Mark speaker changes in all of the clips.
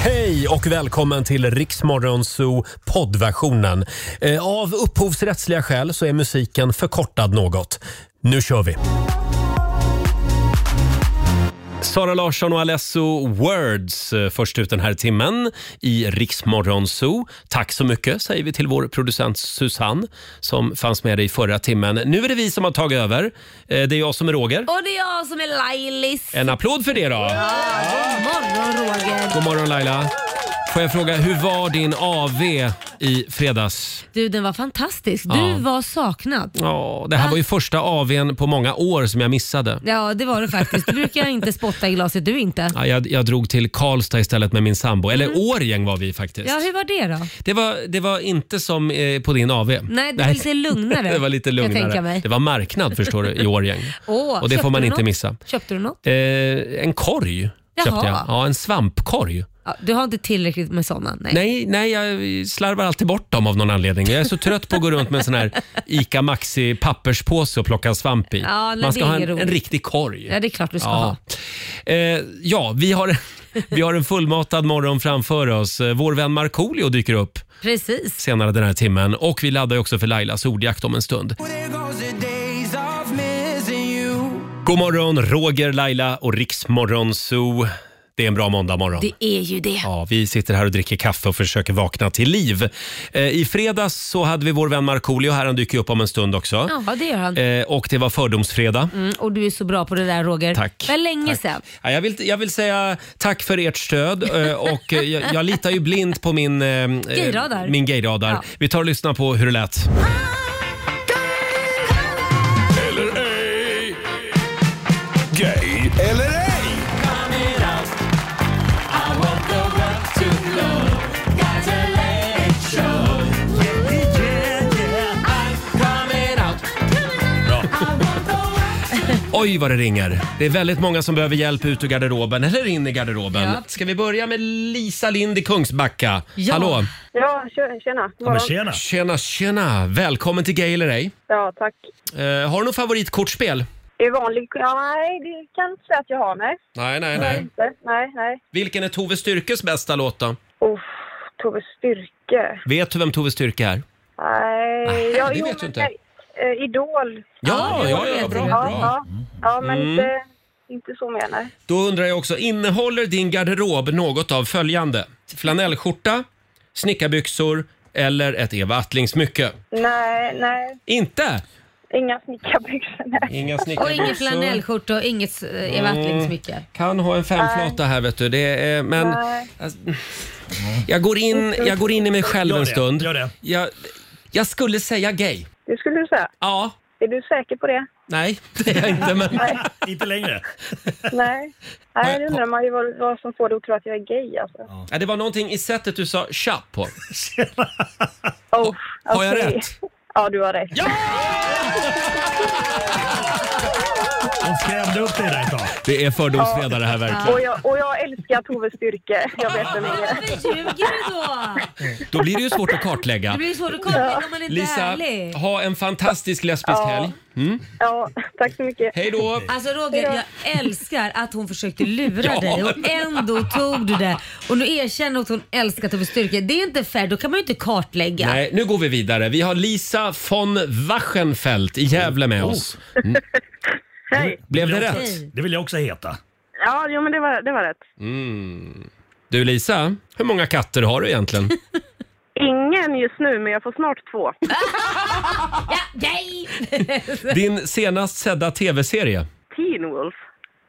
Speaker 1: Hej och välkommen till Riksmorgonzoo poddversionen. Eh, Av upphovsrättsliga skäl så är musiken förkortad något. Nu kör vi! Sara Larsson och Alesso Words eh, först ut den här timmen i Riksmorgonzoo. Tack så mycket säger vi till vår producent Susanne som fanns med dig förra timmen. Nu är det vi som har tagit över. Eh, Det är jag som är Roger.
Speaker 2: Och det är jag som är Lailis.
Speaker 1: En applåd för det då!
Speaker 2: God morgon Roger.
Speaker 1: God morgon Laila. Får jag fråga, hur var din AV i fredags?
Speaker 2: Du, den var fantastisk. Du
Speaker 1: Ja.
Speaker 2: var saknad.
Speaker 1: Ja,
Speaker 2: Ah.
Speaker 1: det här var ju första AVn på många år som jag missade.
Speaker 2: Ja, det var det faktiskt. Du brukar inte spotta i glaset, du inte.
Speaker 1: Ja, jag, jag drog till Karlstad istället med min sambo. Eller Årjäng var vi faktiskt.
Speaker 2: Mm. Ja, hur var det då?
Speaker 1: Det, var, det var inte som eh, på din AV.
Speaker 2: Nej, det var lite lugnare.
Speaker 1: det var lite
Speaker 2: kan jag tänka
Speaker 1: lugnare.
Speaker 2: mig.
Speaker 1: Det var marknad förstår du i Årjäng.
Speaker 2: Åh,
Speaker 1: Och det får
Speaker 2: köpte
Speaker 1: man
Speaker 2: du
Speaker 1: inte
Speaker 2: något?
Speaker 1: missa.
Speaker 2: Köpte du något?
Speaker 1: Eh, en korg köpte jag.
Speaker 2: Jaha.
Speaker 1: Ja, en svampkorg.
Speaker 2: Ja, du har inte tillräckligt med sådana? Nej.
Speaker 1: Nej, nej, jag slarvar alltid bort dem av någon anledning. Jag är så trött på att gå runt med en sån här ICA Maxi papperspåse och plocka svamp i.
Speaker 2: Ja,
Speaker 1: Man
Speaker 2: nej, det
Speaker 1: ska
Speaker 2: är
Speaker 1: ha en,
Speaker 2: inget roligt.
Speaker 1: en riktig korg.
Speaker 2: Ja, det är klart du ska ha.
Speaker 1: Eh, ja, vi har, vi har en fullmatad morgon framför oss. Eh, Vår vän Markoolio dyker upp
Speaker 2: Precis.
Speaker 1: senare den här timmen och vi laddar ju också för Lailas ordjakt om en stund. God morgon, Roger, Laila och Riksmorgon Zoo. Det är en bra måndagmorgon.
Speaker 2: Det är ju det.
Speaker 1: Ja, vi sitter här och dricker kaffe och försöker vakna till liv. Eh, I fredags så hade vi vår vän Markoolio här, han dyker ju upp om en stund också.
Speaker 2: Ja, det gör han.
Speaker 1: Eh, och det var fördomsfredag.
Speaker 2: Mm, och du är så bra på det där Roger.
Speaker 1: Tack.
Speaker 2: Det var länge
Speaker 1: Tack.
Speaker 2: sedan.
Speaker 1: Ja, jag, vill, jag vill säga tack för ert stöd eh, och eh, jag, jag litar ju blint på min eh, eh,
Speaker 2: Gayradar.
Speaker 1: Min gayradar.
Speaker 2: Ja.
Speaker 1: Vi tar och lyssnar på hur det lät.
Speaker 3: Gay eller ej?
Speaker 1: Oj vad det ringer. Det är väldigt många som behöver hjälp ut ur garderoben eller in i garderoben.
Speaker 2: Ja.
Speaker 1: Ska vi börja med Lisa Lind i Kungsbacka?
Speaker 2: Ja.
Speaker 1: Hallå!
Speaker 4: Ja, tjö- tjena.
Speaker 5: Ja, men
Speaker 4: Morgon.
Speaker 5: tjena.
Speaker 1: Tjena, tjena! Välkommen till Gay eller ej.
Speaker 4: Ja, tack.
Speaker 1: Eh, har du något favoritkortspel?
Speaker 4: Är vanlig... Ja, nej, det kan jag inte säga att jag har. Nej,
Speaker 1: Nej, nej,
Speaker 4: nej.
Speaker 1: nej.
Speaker 4: Inte. nej. nej.
Speaker 1: Vilken är Tove Styrkes bästa låt då?
Speaker 4: Uff, Tove Styrke.
Speaker 1: Vet du vem Tove Styrke är?
Speaker 4: Nej,
Speaker 1: Nej,
Speaker 4: ja,
Speaker 1: det
Speaker 4: jo,
Speaker 1: vet du
Speaker 4: men
Speaker 1: inte.
Speaker 4: nej. Eh, Idol.
Speaker 1: Ja,
Speaker 2: det
Speaker 1: ja,
Speaker 2: vet
Speaker 1: ja,
Speaker 2: du.
Speaker 1: bra, Mm.
Speaker 4: Ja,
Speaker 1: bra.
Speaker 4: ja. ja men inte, inte så mer, nej.
Speaker 1: Då undrar jag också, innehåller din garderob något av följande? Flanellskjorta, snickarbyxor eller ett Eva Attling-smycke?
Speaker 4: Nej, nej.
Speaker 1: Inte!
Speaker 4: Inga snickarbyxor, nej.
Speaker 1: Inga
Speaker 2: Och
Speaker 1: snickarbyxor.
Speaker 2: inget flanellskjorta och inget eh, Eva Attling-smycke.
Speaker 1: Kan ha en femflata här vet du. Det är, men
Speaker 4: Nej.
Speaker 1: alltså, jag, går in, jag går in i mig själv
Speaker 5: Gör
Speaker 1: en
Speaker 5: det,
Speaker 1: stund.
Speaker 5: gör det.
Speaker 1: Jag, jag skulle säga gay.
Speaker 4: Det skulle du säga.
Speaker 1: Ja.
Speaker 4: Är du säker på det?
Speaker 1: Nej, det är jag inte. Men
Speaker 5: Inte längre.
Speaker 4: Nej. Nej, det undrar man ju vad, vad som får dig att tro att jag är gay, alltså.
Speaker 1: Ja, det var någonting i sättet du sa tja på.
Speaker 4: Oh,
Speaker 1: Har jag
Speaker 4: okej.
Speaker 1: rätt?
Speaker 4: Ja, du har rätt.
Speaker 5: Hon skrämde upp dig där ett tag.
Speaker 1: Det är fördomsfredag det här verkligen.
Speaker 4: Och, jag, och jag älskar Tove Styrke. Jag vet vem det är.
Speaker 2: Varför ljuger du då?
Speaker 1: Då blir det ju svårt att kartlägga.
Speaker 2: Det blir svårt att komma om man inte är
Speaker 1: Lisa,
Speaker 2: ärlig.
Speaker 1: ha en fantastisk lesbisk
Speaker 4: Ja.
Speaker 1: helg.
Speaker 4: Ja, tack så mycket.
Speaker 1: Hej då!
Speaker 2: Alltså Roger, jag älskar att hon försökte lura
Speaker 1: Ja.
Speaker 2: dig och ändå tog du det. Och nu erkänner hon att hon älskar Tove Styrke. Det är inte fair, då kan man ju inte kartlägga.
Speaker 1: Nej, nu går vi vidare. Vi har Lisa von Wachenfeldt i Gävle med oss.
Speaker 4: Hej.
Speaker 1: Blev det
Speaker 5: Vill jag
Speaker 1: rätt?
Speaker 5: också- Det vill jag också heta.
Speaker 4: Ja, jo, men det var, det var rätt.
Speaker 1: Du Lisa, hur många katter har du egentligen?
Speaker 4: Ingen just nu, men jag får snart två.
Speaker 2: Ja, nej!
Speaker 1: Din senast sedda tv-serie?
Speaker 4: Teen Wolf.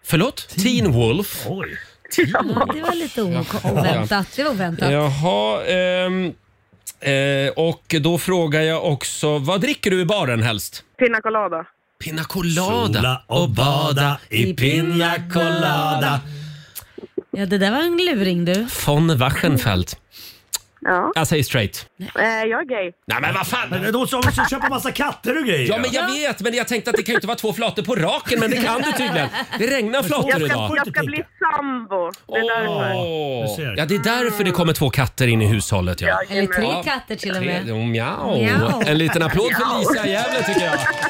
Speaker 1: Förlåt? Teen Wolf?
Speaker 5: Oj.
Speaker 2: Det var lite o- oväntat. Det var oväntat.
Speaker 1: Jaha. ehm, eh, och då frågar jag också, vad dricker du i baren helst?
Speaker 4: Pina Colada.
Speaker 1: Pina
Speaker 5: Sola och bada i pina colada.
Speaker 2: Ja, det där var en luring du.
Speaker 1: Von Wachenfeldt.
Speaker 4: Ja.
Speaker 1: Jag säger straight.
Speaker 4: Eh, jag är gay.
Speaker 1: Nej men vad fan!
Speaker 5: Men då ska vi också köpa massa katter och grejer.
Speaker 1: Ja men jag vet, men jag tänkte att det kan ju inte vara två flator på raken, men det kan det tydligen. Det regnar
Speaker 4: Jag
Speaker 1: flator
Speaker 4: ska,
Speaker 1: idag.
Speaker 4: jag ska bli sambo. Det är därför.
Speaker 1: Åh.
Speaker 5: Du ser.
Speaker 1: Ja, det är därför det kommer två katter in i hushålllet. Ja.
Speaker 2: Eller tre
Speaker 1: Ja.
Speaker 2: katter till och
Speaker 1: Tre,
Speaker 2: med.
Speaker 1: oh, mjau.
Speaker 2: Mjau.
Speaker 1: En liten applåd för Lisa i Gävle tycker jag.
Speaker 4: Tack,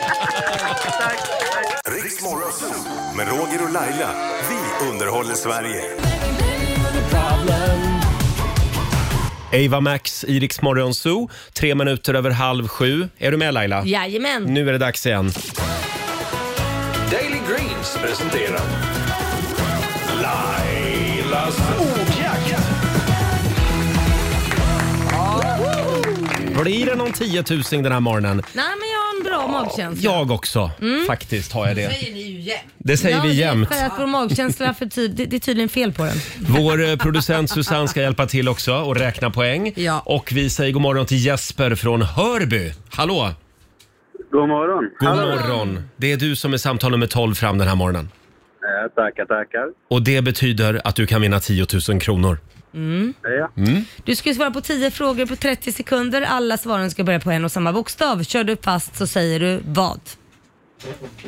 Speaker 4: tack.
Speaker 3: Riks Morgonzoo med Roger och Laila. Vi underhåller Sverige.
Speaker 1: Ava Max i Rix Morgon Zoo. Tre minuter över halv sju. Är du med Laila?
Speaker 2: Jajamän.
Speaker 1: Nu är det dags igen.
Speaker 3: Daily Greens presenterar Lailas ordjakt.
Speaker 1: Blir det någon tiotusing den här morgonen?
Speaker 2: Nej men jag har en bra magkänsla.
Speaker 1: Jag också. Faktiskt har jag det.
Speaker 6: Mm. säger ni ju jämt.
Speaker 1: Det säger vi
Speaker 2: det är
Speaker 1: jämt.
Speaker 2: För att vår magkänsla för tid, det, det är tydligen fel på den.
Speaker 1: Vår eh, producent Susanne ska hjälpa till också och räkna poäng.
Speaker 6: Ja.
Speaker 1: Och vi säger god morgon till Jesper från Hörby. Hallå!
Speaker 7: God morgon.
Speaker 1: God morgon! Det är du som är samtal nummer 12 fram den här morgonen.
Speaker 7: Eh, tackar, tackar.
Speaker 1: Och det betyder att du kan vinna 10 000 kronor.
Speaker 7: Ja.
Speaker 2: Du ska ju svara på 10 frågor på 30 sekunder. Alla svaren ska börja på en och samma bokstav. Kör du fast så säger du vad.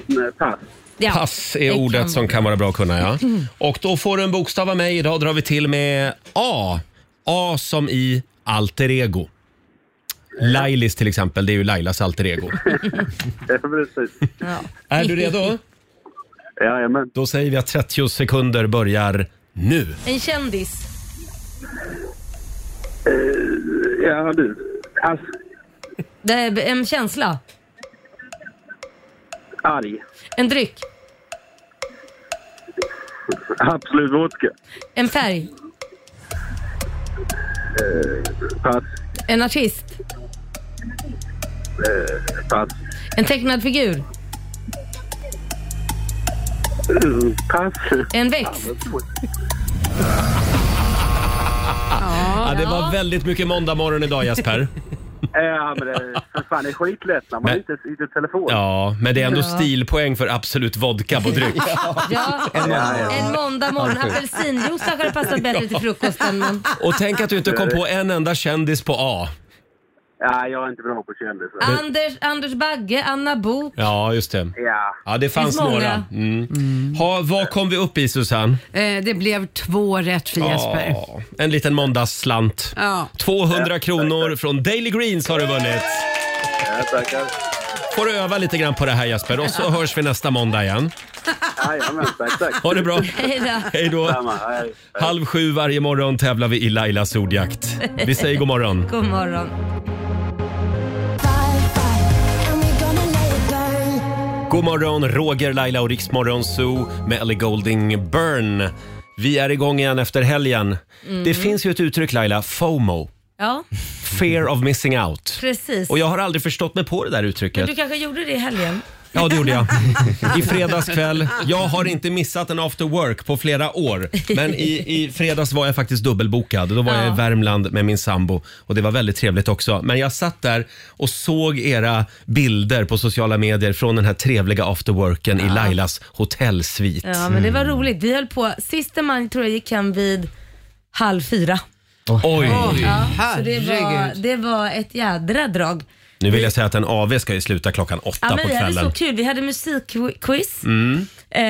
Speaker 7: Nej, pass.
Speaker 2: Ja.
Speaker 1: Pass
Speaker 2: Det
Speaker 1: är
Speaker 2: kan- Mm.
Speaker 1: ordet som kan vara bra att kunna, ja. Och då får du en bokstav av mig. Idag drar vi till med A. A som i alter ego. Lailis till exempel, det är ju Lailas alter ego.
Speaker 7: Det är precis.
Speaker 1: är du redo?
Speaker 7: Jajamän.
Speaker 1: Då säger vi att 30 sekunder börjar nu.
Speaker 2: En kändis.
Speaker 7: Ja, du. Pass.
Speaker 2: Det är en känsla.
Speaker 7: Arg.
Speaker 2: En dryck.
Speaker 7: Absolut vodka.
Speaker 2: En färg.
Speaker 7: Pass.
Speaker 2: En artist.
Speaker 7: Pass.
Speaker 2: En tecknad figur.
Speaker 7: Mm, Pass.
Speaker 2: En växt.
Speaker 1: Ja, det var väldigt mycket måndag morgon idag Jesper.
Speaker 7: Ja, men det, för fan, det är skitlätt när man
Speaker 1: Men-
Speaker 7: inte är i sin telefon.
Speaker 1: Ja, men det är ändå
Speaker 2: Ja.
Speaker 1: stilpoäng för Absolut Vodka på dryck.
Speaker 2: Ja. En måndag morgon. Apelsinjuice kanske hade passat bättre till frukosten. Men...
Speaker 1: Och tänk att du inte kom på en enda kändis på A.
Speaker 7: Ja, jag är inte bra på kändisar.
Speaker 2: Anders, Anders Bagge, Anna Bok.
Speaker 1: Ja, just det.
Speaker 7: Ja.
Speaker 1: Ja, det fanns
Speaker 2: Finns många.
Speaker 1: några. Mm. Ha, vad kom vi upp i Susanne?
Speaker 6: Eh, det blev två rätt för Jesper.
Speaker 1: Ja, en liten måndagsslant.
Speaker 6: Ja.
Speaker 1: 200 kronor från Daily Greens har du vunnit.
Speaker 7: ja, tackar.
Speaker 1: Får du öva lite grann på det här Jesper och så hörs vi nästa måndag igen.
Speaker 7: Jajamän, tack, tack.
Speaker 1: Ha det bra.
Speaker 2: Hej då.
Speaker 1: Hej då.
Speaker 7: Samma. Hej.
Speaker 1: Halv sju varje morgon tävlar vi i Lailas ordjakt. Vi säger god morgon.
Speaker 2: God morgon.
Speaker 1: God morgon, Roger, Laila och Riksmorgon Zoo med Ellie Golding Byrne. Vi är igång igen efter helgen.
Speaker 2: Mm.
Speaker 1: Det finns ju ett uttryck Laila, FOMO.
Speaker 2: Ja,
Speaker 1: Fear of missing out.
Speaker 2: precis.
Speaker 1: Och jag har aldrig förstått mig på det där
Speaker 2: Men
Speaker 1: uttrycket.
Speaker 2: du kanske gjorde det i helgen?
Speaker 1: Ja, det gjorde jag. I fredags kväll. Jag har inte missat en after work på flera år. Men i, i fredags var jag faktiskt dubbelbokad. Då var jag
Speaker 2: Ja.
Speaker 1: i Värmland med min sambo och det var väldigt trevligt också. Men jag satt där och såg era bilder på sociala medier från den här trevliga after worken i Lailas hotellsvit.
Speaker 2: Ja, men
Speaker 1: Mm.
Speaker 2: det var roligt. Vi höll på, sista man tror jag gick hem vid halv fyra.
Speaker 1: Oj!
Speaker 2: Ja, så det var,
Speaker 6: Herregud.
Speaker 2: det var ett jädra drag.
Speaker 1: Nu vill jag säga att en AV ska ju sluta klockan åtta
Speaker 2: Ja,
Speaker 1: på
Speaker 2: men vi hade
Speaker 1: kvällen. Mm.
Speaker 2: så kul. Vi hade musikquiz. Eh,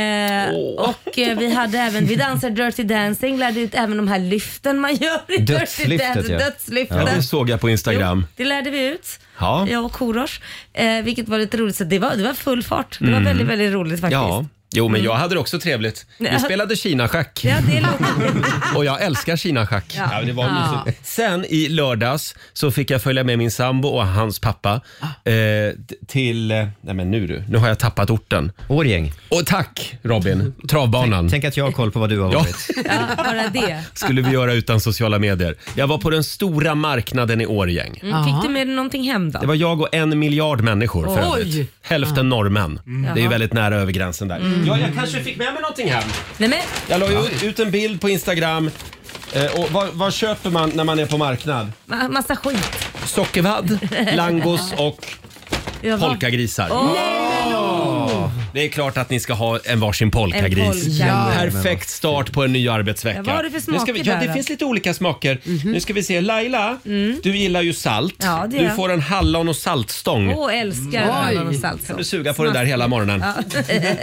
Speaker 2: Och eh, vi hade även, vi dansade Dirty Dancing, lärde ut även de här lyften man gör i Dirty
Speaker 8: Dödslyftet,
Speaker 2: Dancing.
Speaker 8: ja.
Speaker 2: Dödslyften.
Speaker 1: Ja, det såg jag på Instagram.
Speaker 2: Jo, det lärde vi ut.
Speaker 1: Ja.
Speaker 2: Jag och Korosh. Eh, vilket var lite roligt. Så det var, det var full fart. Det var väldigt, väldigt roligt faktiskt.
Speaker 1: Mm. Ja. Jo, men
Speaker 2: Mm.
Speaker 1: jag hade det också trevligt. Vi
Speaker 2: Ja.
Speaker 1: spelade kinaschack.
Speaker 2: Ja, det låter
Speaker 1: Och jag älskar kinaschack.
Speaker 2: Ja.
Speaker 1: det var mysigt. Sen i lördags så fick jag följa med min sambo och hans pappa eh, t- till... eh, Nej men nu du, nu har jag tappat orten.
Speaker 8: Årgäng.
Speaker 1: Och tack Robin, travbanan.
Speaker 8: Tänk att jag har koll på vad du har
Speaker 1: Ja.
Speaker 8: varit.
Speaker 2: ja, bara det.
Speaker 1: skulle vi göra utan sociala medier. Jag var på den stora marknaden i Årgäng.
Speaker 2: Mm, fick du med dig någonting hem då?
Speaker 1: Det var jag och en miljard människor för
Speaker 6: Oj.
Speaker 1: övrigt. Hälften norrmän. Det är ju
Speaker 2: Jaha.
Speaker 1: väldigt nära över gränsen där. Ja, jag kanske fick med mig någonting hem.
Speaker 2: Nej, men,
Speaker 1: Jag la ju ut en bild på Instagram. Eh, och vad, vad köper man när man är på marknad?
Speaker 2: ma- massa skit.
Speaker 1: Sockervadd, langos och
Speaker 2: Jag var-
Speaker 1: polkagrisar.
Speaker 2: Nej, men,
Speaker 1: Det är klart att ni ska ha en varsin
Speaker 2: En
Speaker 1: polkagris.
Speaker 2: polka. Ja.
Speaker 1: Perfekt start på en ny arbetsvecka.
Speaker 2: Ja, vad har du för
Speaker 1: Nu ska
Speaker 2: smaker
Speaker 1: vi, ja,
Speaker 2: där
Speaker 1: det
Speaker 2: då? Mhm. Mm.
Speaker 1: finns lite olika smaker. Nu ska vi se. Laila, du gillar ju salt.
Speaker 2: Ja, det gör
Speaker 1: du
Speaker 2: jag.
Speaker 1: får en hallon och saltstång.
Speaker 2: åh, älskar hallon och salt.
Speaker 1: Du suga på den där hela morgonen.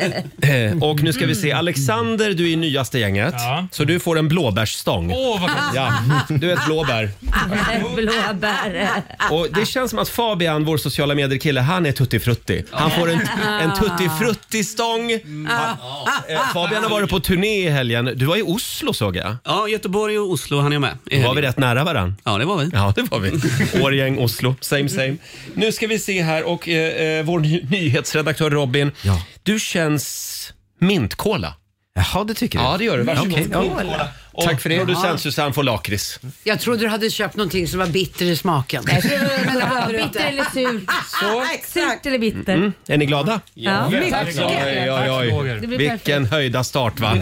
Speaker 1: Eh, och nu ska vi se. Alexander, du är i nyaste gänget.
Speaker 5: Ja.
Speaker 1: Så du får en blåbärsstång.
Speaker 5: Åh, vad gott.
Speaker 1: Ja, du är ett blåbär.
Speaker 2: Blåbär.
Speaker 5: Ah. Ah.
Speaker 1: Och det känns som att Fabian, vår sociala medier-kille, han är tuttifrutti. Han får en, en 70-stång.
Speaker 5: Mm.
Speaker 1: Eh, Fabian har varit på turné i helgen. Du var i Oslo såg jag.
Speaker 8: Ja, Göteborg och Oslo hann jag med. i
Speaker 1: Var vi
Speaker 8: helgen.
Speaker 1: rätt nära varann?
Speaker 8: Ja, det var vi.
Speaker 1: Ja, det var vi. Årgäng, Oslo. Same, same. Nu ska vi se här och eh, eh, vår ny- nyhetsredaktör Robin.
Speaker 5: Ja.
Speaker 1: Du känns mintkola.
Speaker 5: Jaha, det tycker du? Mm,
Speaker 1: Ja, det gör du. Varsågod.
Speaker 5: Okej, ja.
Speaker 1: Mintkola. Och
Speaker 5: Tack för det.
Speaker 1: producent Susanne får lakrits.
Speaker 6: Jag trodde du hade köpt någonting som var bitter i smaken. Men det hade du
Speaker 2: Bitter
Speaker 6: inte.
Speaker 2: eller surt? Surt eller bitter?
Speaker 1: Är ni glada?
Speaker 2: Ja.
Speaker 1: Oj, oj, oj.
Speaker 2: Det blir
Speaker 1: Vilken höjda start va?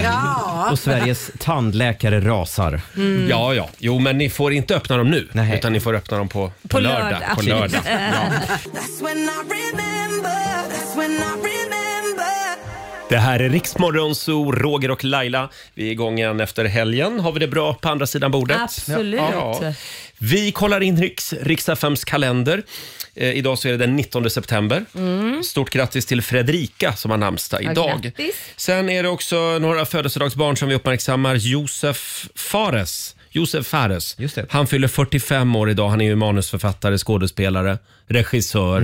Speaker 5: Och Sveriges tandläkare rasar.
Speaker 1: Mm. Ja, ja. Jo, men ni får inte öppna dem nu.
Speaker 5: Nej.
Speaker 1: Utan ni får öppna dem på, på,
Speaker 2: På
Speaker 1: lördag.
Speaker 2: lördag.
Speaker 1: På lördag. Det här är Riksmorgon Zoo, Roger och Laila. Vi är igång igen efter helgen. Har vi det bra på andra sidan bordet?
Speaker 2: Absolut.
Speaker 1: Vi kollar in Riks, Riks-FMs kalender. Eh, idag så är det den 19 september. Stort grattis till Fredrika som har namnsdag idag.
Speaker 2: Mm. grattis.
Speaker 1: Sen är det också några födelsedagsbarn som vi uppmärksammar. Josef Fares. Josef Fares.
Speaker 5: Just det.
Speaker 1: Han fyller 45 år idag. Han är ju manusförfattare, skådespelare, regissör.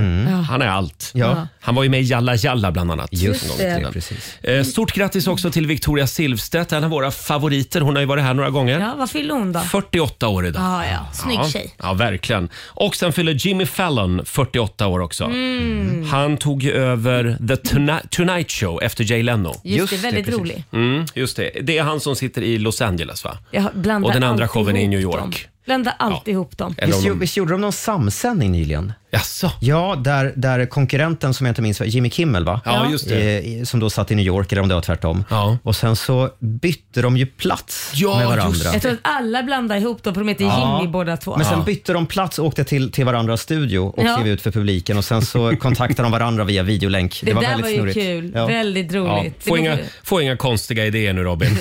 Speaker 1: Han är allt.
Speaker 5: Mm. Ja.
Speaker 1: Han var ju med i Jalla Jalla bland annat.
Speaker 5: Just
Speaker 1: en gång i
Speaker 2: det.
Speaker 1: tiden.
Speaker 5: Precis.
Speaker 1: Eh, Stort grattis också till Victoria Silvstedt, en av våra favoriter. Hon har ju varit här några gånger.
Speaker 2: Ja, vad fyller hon då?
Speaker 1: 48 år idag.
Speaker 2: Ja, ja. Snygg
Speaker 1: ja,
Speaker 2: tjej.
Speaker 1: Ja, verkligen. Och sen fyller Jimmy Fallon 48 år också.
Speaker 2: Mm.
Speaker 1: Han tog ju över The Tonight- Tonight Show efter Jay Leno.
Speaker 2: Just,
Speaker 5: Just
Speaker 2: det,
Speaker 5: det,
Speaker 2: väldigt
Speaker 5: precis.
Speaker 2: rolig.
Speaker 1: Mm, just det. Det är han som sitter i Los Angeles va?
Speaker 2: Jag blandar
Speaker 1: Och den andra
Speaker 2: alltid
Speaker 1: showen är i
Speaker 2: ihop
Speaker 1: New York.
Speaker 2: Dem. Blanda alltid ihop dem.
Speaker 1: Eller
Speaker 5: Visst,
Speaker 1: om
Speaker 5: gjo-
Speaker 1: de...
Speaker 5: visst gjorde de någon samsändning nyligen?
Speaker 1: Jaså?
Speaker 5: Ja, där, där konkurrenten som jag inte minns, var Jimmy Kimmel va?
Speaker 1: Ja, just det.
Speaker 5: Eh, som då satt i New York, eller om det var tvärtom.
Speaker 1: Ja.
Speaker 5: Och sen så bytte de ju plats
Speaker 1: Ja,
Speaker 5: med
Speaker 1: just
Speaker 5: varandra.
Speaker 1: det.
Speaker 2: Jag tror att alla blandar ihop dem för de heter Jimmy båda två.
Speaker 5: Men sen bytte de plats och åkte till, till varandras studio och
Speaker 2: Ja.
Speaker 5: skrev ut för publiken och sen så kontaktade de varandra via videolänk. Det,
Speaker 2: det
Speaker 5: var
Speaker 2: där
Speaker 5: väldigt
Speaker 2: var ju
Speaker 5: snurrigt.
Speaker 2: kul.
Speaker 5: Ja.
Speaker 2: Väldigt
Speaker 1: Ja,
Speaker 2: roligt.
Speaker 1: få,
Speaker 2: Det
Speaker 1: inga,
Speaker 2: var-
Speaker 1: få inga konstiga idéer nu Robin.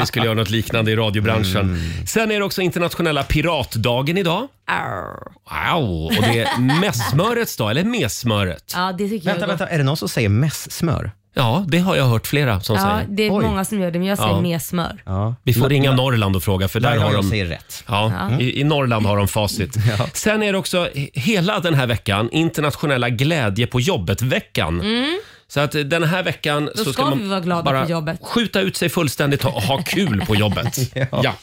Speaker 1: Vi skulle göra något liknande i radiobranschen. Sen är det också internationella piratdagen idag.
Speaker 2: Arr.
Speaker 1: Wow! Och det är messmörets dag, eller messmöret.
Speaker 2: Ja, det tycker
Speaker 5: Vänta,
Speaker 2: jag. är gott.
Speaker 5: vänta, är det någon som säger mässmör?
Speaker 1: Ja, det har jag hört flera som
Speaker 2: Ja,
Speaker 1: säger.
Speaker 2: det är
Speaker 5: Oj.
Speaker 2: många som gör det, men jag säger
Speaker 1: Ja.
Speaker 2: mer smör.
Speaker 5: Ja.
Speaker 1: Vi får ringa Norrland och fråga för Mm. där
Speaker 5: Där
Speaker 1: har
Speaker 5: jag
Speaker 1: de...
Speaker 5: säger rätt.
Speaker 1: Ja, i, i Norrland har de facit. Sen är det också he- hela den här veckan internationella glädje på jobbet-veckan. Så att eh, den här veckan så
Speaker 2: Mm. ska vi vara glada
Speaker 1: bara
Speaker 2: på jobbet.
Speaker 1: skjuta ut sig fullständigt och ha kul på jobbet. ja.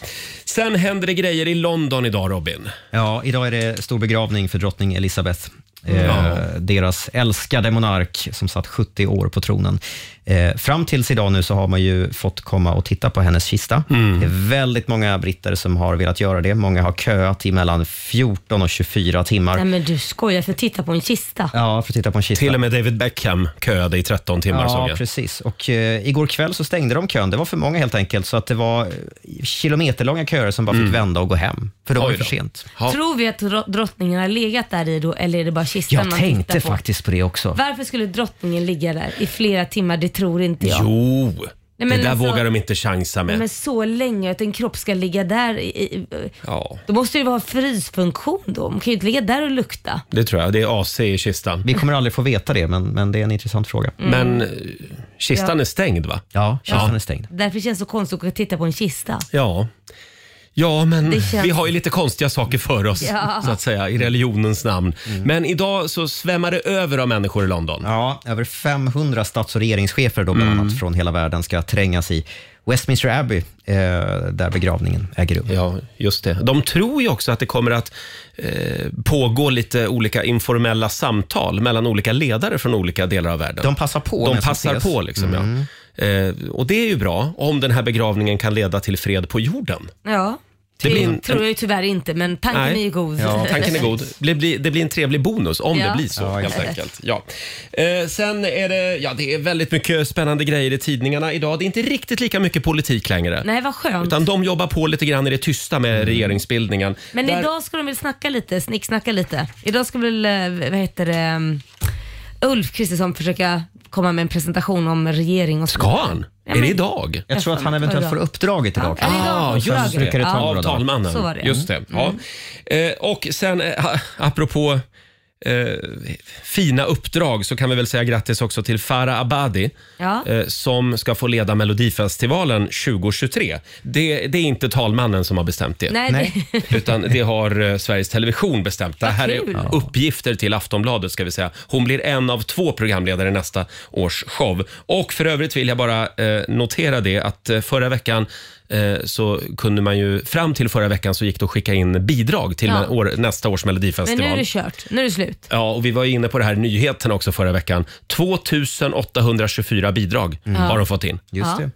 Speaker 1: Sen händer det grejer i London idag Robin.
Speaker 5: Ja, idag är det stor begravning för drottning Elizabeth. Eh, Deras älskade monark som satt 70 år på tronen. Eh, fram tills idag nu så har man ju fått komma och titta på hennes kista.
Speaker 1: Mm.
Speaker 5: Det är väldigt många britter som har velat göra det. Många har köat i mellan 14 och 24 timmar.
Speaker 2: Nej men du skojar, för titta på en kista.
Speaker 5: Ja, för att titta på en kista.
Speaker 1: Mm. Till och med David Beckham köade i 13 timmar såg
Speaker 5: Ja,
Speaker 1: jag.
Speaker 5: precis. Och eh, igår kväll så stängde de kön. Det var för många helt enkelt, så att det var eh, kilometerlånga köer som bara fick vända och gå hem, för då var
Speaker 1: Mm. Oj
Speaker 5: det för
Speaker 1: då.
Speaker 5: sent.
Speaker 1: Ja.
Speaker 2: Tror vi att dro- drottningen har legat där i då, eller är det bara kistan
Speaker 5: Jag
Speaker 2: man
Speaker 5: tänkte
Speaker 2: tittar på?
Speaker 5: faktiskt på det också.
Speaker 2: Varför skulle drottningen ligga där i flera timmar? Det tror inte jag.
Speaker 1: Jo,
Speaker 2: men
Speaker 1: det där
Speaker 2: alltså-
Speaker 1: vågar de inte chansa med.
Speaker 2: Men så länge att en kropp ska ligga där i, i,
Speaker 1: Ja,
Speaker 2: Då måste det vara frysfunktion då. Man kan ju inte ligga där och lukta.
Speaker 1: det tror jag. Det är AC i kistan.
Speaker 2: Mm.
Speaker 5: Vi kommer aldrig få veta det, men, men det är en intressant fråga.
Speaker 1: Men eh, kistan är stängd va?
Speaker 5: Ja, kistan är stängd.
Speaker 2: Därför känns det så konstigt att titta på en kista.
Speaker 1: Ja. Ja, men
Speaker 2: Det känns-
Speaker 1: vi har ju lite konstiga saker för oss
Speaker 2: Ja.
Speaker 1: så att säga i religionens namn.
Speaker 5: Mm.
Speaker 1: Men idag så svämmar det över av människor i London.
Speaker 5: Ja, över 500 stats och regeringschefer då
Speaker 1: Mm.
Speaker 5: bland annat från hela världen ska trängas i Westminster Abbey, eh, där begravningen äger rum.
Speaker 1: Ja, just det. De tror ju också att det kommer att eh, pågå lite olika informella samtal mellan olika ledare från olika delar av världen.
Speaker 5: De passar på.
Speaker 1: De
Speaker 5: medan
Speaker 1: passar
Speaker 5: ses. Mm.
Speaker 1: på liksom, ja. Eh, och det är ju bra om den här begravningen kan leda till fred på jorden.
Speaker 2: Ja.
Speaker 1: Det
Speaker 2: Det
Speaker 1: blir en-
Speaker 2: tror jag ju tyvärr inte, men tanken
Speaker 1: Nej.
Speaker 2: är ju god.
Speaker 1: Ja, tanken är god. Det blir, det blir en trevlig bonus om
Speaker 2: Ja.
Speaker 1: det blir så
Speaker 5: Ja,
Speaker 1: helt
Speaker 5: exakt.
Speaker 1: enkelt. Ja. Eh, sen är det, ja, det är väldigt mycket spännande grejer i tidningarna idag. Det är inte riktigt lika mycket politik längre.
Speaker 2: Nej, vad skönt.
Speaker 1: Utan de jobbar på lite grann i det tysta med
Speaker 5: Mm.
Speaker 1: regeringsbildningen.
Speaker 2: Men
Speaker 1: Där-
Speaker 2: idag ska de väl snacka lite, snicksnacka lite. Idag ska väl, eh, vad heter det, um, Ulf Kristersson försöka komma med en presentation om regering och så.
Speaker 1: Ska han?
Speaker 2: Ja,
Speaker 1: är det
Speaker 2: men-
Speaker 1: idag?
Speaker 5: Jag tror att han eventuellt får uppdraget idag.
Speaker 2: Ja, det är idag.
Speaker 1: Ah, just
Speaker 5: Sen
Speaker 1: det.
Speaker 5: brukar det ta
Speaker 2: Ja.
Speaker 5: några
Speaker 1: Av
Speaker 5: dagar.
Speaker 2: Mm.
Speaker 1: talmannen.
Speaker 2: Så var det.
Speaker 1: Just det. Ja. Eh, och sen, eh, apropå eh, fina uppdrag så kan vi väl säga grattis också till Farah Abadi
Speaker 2: Ja.
Speaker 1: eh, som ska få leda Melodifestivalen 2023. Det, det är inte talmannen som har bestämt det.
Speaker 2: Nej, Nej.
Speaker 1: Utan det har eh, Sveriges Television bestämt. Det här
Speaker 2: kul.
Speaker 1: är uppgifter till Aftonbladet ska vi säga. Hon blir en av två programledare i nästa års show. Och för övrigt vill jag bara eh, notera det att eh, förra veckan eh, så kunde man ju, fram till förra veckan så gick det att skicka in bidrag till
Speaker 2: Ja.
Speaker 1: me- år, nästa års
Speaker 2: Men
Speaker 1: Melodifestival.
Speaker 2: nu är det kört. Nu är det slut.
Speaker 1: Ja, och vi var ju inne på det här i nyheten också förra veckan. 2824 bidrag har de fått in.
Speaker 5: Just
Speaker 2: Mm. Ja.
Speaker 5: det.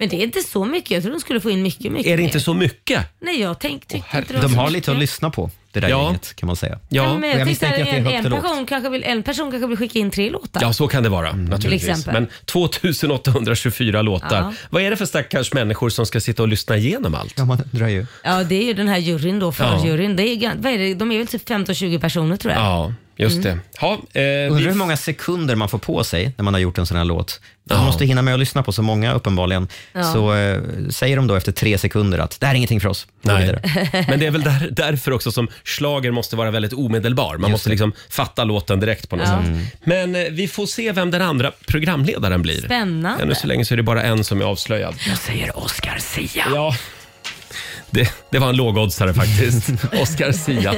Speaker 2: Men det är inte så mycket. Jag tror de skulle få in mycket, mycket
Speaker 1: Är det inte
Speaker 2: mer.
Speaker 1: så mycket?
Speaker 2: Nej, jag tänk, tyckte inte det var
Speaker 5: De
Speaker 2: så
Speaker 5: har
Speaker 2: mycket.
Speaker 5: lite att lyssna på, det där
Speaker 1: Ja.
Speaker 5: gänget kan man säga.
Speaker 1: Ja,
Speaker 2: Ja, men
Speaker 5: jag
Speaker 2: jag tänkte
Speaker 5: misstänker
Speaker 2: att
Speaker 5: att det är
Speaker 2: en,
Speaker 5: högt
Speaker 2: en,
Speaker 5: och lågt.
Speaker 2: person kanske vill, en person kanske vill skicka in tre låtar.
Speaker 1: ja så kan det vara
Speaker 2: Mm. Till
Speaker 1: naturligtvis.
Speaker 2: exempel.
Speaker 1: Men 2824 låtar.
Speaker 2: Ja.
Speaker 1: Vad är det för stackars människor som ska sitta och lyssna igenom allt?
Speaker 5: Ja, man undrar ju.
Speaker 2: Ja, det är ju den här juryn då, förjuryn. Det är, gan- vad är det? De är väl typ 15-20 personer tror jag.
Speaker 1: Ja, just
Speaker 2: Mm.
Speaker 1: det. Ja, eh,
Speaker 5: Undrar
Speaker 1: vi...
Speaker 5: hur många sekunder man får på sig när man har gjort en sån här låt. Man måste hinna med att lyssna på så många uppenbarligen. Så eh, säger de då efter tre sekunder att det här är ingenting för oss. Gå
Speaker 1: Nej.
Speaker 5: vidare.
Speaker 1: Men det är väl där, därför också som slager måste vara väldigt omedelbar. Man måste liksom fatta låten direkt på något
Speaker 2: Ja. Mm.
Speaker 1: sätt. Men eh, vi får se vem den andra programledaren blir.
Speaker 2: Spännande.
Speaker 1: Ännu så länge så är det bara en som är avslöjad.
Speaker 6: Jag säger Oscar Sia.
Speaker 1: Ja. Det, det var en lågoddsare faktiskt. Oscar Sia.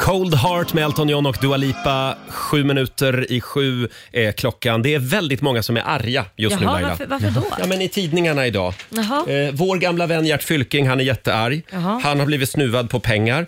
Speaker 1: Cold Heart med Elton John och Dua Lipa. Sju minuter i sju är klockan. Det är väldigt många som är arga just nu
Speaker 2: Jaha,
Speaker 1: Laila.
Speaker 2: varför, varför då?
Speaker 1: Ja, men i tidningarna idag.
Speaker 2: Jaha.
Speaker 1: Eh, vår gamla vän Gert Fylking, han är jättearg.
Speaker 2: Jaha.
Speaker 1: Han har blivit snuvad på pengar.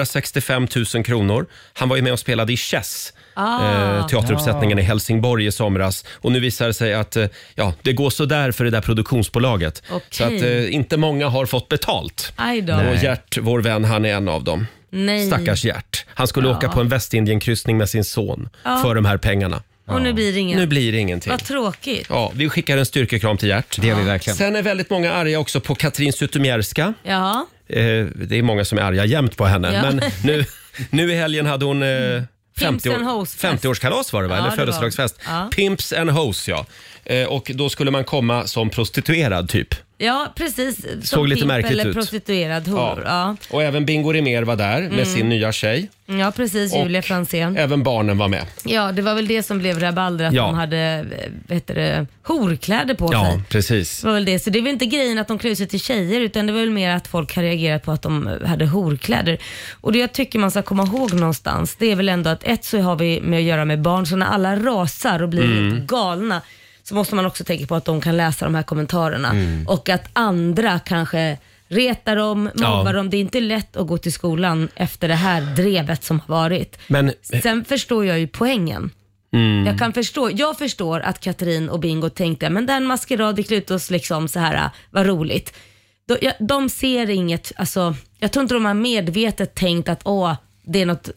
Speaker 1: 165 000 kronor. Han var ju med och spelade i Chess.
Speaker 2: Ah.
Speaker 1: Eh, teateruppsättningen i Helsingborg i somras. Och nu visar det sig att eh, ja, det går sådär för det där produktionsbolaget.
Speaker 2: Okej.
Speaker 1: Så att eh, inte många har fått betalt.
Speaker 2: Aj då.
Speaker 1: Och Gert, vår vän, han är en av dem.
Speaker 2: Nej.
Speaker 1: Stackars Gert. Han skulle åka på en Västindienkryssning med sin son för de här pengarna.
Speaker 2: Och nu blir det inget.
Speaker 1: Nu blir det ingenting.
Speaker 2: Vad tråkigt.
Speaker 1: Ja, vi skickar en styrkekram till Gert.
Speaker 5: Det gör vi verkligen.
Speaker 1: Sen är väldigt många arga också på Katrin Zytomierska.
Speaker 2: Ja.
Speaker 1: Eh, det är många som är arga jämt på henne.
Speaker 2: Ja.
Speaker 1: Men nu, nu i helgen hade hon eh, 50
Speaker 2: and
Speaker 1: år,
Speaker 2: Hoes-fest.
Speaker 1: 50-årskalas var det va?
Speaker 2: Ja,
Speaker 1: Eller
Speaker 2: det
Speaker 1: födelsedagsfest.
Speaker 2: var det. Ja.
Speaker 1: Pimps and hoes ja. Eh, och då skulle man komma som prostituerad typ.
Speaker 2: ja, precis. Som
Speaker 1: Såg lite
Speaker 2: pimp
Speaker 1: märkligt
Speaker 2: eller
Speaker 1: ut.
Speaker 2: prostituerad hor. Ja. Mm.
Speaker 1: Och även Bingo Rimér var där med sin nya tjej.
Speaker 2: Ja. precis. Julia Franzén.
Speaker 1: Även barnen var med.
Speaker 2: Ja, det var väl det som blev rabalder, att
Speaker 1: Ja.
Speaker 2: de hade eh, vad heter det, horkläder på sig.
Speaker 1: Ja, precis.
Speaker 2: Det var väl det. Så det är väl inte grejen att de klär ut sig till tjejer utan det var väl mer att folk har reagerat på att de hade horkläder. Och det jag tycker man ska komma ihåg någonstans det är väl ändå att ett så har vi med att göra med barn så när alla rasar och blir helt galna så måste man också tänka på att de kan läsa de här kommentarerna och att andra kanske retar dem, mobbar
Speaker 1: Ja.
Speaker 2: dem. Det är inte lätt att gå till skolan efter det här drevet som har varit.
Speaker 1: Men- eh,
Speaker 2: Sen förstår jag ju poängen.
Speaker 1: Mm.
Speaker 2: Jag kan förstå, jag förstår att Katrin och Bingo tänkte, men den maskerad, vi klär ut oss liksom så här, vad roligt. De, ja, de ser inget, alltså, jag tror inte de har medvetet tänkt att åh, det är något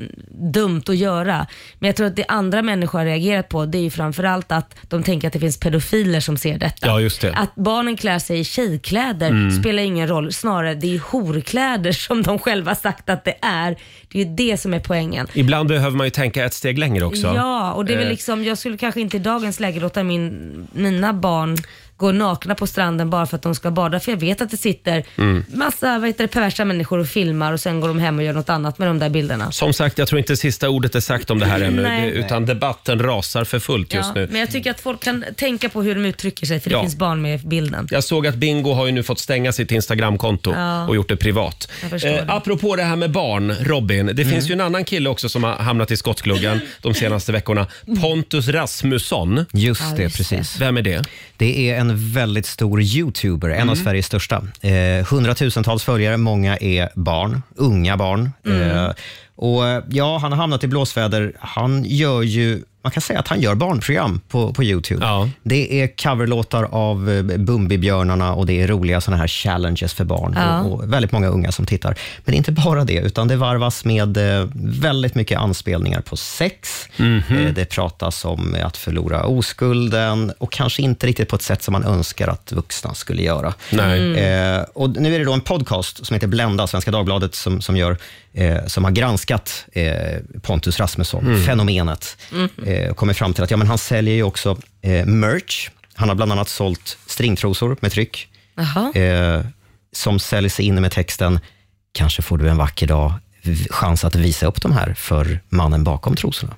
Speaker 2: dumt att göra. Men jag tror att det andra människor har reagerat på, det är ju framförallt att de tänker att det finns pedofiler som ser detta.
Speaker 1: Ja, just det. Mm.
Speaker 2: Att barnen klär sig i tjejkläder spelar ingen roll, snarare det är ju horkläder som de själva sagt att det är. Det är ju det som är poängen.
Speaker 1: Ibland behöver man ju tänka ett steg längre också.
Speaker 2: Ja, och det är väl
Speaker 1: Eh.
Speaker 2: liksom, jag skulle kanske inte i dagens läge låta min, mina barn gå nakna på stranden bara för att de ska bada. För jag vet att det sitter
Speaker 1: Mm.
Speaker 2: massa vad heter det, perversa människor och filmar och sen går de hem och gör något annat med de där bilderna.
Speaker 1: Som sagt, jag tror inte sista ordet är sagt om det här ännu.
Speaker 2: Nej.
Speaker 1: Det- Utan debatten rasar för fullt just
Speaker 2: Ja,
Speaker 1: nu.
Speaker 2: Men jag tycker att folk kan tänka på hur de uttrycker sig för det
Speaker 1: Ja.
Speaker 2: finns barn med i bilden.
Speaker 1: Jag såg att Bingo har ju nu fått stänga sitt Instagramkonto
Speaker 2: Ja.
Speaker 1: och gjort det privat. Eh,
Speaker 2: Jag förstår det. Mm.
Speaker 1: apropå det här med barn, Robin. Det finns ju en annan kille också som har hamnat i skottgluggen de senaste veckorna. Pontus Rasmusson.
Speaker 5: Just
Speaker 2: Ja,
Speaker 5: det,
Speaker 2: just det.
Speaker 5: precis.
Speaker 1: Vem är det?
Speaker 5: Det är en väldigt stor youtuber, en av Sveriges största. Eh, hundratusentals följare, många är barn, unga barn. Eh, och eh, ja, han har hamnat i blåsväder. Han gör ju, man kan säga att han gör barnprogram på, på Youtube.
Speaker 1: Ja.
Speaker 5: Det är coverlåtar av eh, Bumbibjörnarna och det är roliga såna här challenges för barn. Och, och väldigt många unga som tittar. Men inte bara det, utan det varvas med eh, väldigt mycket anspelningar på sex. Eh, Det pratas om att förlora oskulden och kanske inte riktigt på ett sätt som man önskar att vuxna skulle göra.
Speaker 1: Nej.
Speaker 5: Eh, och nu är det då en podcast som heter Blenda, Svenska Dagbladet, som, som, gör, eh, som har granskat eh, Pontus Rasmusson, fenomenet. Eh, och kommit fram till att ja, men han säljer ju också eh, merch. Han har bland annat sålt stringtrosor med tryck,
Speaker 2: Jaha.
Speaker 5: eh, som säljs in med texten “Kanske får du en vacker dag v- chans att visa upp de här för mannen bakom trosorna.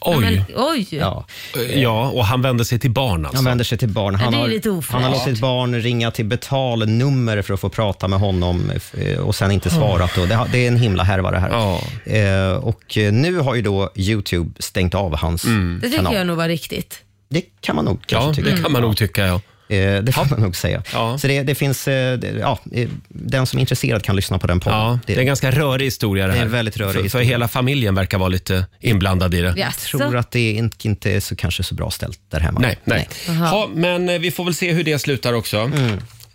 Speaker 1: Oj.
Speaker 2: Men, oj.
Speaker 5: Ja.
Speaker 1: Ja, och han vände sig till barn alltså.
Speaker 5: Han vänder sig till barn. Han,
Speaker 2: det är
Speaker 5: har,
Speaker 2: lite ofräscht.
Speaker 5: han har låtit barn ringa till betalnummer för att få prata med honom eh, och sen inte svarat. Då. Det, har- det är en himla härva det här.
Speaker 1: Ja.
Speaker 5: Eh, och eh, nu har ju då Youtube stängt av hans
Speaker 2: Det tycker
Speaker 5: kanal.
Speaker 2: jag nog var riktigt.
Speaker 5: Det kan man nog kanske
Speaker 1: Mm. Ja,
Speaker 5: tycka.
Speaker 2: Mm.
Speaker 1: det kan man nog tycka ja.
Speaker 5: Eh, det får man nog säga.
Speaker 1: Ja.
Speaker 5: Så det, det finns, eh, det- ja, eh, den som är intresserad kan lyssna på den podden.
Speaker 1: Ja, det är en
Speaker 5: det,
Speaker 1: ganska rörig historia det här.
Speaker 5: Det är en väldigt rörig
Speaker 1: för, för
Speaker 5: historia.
Speaker 1: hela familjen verkar vara lite inblandad i det.
Speaker 2: Jaså?
Speaker 5: tror att det är inte, inte är så, kanske så bra ställt där hemma.
Speaker 1: Nej, nej. Ja, men eh, vi får väl se hur det slutar också.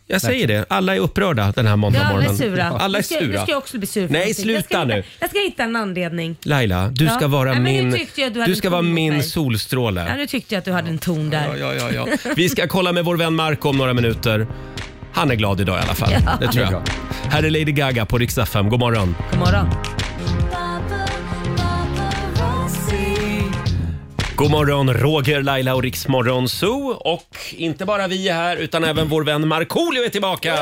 Speaker 1: Jag säger det, alla är upprörda den här
Speaker 2: Ja, alla är
Speaker 1: måndagmorgonen.
Speaker 2: sura.
Speaker 1: Alla är
Speaker 2: Nu ska- Nu
Speaker 1: sura.
Speaker 2: ska jag också bli sur. för
Speaker 1: Nej,
Speaker 2: någonting. jag ska
Speaker 1: sluta
Speaker 2: hitta,
Speaker 1: nu.
Speaker 2: Jag ska hitta en anledning.
Speaker 1: Laila, du
Speaker 2: Ja.
Speaker 1: ska vara
Speaker 2: Nej, men nu
Speaker 1: min,
Speaker 2: tyckte jag du hade
Speaker 1: du ska vara
Speaker 2: ton mot
Speaker 1: min
Speaker 2: mig. Ja,
Speaker 1: solstråle.
Speaker 2: nu tyckte jag att du hade en ton där.
Speaker 1: Ja, ja, ja, ja. Vi ska kolla med vår vän Marco om några minuter. Han är glad idag i alla fall. Det tror jag. Här är Lady Gaga på Rix FM. God morgon.
Speaker 2: God morgon.
Speaker 1: God morgon, Roger, Laila och Riksmorgon Zoo. Och inte bara vi är här, utan även vår vän Markoolio är tillbaka!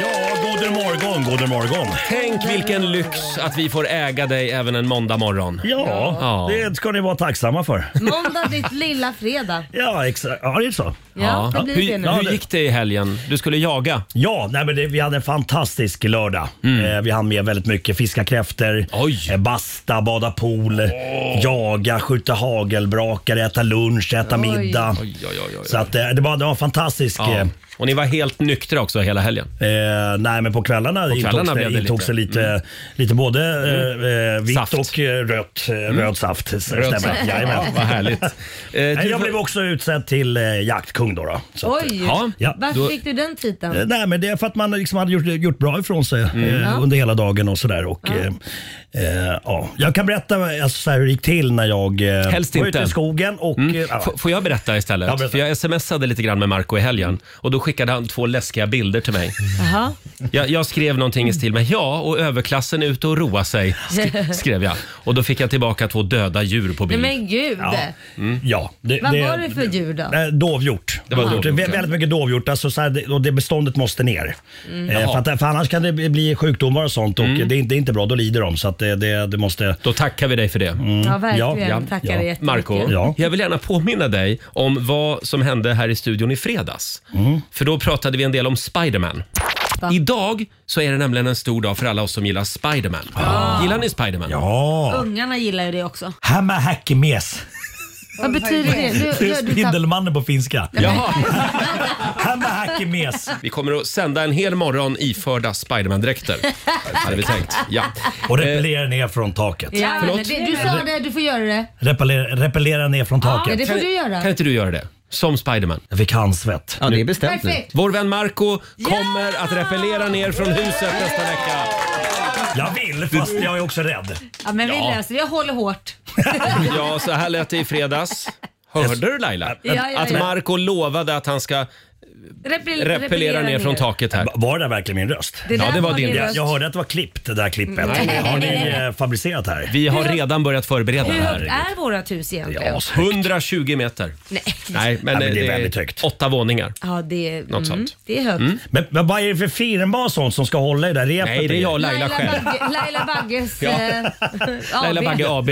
Speaker 9: Ja, god morgon, god morgon.
Speaker 1: Tänk vilken lyx att vi får äga dig även en måndag morgon.
Speaker 9: Ja,
Speaker 1: Ja.
Speaker 9: det ska ni vara tacksamma för.
Speaker 2: Måndag ditt lilla fredag.
Speaker 9: Ja, exakt. Ja, det är så.
Speaker 2: Ja, det blir det
Speaker 1: Hur,
Speaker 2: nu.
Speaker 1: hur gick det i helgen? Du skulle jaga.
Speaker 9: Ja, nej, men det, vi hade en fantastisk lördag.
Speaker 5: Mm.
Speaker 9: Eh, vi hann med väldigt mycket. Fiska kräftor,
Speaker 1: Oj.
Speaker 9: eh, basta, bada pool, jaga, skjuta hagelbrakare, äta lunch, äta middag. Så att, eh, det, var, det var fantastiskt.
Speaker 1: Ja.
Speaker 9: eh,
Speaker 1: Och ni var helt nyktra också hela helgen.
Speaker 9: Eh, nej, men på kvällarna,
Speaker 1: kvällarna
Speaker 9: intogs,
Speaker 1: blev det
Speaker 9: det intogs
Speaker 1: lite. Mm.
Speaker 9: det lite, lite både eh, eh, vitt
Speaker 1: Saft. Mm.
Speaker 9: och eh, rött, eh, röd saft. Röd
Speaker 1: saft. Ja, vad härligt. Eh,
Speaker 9: Nej,
Speaker 1: du
Speaker 9: jag
Speaker 1: var-
Speaker 9: blev också utsedd till eh, jaktkung då. då så att,
Speaker 2: Oj,
Speaker 1: Ja,
Speaker 9: ja,
Speaker 2: varför
Speaker 1: då-
Speaker 2: fick du den titeln?
Speaker 9: eh, Nej men det är för att man liksom hade gjort, gjort bra ifrån sig
Speaker 1: Mm.
Speaker 9: eh, under hela dagen och sådär. Och, eh, eh, ja. Jag kan berätta alltså, så här, hur det gick till när jag eh,
Speaker 1: Helst
Speaker 9: var
Speaker 1: inte. Mm.
Speaker 9: ute i skogen och... eh, ja.
Speaker 1: F- får jag berätta istället?
Speaker 9: Ja, berätta.
Speaker 1: För jag smsade lite grann med Marco i helgen och då skickade han två läskiga bilder till mig.
Speaker 2: Jaha.
Speaker 1: Jag, jag skrev någonting i stil med ja och överklassen är ute och roar sig, sk- skrev jag. Och då fick jag tillbaka två döda djur på
Speaker 2: Nej
Speaker 1: bild.
Speaker 2: men gud.
Speaker 9: Ja. Ja, det,
Speaker 2: Vad var det för djur då?
Speaker 9: Eh, Dovhjort.
Speaker 1: Det var dovhjort,
Speaker 9: Vä-
Speaker 1: ja.
Speaker 9: Väldigt mycket dovhjort. Alltså, så här, det- och det beståndet måste ner.
Speaker 2: Mm.
Speaker 9: Eh, för, att, för annars kan det bli sjukdomar och sånt och det, är, inte- det är inte bra. Då lider de. Så att det, det, det måste...
Speaker 1: Då tackar vi dig för det.
Speaker 9: Mm.
Speaker 2: Ja, verkligen.
Speaker 9: Ja,
Speaker 2: Tackar
Speaker 9: ja.
Speaker 2: dig jättemycket.
Speaker 1: Marco,
Speaker 9: Ja.
Speaker 1: jag vill gärna påminna dig om vad som hände här i studion i fredags. För då pratade vi en del om Spiderman. Idag så är det nämligen en stor dag för alla oss som gillar Spiderman.
Speaker 2: Ah.
Speaker 1: Gillar ni Spiderman?
Speaker 9: Ja.
Speaker 2: Ungarna gillar ju det också.
Speaker 9: Hämähäkkimies.
Speaker 2: Vad betyder det?
Speaker 9: Det
Speaker 2: Du,
Speaker 9: är
Speaker 2: du, du, tapp-
Speaker 9: Spindelmannen på finska.
Speaker 1: Jaha.
Speaker 9: Hämähäkkimies.
Speaker 1: Vi kommer att sända en hel morgon iförda Spiderman-dräkter. Hade vi tänkt. Ja.
Speaker 9: Och repellera ner från taket.
Speaker 2: ja, men
Speaker 1: Förlåt?
Speaker 2: det, du sa det, du får göra det.
Speaker 9: Repellera, repellera ner från
Speaker 2: Ja,
Speaker 9: taket.
Speaker 2: det får du göra.
Speaker 1: Kan inte du göra det? Som Spiderman.
Speaker 9: Jag fick handsvett.
Speaker 5: Ja, det är bestämt nu.
Speaker 2: Perfekt.
Speaker 1: Vår vän Marco kommer att repellera ner från huset nästa vecka.
Speaker 9: Jag vill fast jag är också rädd.
Speaker 2: Ja, men vi löser det. Jag håller hårt.
Speaker 1: Ja, så här lät det i fredags. Hörde du Laila?
Speaker 2: Ja, ja, ja.
Speaker 1: Att Marco lovade att han ska
Speaker 2: Repel-
Speaker 1: repellera ner från taket här.
Speaker 9: Var det där verkligen min röst?
Speaker 1: Ja,
Speaker 2: där
Speaker 1: det var din
Speaker 2: din
Speaker 9: Jag,
Speaker 2: röst. Mm.
Speaker 9: jag hörde att det var klippt det där klippet. Har ni eh, fabricerat här?
Speaker 1: Vi har redan börjat förbereda
Speaker 2: Hur
Speaker 1: det
Speaker 2: högt
Speaker 1: här.
Speaker 2: är vårt hus egentligen?
Speaker 9: Ja,
Speaker 2: Ja,
Speaker 9: så-
Speaker 1: 120 meter.
Speaker 2: Nej.
Speaker 1: Nej, men
Speaker 9: men
Speaker 1: det,
Speaker 9: det är
Speaker 1: det
Speaker 9: väldigt högt.
Speaker 1: är åtta våningar.
Speaker 2: ja det, är-
Speaker 1: Något
Speaker 2: mm,
Speaker 1: sånt.
Speaker 2: det är högt.
Speaker 9: Men, men vad är det för firma och sånt som ska hålla i det där repet?
Speaker 1: Nej, det är jag och Laila
Speaker 2: Laila,
Speaker 1: själv.
Speaker 2: Bagge, Laila Bagges
Speaker 1: Ja.
Speaker 2: eh,
Speaker 1: Laila
Speaker 2: AB.
Speaker 1: Bagge AB.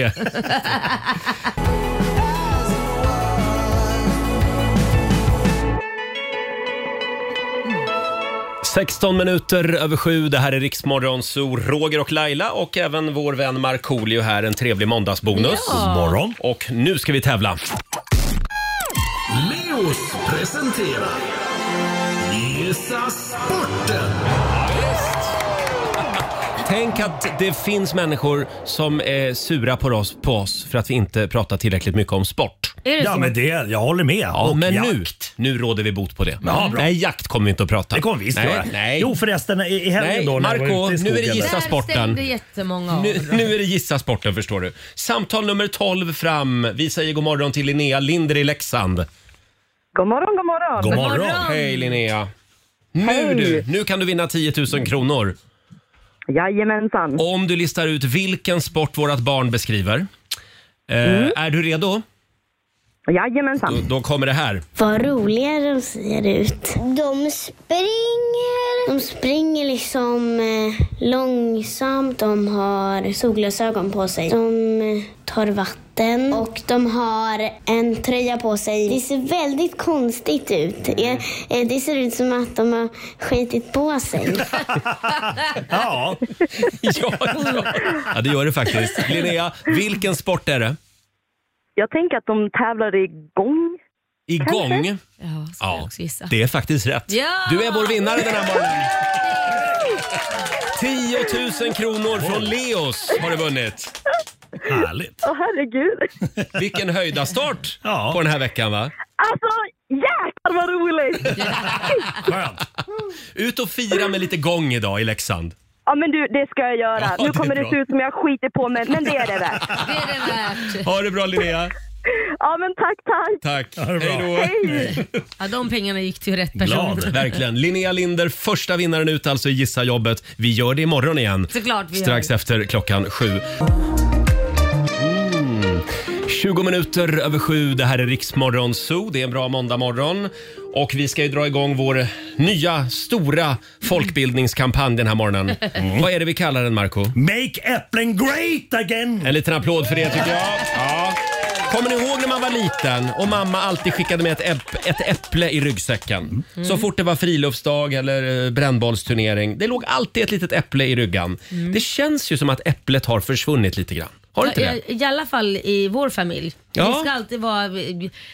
Speaker 1: ...16 minuter över sju. Det här är Riksmorgon, så Roger och Laila och även vår vän Markoolio här. En trevlig måndagsbonus.
Speaker 9: God morgon.
Speaker 1: Och nu ska vi tävla.
Speaker 3: Leos presenterar Gissa sporten.
Speaker 1: Tänk att det finns människor som är sura på oss, på oss för att vi inte pratar tillräckligt mycket om sport.
Speaker 2: Är det
Speaker 9: Ja,
Speaker 2: så?
Speaker 9: men det, jag håller med.
Speaker 1: Ja,
Speaker 9: Och
Speaker 1: men
Speaker 9: jakt.
Speaker 1: nu, nu råder vi bot på det.
Speaker 9: Ja, bra.
Speaker 1: Nej, jakt kommer vi inte att prata.
Speaker 9: Det kommer vi visst
Speaker 1: nej,
Speaker 9: göra.
Speaker 1: Nej.
Speaker 9: Jo förresten, i, i helgen
Speaker 1: Nej,
Speaker 9: då när jag
Speaker 1: Marco,
Speaker 9: var ute i
Speaker 1: nu är
Speaker 9: skogen.
Speaker 1: det gissa
Speaker 2: Där
Speaker 1: sporten.
Speaker 2: stängde jättemånga av.
Speaker 1: Nu, nu är det gissa sporten förstår du. Samtal nummer 12 fram. Vi säger god morgon till Linnea Linder i Leksand.
Speaker 4: God morgon, god morgon.
Speaker 9: God morgon.
Speaker 1: Hej Linnea! Nu du, nu kan du vinna 10 000 kronor.
Speaker 4: Jajamensan.
Speaker 1: Om du listar ut vilken sport vårt barn beskriver. Eh, Är du redo? Då,
Speaker 10: Jajamensan.
Speaker 1: då kommer det här.
Speaker 10: Vad roliga de ser ut. De springer. De springer liksom eh, långsamt. De har solglasögon på sig. De eh, tar vatten och de har en tröja på sig. Det ser väldigt konstigt ut. Eh, eh, Det ser ut som att de har skitit på sig.
Speaker 1: Ja. ja, ja, det gör det faktiskt. Linnea, vilken sport är det?
Speaker 10: Jag tänker att de tävlar i gång.
Speaker 1: I gång?
Speaker 2: Ja,
Speaker 1: Ja, det är faktiskt rätt.
Speaker 2: Ja!
Speaker 1: Du är vår vinnare den här morgonen. 10 000 kronor från Leos har du vunnit. Härligt.
Speaker 10: Åh herregud.
Speaker 1: Vilken höjda start på den här veckan va?
Speaker 10: Alltså jäklar vad roligt!
Speaker 1: Skönt. Ut och fira med lite gång idag i Leksand.
Speaker 10: Ja men du, det ska jag göra.
Speaker 1: Ja,
Speaker 10: nu
Speaker 1: det är
Speaker 10: kommer det,
Speaker 1: bra.
Speaker 10: se ut som jag skiter på mig, men det är det väl.
Speaker 1: Ha det bra Linnea.
Speaker 10: Ja men tack, tack.
Speaker 1: Tack.
Speaker 10: det bra. Hej.
Speaker 2: Ja, de pengarna gick till rätt person.
Speaker 1: Verkligen. Linnea Linder, första vinnaren ut alltså i Gissa jobbet. Vi gör det imorgon igen.
Speaker 2: Såklart vi gör
Speaker 1: Strax efter klockan sju. Mm. 20 minuter över sju. Det här är Riksmorgon Zoo. Det är en bra måndagmorgon. Och vi ska ju dra igång vår nya stora folkbildningskampanj den här morgonen.
Speaker 9: Mm.
Speaker 1: Vad är det vi kallar den, Marco?
Speaker 9: Make äpplen great again!
Speaker 1: En liten applåd för det tycker jag. Ja. Kommer ni ihåg när man var liten och mamma alltid skickade med ett, äpp, ett äpple i ryggsäcken?
Speaker 8: Mm.
Speaker 1: Så fort det var friluftsdag eller eh, brännbollsturnering. Det låg alltid ett litet äpple i ryggan. Det känns ju som att äpplet har försvunnit lite grann. Har det inte
Speaker 2: Mm. Ja,
Speaker 1: det?
Speaker 2: I, I alla fall i vår familj.
Speaker 1: Ja.
Speaker 2: Det ska alltid vara eh,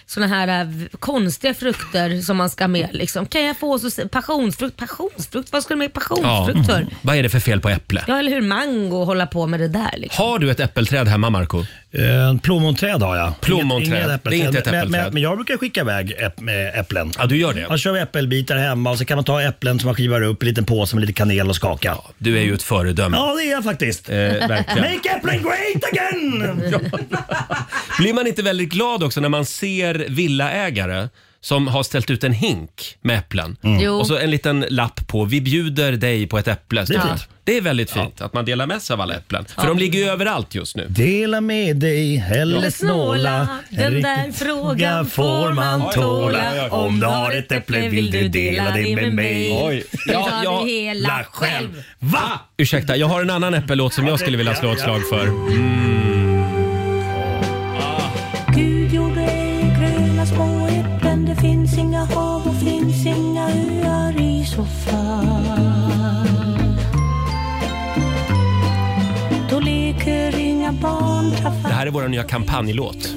Speaker 2: såna här eh, konstiga frukter som man ska ha med. Liksom. Kan jag få så, passionsfrukt? Passionsfrukt? Vad ska du med passionsfrukt för?
Speaker 1: Mm. Vad är det för fel på äpple?
Speaker 2: Ja, eller hur? Mango och hålla på med det där. Liksom.
Speaker 1: Har du ett äppelträd hemma, Marco?
Speaker 9: Eh, En plommonträd har jag.
Speaker 1: Plommonträd.
Speaker 9: Inget- inget
Speaker 1: Det är inte ett
Speaker 9: Men,
Speaker 1: äppelträd.
Speaker 9: men, men jag brukar skicka iväg äpp, med äpplen.
Speaker 1: Ja, du gör det.
Speaker 9: Man kör äppelbitar hemma och så kan man ta äpplen som man skivar upp i en liten påse med lite kanel och skaka.
Speaker 1: Du är ju ett föredöme. Eh,
Speaker 9: Ja, det är jag faktiskt.
Speaker 1: verkligen.
Speaker 9: Make äpplen great again!
Speaker 1: Blir man inte väldigt glad också när man ser villaägare som har ställt ut en hink med äpplen
Speaker 2: Mm.
Speaker 1: och så en liten lapp på “Vi bjuder dig på ett äpple”. står
Speaker 9: Det är
Speaker 1: det.
Speaker 9: fint.
Speaker 1: Det är väldigt fint att man delar med sig av alla äpplen. För
Speaker 9: Ja.
Speaker 1: de ligger ju överallt just nu.
Speaker 9: Dela med dig eller
Speaker 1: Ja.
Speaker 9: snåla.
Speaker 2: Den där frågan får man tåla. Om du har ett äpple vill du dela det med mig.
Speaker 1: Oj.
Speaker 2: Du
Speaker 1: Ja,
Speaker 2: tar
Speaker 1: ja.
Speaker 2: det hela själv.
Speaker 9: Va?
Speaker 1: Ursäkta, jag har en annan äppellåt som jag skulle vilja slå ett slag för.
Speaker 11: Gud gjorde gröna små äpplen Det finns inga hav och finns inga öar i så fall Då leker inga barn
Speaker 1: Det här är vår nya kampanjlåt.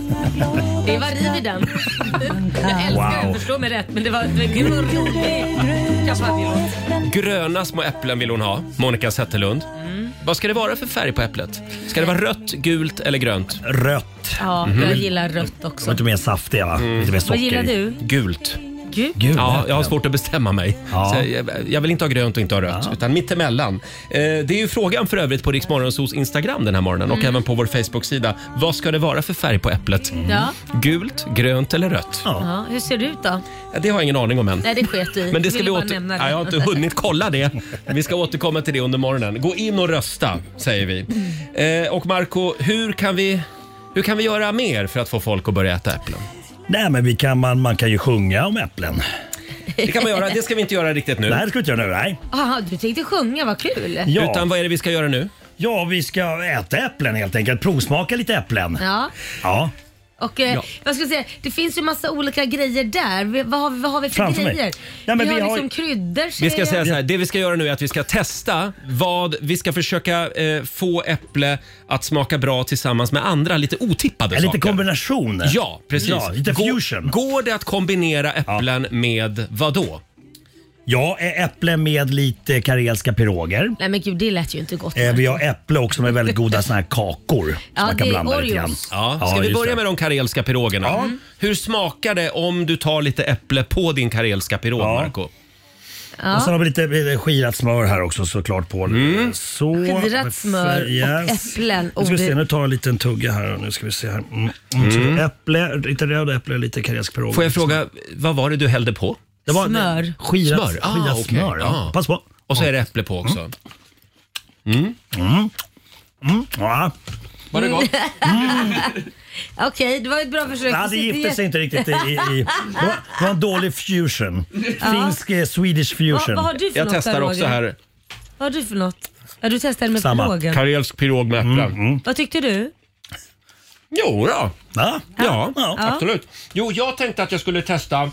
Speaker 2: Det var riv i den. Jag älskar den,
Speaker 1: Wow.
Speaker 2: förstå mig rätt. Men det var det var gurkor. Kampanjlåt.
Speaker 1: Gröna små äpplen vill hon ha, Monica Zetterlund.
Speaker 11: Mm.
Speaker 1: Vad ska det vara för färg på äpplet? Ska det vara rött, gult eller grönt?
Speaker 9: Rött.
Speaker 2: Ja,
Speaker 1: Mhm.
Speaker 2: jag gillar rött
Speaker 9: De
Speaker 2: också.
Speaker 9: var lite mer saftiga va? Lite mer socker.
Speaker 2: Mm. Vad gillar du?
Speaker 1: Gult.
Speaker 2: Gud.
Speaker 1: Ja, jag har svårt att bestämma mig. Så jag, jag vill inte ha grönt och inte ha rött, utan mittemellan. Eh, det är ju frågan för övrigt på Riksmorgonsos Instagram den här morgonen och
Speaker 2: Mm.
Speaker 1: även på vår Facebook-sida. Vad ska det vara för färg på äpplet?
Speaker 2: Ja.
Speaker 1: Gult, grönt eller rött?
Speaker 2: Ja, hur ser det ut då?
Speaker 1: Ja, Det har jag ingen aning om än.
Speaker 2: Nej, det sket vi i.
Speaker 1: Men det ska
Speaker 2: Ville
Speaker 1: vi
Speaker 2: bara
Speaker 1: åter...
Speaker 2: nämna
Speaker 1: Nej, jag har inte hunnit kolla det. Vi ska återkomma till det under morgonen. Gå in och rösta, säger vi.
Speaker 2: Mm.
Speaker 1: Eh, och Marco, hur kan vi, hur kan vi göra mer för att få folk att börja äta äpplen?
Speaker 9: Nej men vi kan, man, man kan ju sjunga om äpplen.
Speaker 1: Det kan man göra. Det ska vi inte göra riktigt nu.
Speaker 9: Nej det ska vi inte göra nu. Nej.
Speaker 2: Aha, du tänkte sjunga, vad kul.
Speaker 1: Utan vad är det vi ska göra nu?
Speaker 9: Ja vi ska äta äpplen helt enkelt. Provsmaka lite äpplen.
Speaker 2: Ja.
Speaker 9: Ja.
Speaker 2: Och eh,
Speaker 9: Ja.
Speaker 2: vad ska jag säga, det finns ju massa olika grejer där. Vi, vad, har vi, vad har vi för
Speaker 1: Framför mig.
Speaker 2: grejer?
Speaker 1: Ja, men
Speaker 2: vi,
Speaker 1: vi
Speaker 2: har
Speaker 1: har-
Speaker 2: liksom kryddor.
Speaker 1: Vi
Speaker 2: säger
Speaker 1: ska säga
Speaker 2: jag.
Speaker 1: så här, det vi ska göra nu är att vi ska testa vad vi ska försöka eh, få äpple att smaka bra tillsammans med andra lite otippade
Speaker 9: En
Speaker 1: saker.
Speaker 9: lite kombination.
Speaker 1: Ja, precis.
Speaker 9: Ja, lite
Speaker 1: Går-
Speaker 9: fusion.
Speaker 1: Går det att kombinera äpplen med vad då?
Speaker 9: Ja, ä- äpplen med lite karelska piroger.
Speaker 2: Nej men gud, det lät ju inte gott.
Speaker 9: Eh, Vi har äpple också med väldigt goda såna här kakor. som
Speaker 2: Ja,
Speaker 9: man kan
Speaker 2: det är
Speaker 9: blanda lite grann.
Speaker 2: Oreos.
Speaker 1: Ja, ska vi
Speaker 9: just
Speaker 1: börja
Speaker 9: det.
Speaker 1: med de karelska pirogerna? Hur smakar det om du tar lite äpple på din karelska pirog, Marco?
Speaker 9: Och sen har vi lite eh, skirat smör här också såklart på.
Speaker 1: Mm.
Speaker 9: Så,
Speaker 2: Skirat smör och
Speaker 9: Yes.
Speaker 2: äpplen.
Speaker 9: Nu
Speaker 2: Och
Speaker 9: ska vi se,
Speaker 2: det,
Speaker 9: nu tar jag en liten tugga här. Nu ska vi se här. Mm. Mm.
Speaker 1: Mm.
Speaker 9: Så Äpple, lite röda äpple, lite karelsk pirog.
Speaker 1: Får jag fråga, vad var det du hällde på?
Speaker 9: Det var
Speaker 2: Smör.
Speaker 9: Skirat
Speaker 1: Smör? Ah,
Speaker 9: skirat
Speaker 1: okej.
Speaker 9: smör ja.
Speaker 1: Ah.
Speaker 9: Pass på.
Speaker 1: Och så är det äpple på också. Mm.
Speaker 9: Mm. Mm. Ja.
Speaker 1: Var det gott?
Speaker 2: Okej, det var ett bra försök.
Speaker 9: Nej, det
Speaker 2: sitter
Speaker 9: gifte
Speaker 2: ju-
Speaker 9: sig inte riktigt. I, i, i. Det, var, det var en dålig fusion.
Speaker 2: Ja.
Speaker 9: Finsk eh, Swedish fusion.
Speaker 2: Vad- vad har du för Jag något testar där, också Roger? här. Vad har du för något? Ja, du testade med plågen.
Speaker 1: Karelsk pirog med
Speaker 9: Mm,
Speaker 1: äpplen.
Speaker 2: Vad tyckte du?
Speaker 1: Jo då.
Speaker 9: Ja,
Speaker 1: ja,
Speaker 2: Ja.
Speaker 1: absolut. Jo, jag tänkte att jag skulle testa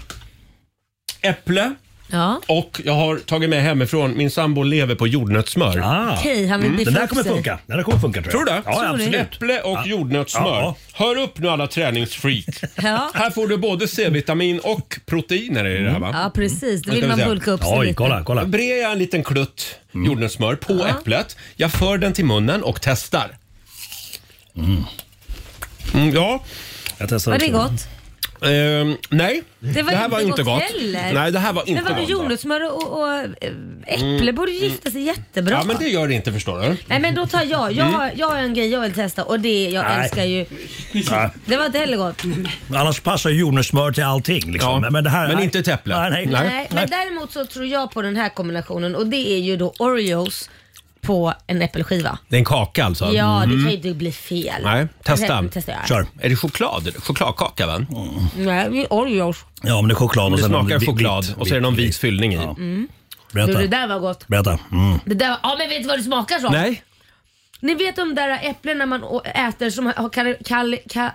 Speaker 1: äpple
Speaker 2: Ja.
Speaker 1: och jag har tagit med hemifrån. Min sambo lever på jordnötssmör.
Speaker 9: Ah.
Speaker 2: Okej, han vill
Speaker 1: Mm.
Speaker 2: biffa
Speaker 1: Den där
Speaker 2: upp
Speaker 1: kommer
Speaker 2: sig.
Speaker 1: funka.
Speaker 9: Den där kommer funka
Speaker 1: Tror du?
Speaker 9: jag. Ja, Tror absolut. du?
Speaker 1: Äpple och jordnötssmör.
Speaker 9: Ja.
Speaker 1: Hör upp nu alla träningsfreak.
Speaker 2: Ja.
Speaker 1: Här får du både C-vitamin och proteiner i det här va?
Speaker 2: Ja, precis. Då
Speaker 1: Nu ska
Speaker 2: vill
Speaker 1: vi
Speaker 2: man
Speaker 1: se.
Speaker 2: bulka upp sig lite.
Speaker 1: Då brer jag en liten klutt
Speaker 9: Mm.
Speaker 1: jordnötssmör på äpplet. Jag för den till munnen och testar. Mm, ja.
Speaker 9: Jag
Speaker 2: Var det gott?
Speaker 1: Ehm, nej,
Speaker 2: Det
Speaker 1: det,
Speaker 2: var
Speaker 1: här var
Speaker 2: inte
Speaker 1: inte
Speaker 2: gott
Speaker 1: gott.
Speaker 2: heller.
Speaker 1: Nej, det här var
Speaker 2: Men
Speaker 1: inte
Speaker 2: vadå,
Speaker 1: gott.
Speaker 2: jordnötssmör och, och eh, äpple
Speaker 1: Mm,
Speaker 2: borde ju
Speaker 1: mm.
Speaker 2: gifta sig jättebra.
Speaker 1: Ja, men det gör det inte förstår du.
Speaker 2: Nej men då tar jag. Jag,
Speaker 1: Mm.
Speaker 2: har, jag har en grej jag vill testa och det är- jag
Speaker 9: Nej.
Speaker 2: älskar ju.
Speaker 9: Ja.
Speaker 2: Det var inte heller gott.
Speaker 9: Annars passar ju jordnötssmör till allting. Liksom. men, men, det här, men inte
Speaker 1: ett äpple.
Speaker 9: Nej, nej.
Speaker 2: Nej. men däremot så tror jag på den här kombinationen och det är ju då Oreos på en äppelskiva.
Speaker 1: Det är en kaka alltså?
Speaker 2: Ja, det
Speaker 1: Mm.
Speaker 2: kan ju inte bli fel.
Speaker 1: Nej, testa.
Speaker 2: Det testar jag.
Speaker 1: Är det choklad? Chokladkaka va?
Speaker 2: Nej, det är Oreos.
Speaker 9: Ja, men det är choklad Mm. och
Speaker 1: Det
Speaker 9: sen någon
Speaker 1: smakar
Speaker 9: vit-
Speaker 1: choklad
Speaker 9: vit-
Speaker 1: och så är det någon vit fyllning i.
Speaker 2: Mm. Du,
Speaker 1: Berätta.
Speaker 2: det där var gott.
Speaker 9: Berätta. Mm.
Speaker 2: Det där, var- ja men vet du vad det smakar som?
Speaker 1: Nej.
Speaker 2: Ni vet de där äpplena man å- äter som har kar- kal- ka-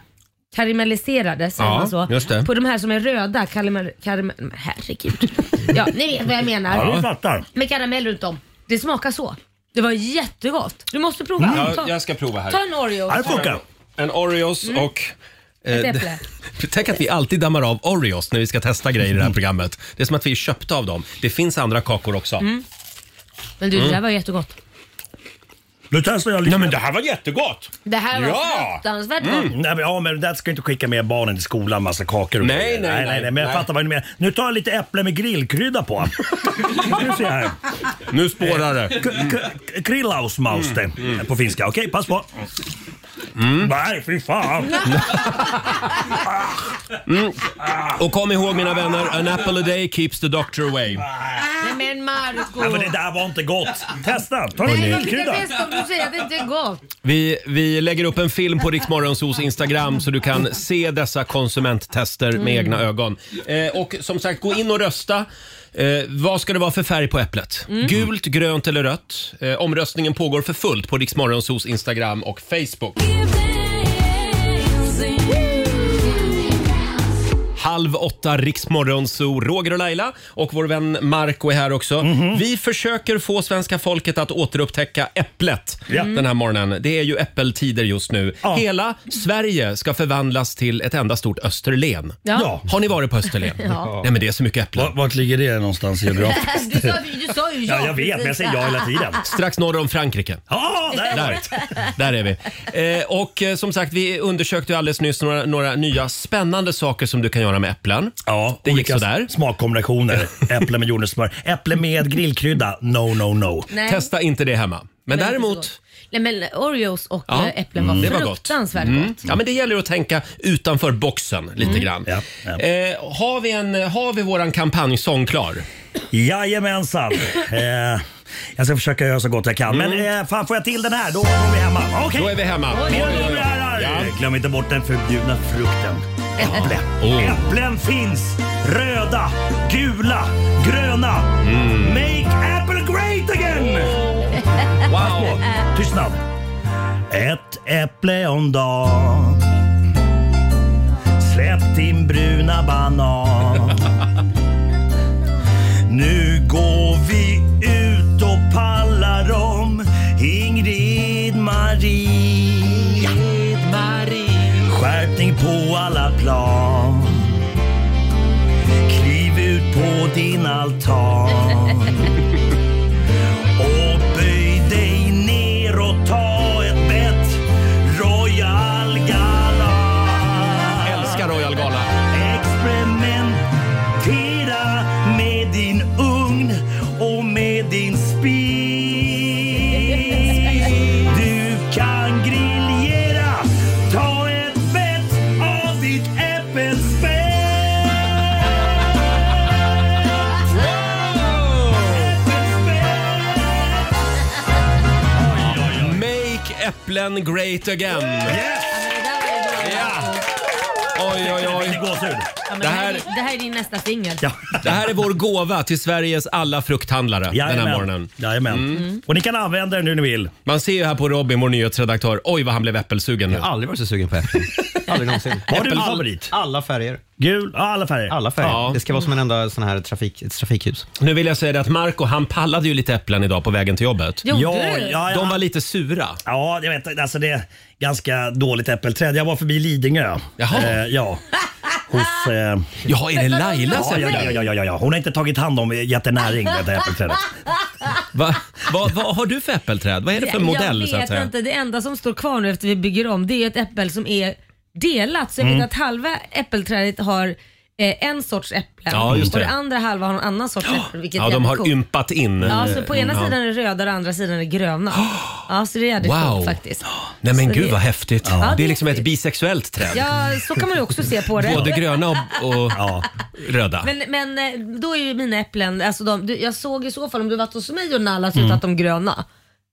Speaker 2: karamelliserade, säger
Speaker 1: Ja,
Speaker 2: man så?
Speaker 1: just det.
Speaker 2: På de här som är röda, karamell... karamell men herregud. ja, ni vet vad jag menar.
Speaker 1: Ja, vi fattar.
Speaker 2: Med karamell runt om. Det smakar så. Det var jättegott. Du måste prova.
Speaker 1: Jag,
Speaker 2: Ta-
Speaker 1: Mm. jag ska prova här.
Speaker 2: Ta en Oreo. Ja, det funkar.
Speaker 1: En Oreos
Speaker 2: Mm.
Speaker 1: och... eh,
Speaker 2: Ett äpple.
Speaker 1: Tänk att vi alltid dammar av Oreos när vi ska testa grejer i det här
Speaker 9: Mm.
Speaker 1: programmet. Det är som att vi är köpta av dem. Det finns andra kakor också.
Speaker 2: Mm. Men du, det där
Speaker 1: Mm.
Speaker 2: var jättegott.
Speaker 9: Nu testar jag liksom- lite. Nej,
Speaker 1: men det här var jättegott.
Speaker 2: Det här var fruktansvärt gott.
Speaker 9: Mm. Nej, men, ja, men där ska du inte skicka med barnen till skolan massa kakor och
Speaker 1: Nej,
Speaker 9: grejer.
Speaker 1: nej,
Speaker 9: nej, nej,
Speaker 1: nej,
Speaker 9: Men jag
Speaker 1: nej.
Speaker 9: fattar vad du menar. Nu tar jag lite äpple med grillkrydda på. Nu ser jag här.
Speaker 1: Nu spårar det.
Speaker 9: Mm. Krillausmauste
Speaker 1: Mm,
Speaker 9: på finska. Okej, pass på. Nej, fy fan.
Speaker 1: Mm. Och kom ihåg mina vänner, an apple a day keeps the doctor away.
Speaker 2: Nej men Marco.
Speaker 9: Nej, men det där var inte gott. Testa, ta
Speaker 2: Nej,
Speaker 9: lite
Speaker 2: jag tycker det
Speaker 9: grillkrydda.
Speaker 2: är bäst om du säger att det inte är gott.
Speaker 1: Vi, vi lägger upp en film på Riksmorgonsos Instagram så du kan se dessa konsumenttester med
Speaker 2: Mm.
Speaker 1: egna ögon. Eh, och som sagt, gå in och rösta. Eh, vad ska det vara för färg på äpplet?
Speaker 2: Mm.
Speaker 1: Gult, grönt eller rött? Eh, omröstningen pågår för fullt på Riksmorgonsos Instagram och Facebook. Halv åtta, Riksmorgonso, Roger och Laila och vår vän Marco är här också. Vi försöker få svenska folket att återupptäcka äpplet
Speaker 9: Ja.
Speaker 1: den här morgonen. Det är ju äppeltider just nu. Hela Sverige ska förvandlas till ett enda stort Österlen.
Speaker 2: Ja. Ja.
Speaker 1: Har ni varit på Österlen?
Speaker 2: Ja.
Speaker 1: Nej men det är så mycket äpplen.
Speaker 9: Vart ligger det någonstans geografiskt?
Speaker 2: Du sa, du sa ju ja.
Speaker 1: Strax norr om Frankrike.
Speaker 9: Ja, där var
Speaker 1: där, där är vi. Eh, och eh, som sagt, vi undersökte ju alldeles nyss några, några nya spännande saker som du kan göra med äpplen.
Speaker 9: Ja,
Speaker 1: det gick
Speaker 9: olika
Speaker 1: sådär.
Speaker 9: Smakkombinationer. Äpple med jordnötssmör. Äpple med grillkrydda. No, no, no.
Speaker 2: Nej. Testa
Speaker 1: inte det hemma. Men
Speaker 2: Det var
Speaker 1: däremot...
Speaker 2: inte så gott. Nej men Oreos och
Speaker 1: Ja.
Speaker 2: eh, äpplen var
Speaker 1: Mm. Det var gott.
Speaker 2: fruktansvärt gott.
Speaker 1: Mm. Ja, men det gäller att tänka utanför boxen lite
Speaker 2: Mm.
Speaker 1: grann. Eh, har, vi en, har vi våran kampanjsång klar?
Speaker 9: Jajamensan. eh, jag ska försöka göra så gott jag kan. Men eh, fan, får jag till den här, då är vi hemma. Okej.
Speaker 1: Mm. Då är vi hemma.
Speaker 9: Mina damer och herrar, Eh, glöm inte bort den förbjudna frukten. Äpple.
Speaker 1: Oh.
Speaker 9: Äpplen finns. Röda, gula, gröna.
Speaker 1: Mm.
Speaker 9: Make apple great again! Pass på. Tystnad. Ett äpple om dagen. Släpp din bruna banan. Nu går vi ut och pallar om Ingrid Marie. Skärpning på alla plan. Kliv ut på din altan. Och böj dig ner och ta ett bett Royal Gala
Speaker 1: Älskar Royal Gala
Speaker 9: Experimentera med din ugn och med din spis Du kan griljera Ta ett bett av ditt äppelspett Äppelspett
Speaker 1: Dublin great again. Oj, oj, oj.
Speaker 2: Ja, men
Speaker 1: Det
Speaker 2: det, här,
Speaker 1: här,
Speaker 2: är din- det här är din nästa singel.
Speaker 1: det här är vår gåva till Sveriges alla frukthandlare den här
Speaker 9: Jajamän.
Speaker 1: morgonen.
Speaker 9: Jajamän. Och ni kan använda den hur ni vill.
Speaker 1: Man ser ju här på Robin, vår nyhetsredaktör. Oj, vad han blev äppelsugen nu. Jag
Speaker 5: har aldrig varit så sugen på äpplen. Aldrig någonsin.
Speaker 1: Har du
Speaker 5: Äppel-
Speaker 1: en
Speaker 5: Alla färger.
Speaker 9: Gul, ja, alla färger.
Speaker 5: Alla färger.
Speaker 1: Ja.
Speaker 5: Det ska vara som en enda sån här trafik, ett trafikljus.
Speaker 1: Nu vill jag säga det att Marco han pallade ju lite äpplen idag på vägen till jobbet.
Speaker 9: Gjorde Ja, du? ja, ja.
Speaker 1: De var lite sura.
Speaker 9: Ja, jag vet Alltså det är ganska dåligt äppelträd. Jag var förbi Lidingö.
Speaker 1: Jaha.
Speaker 9: Eh, ja. Hos, eh...
Speaker 1: Ja, är det Lailas
Speaker 9: ja, ja,
Speaker 1: äpplen?
Speaker 9: ja, ja, ja, ja, ja. Hon har inte tagit hand om jättenäring, det här äppelträdet.
Speaker 1: Va, va, vad har du för äppelträd? Vad är det för modell? Så att
Speaker 2: Jag vet
Speaker 1: säga?
Speaker 2: inte. Det enda som står kvar nu efter vi bygger om det är ett äppel som är delat. Så jag
Speaker 1: Mm.
Speaker 2: vet att halva äppelträdet har eh, en sorts äpplen
Speaker 1: Ja, just
Speaker 2: och
Speaker 1: det.
Speaker 2: den andra halva har en annan sorts äpplen. Vilket
Speaker 1: Ja,
Speaker 2: är
Speaker 1: de
Speaker 2: jävligt
Speaker 1: har
Speaker 2: coolt.
Speaker 1: ympat in. Mm,
Speaker 2: Ja, så på ena
Speaker 1: Ja.
Speaker 2: sidan är det röda och andra sidan är det gröna. Ja, så det är jävligt
Speaker 1: Wow.
Speaker 2: coolt faktiskt.
Speaker 1: Nej men
Speaker 2: Så
Speaker 1: gud
Speaker 2: det-
Speaker 1: vad häftigt.
Speaker 2: Ja,
Speaker 1: Det
Speaker 2: det
Speaker 1: är
Speaker 2: är
Speaker 1: liksom ett bisexuellt träd.
Speaker 2: Ja, så kan man ju också se på det.
Speaker 1: Både gröna och, och röda.
Speaker 2: Men, men eh, då är ju mina äpplen, alltså de, du, jag såg i så fall om du varit hos mig och nallat ut
Speaker 9: Mm.
Speaker 2: att de gröna.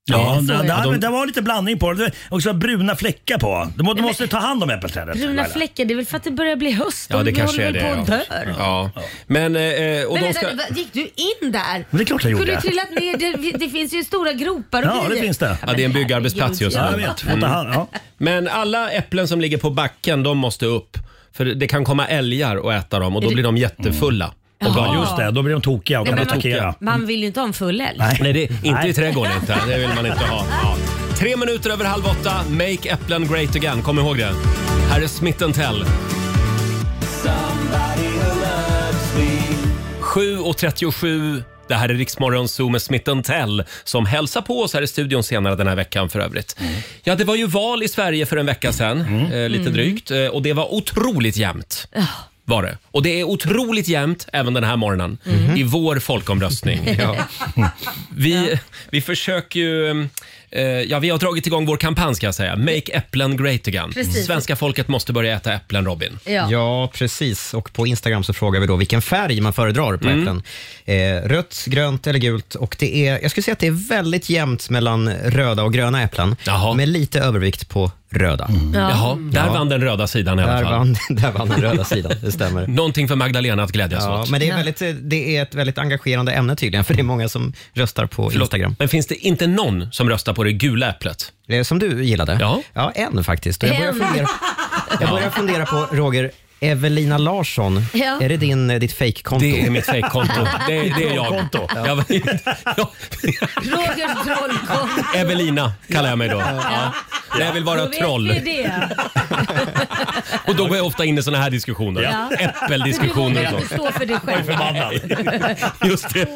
Speaker 9: Ja,
Speaker 2: så
Speaker 9: det,
Speaker 2: är
Speaker 9: det,
Speaker 2: det.
Speaker 9: det, det var lite blandning på det. Också bruna fläckar på. Du, må, du måste ta hand om äppelträdet.
Speaker 2: Bruna
Speaker 9: Laila.
Speaker 2: fläckar, det är väl för att det börjar bli höst.
Speaker 1: Ja, det
Speaker 2: de
Speaker 1: kanske är
Speaker 2: håller
Speaker 1: det.
Speaker 2: väl på och
Speaker 1: ja. Ja.
Speaker 2: dör.
Speaker 1: Men, eh, och
Speaker 2: Men
Speaker 1: de
Speaker 2: vänta,
Speaker 1: ska...
Speaker 2: vad- gick du in där?
Speaker 1: Men det är klart jag
Speaker 2: Kunde
Speaker 1: gjorde.
Speaker 2: du trillat ner? Det, det finns ju stora gropar och
Speaker 1: Ja, det
Speaker 2: grejer.
Speaker 1: finns det. Ja, det är en
Speaker 2: men
Speaker 1: byggarbetsplats
Speaker 2: herregud.
Speaker 1: just nu.
Speaker 9: Ja, jag vet. Får ta hand- ja.
Speaker 1: Men alla äpplen som ligger på backen, de måste upp. För det kan komma älgar och äta dem och
Speaker 2: Är
Speaker 1: då
Speaker 2: det- Mm.
Speaker 1: blir de jättefulla. Och
Speaker 2: Jaha.
Speaker 1: galna.
Speaker 2: Just det,
Speaker 9: då blir de tokiga
Speaker 2: Nej, men man- Man vill ju inte ha en full älg.
Speaker 1: Nej, det, inte
Speaker 2: Nej.
Speaker 1: i trädgården inte. Det vill man inte ha. Ja. Tre minuter över halv åtta. Make äpplen great again. Kom ihåg det. Här är Smith Tell. 7.37. Det här är Riksmorgon Zoo med Smith Tell som hälsar på oss här i studion senare den här veckan för övrigt. Ja, det var ju val i Sverige för en vecka sedan, eh, lite
Speaker 2: Mm.
Speaker 1: drygt. Eh, och det var otroligt jämnt.
Speaker 2: Ja.
Speaker 1: Var det. Och det är otroligt jämnt även den här morgonen
Speaker 2: Mm.
Speaker 1: i vår folkomröstning. Vi, vi försöker ju... eh, Ja, vi har dragit igång vår kampanj ska jag säga. Make äpplen great again.
Speaker 5: Precis.
Speaker 1: Svenska folket måste börja äta äpplen, Robin.
Speaker 5: Ja. precis. Och på Instagram så frågar vi då vilken färg man föredrar på
Speaker 1: Mm.
Speaker 5: äpplen. Eh, rött, grönt eller gult. Och det är, jag skulle säga att det är väldigt jämnt mellan röda och gröna äpplen, med lite övervikt på röda.
Speaker 1: Ja. Jaha, där vann den röda sidan i Mm. alla
Speaker 5: Där
Speaker 1: fall.
Speaker 5: vann- där vann den röda sidan, det stämmer.
Speaker 1: Någonting för Magdalena att glädjas
Speaker 5: Ja,
Speaker 1: åt.
Speaker 5: men det är, väldigt, eh, det är ett väldigt engagerande ämne tydligen, för det är många som röstar på Instagram. Eh,
Speaker 1: Men finns det inte någon som röstar på det gula äpplet?
Speaker 5: Som du gillade?
Speaker 1: Ja.
Speaker 5: Ja, en faktiskt. Och jag börjar fundera, jag börjar fundera på, Roger, Evelina Larsson,
Speaker 1: Ja.
Speaker 5: är det din, eh, ditt fejkkonto?
Speaker 1: Det är mitt fejkkonto. Det, är- det är jag. jag
Speaker 2: Rogers trollkonst.
Speaker 1: Evelina kallar jag mig då. Ja. När jag vill vara troll.
Speaker 2: Då vet vi det.
Speaker 1: Och då går jag ofta in i såna här diskussioner.
Speaker 2: Ja.
Speaker 1: Äppeldiskussioner
Speaker 2: Men
Speaker 1: och
Speaker 2: Du
Speaker 1: sånt.
Speaker 2: står för dig själv.
Speaker 1: Just det.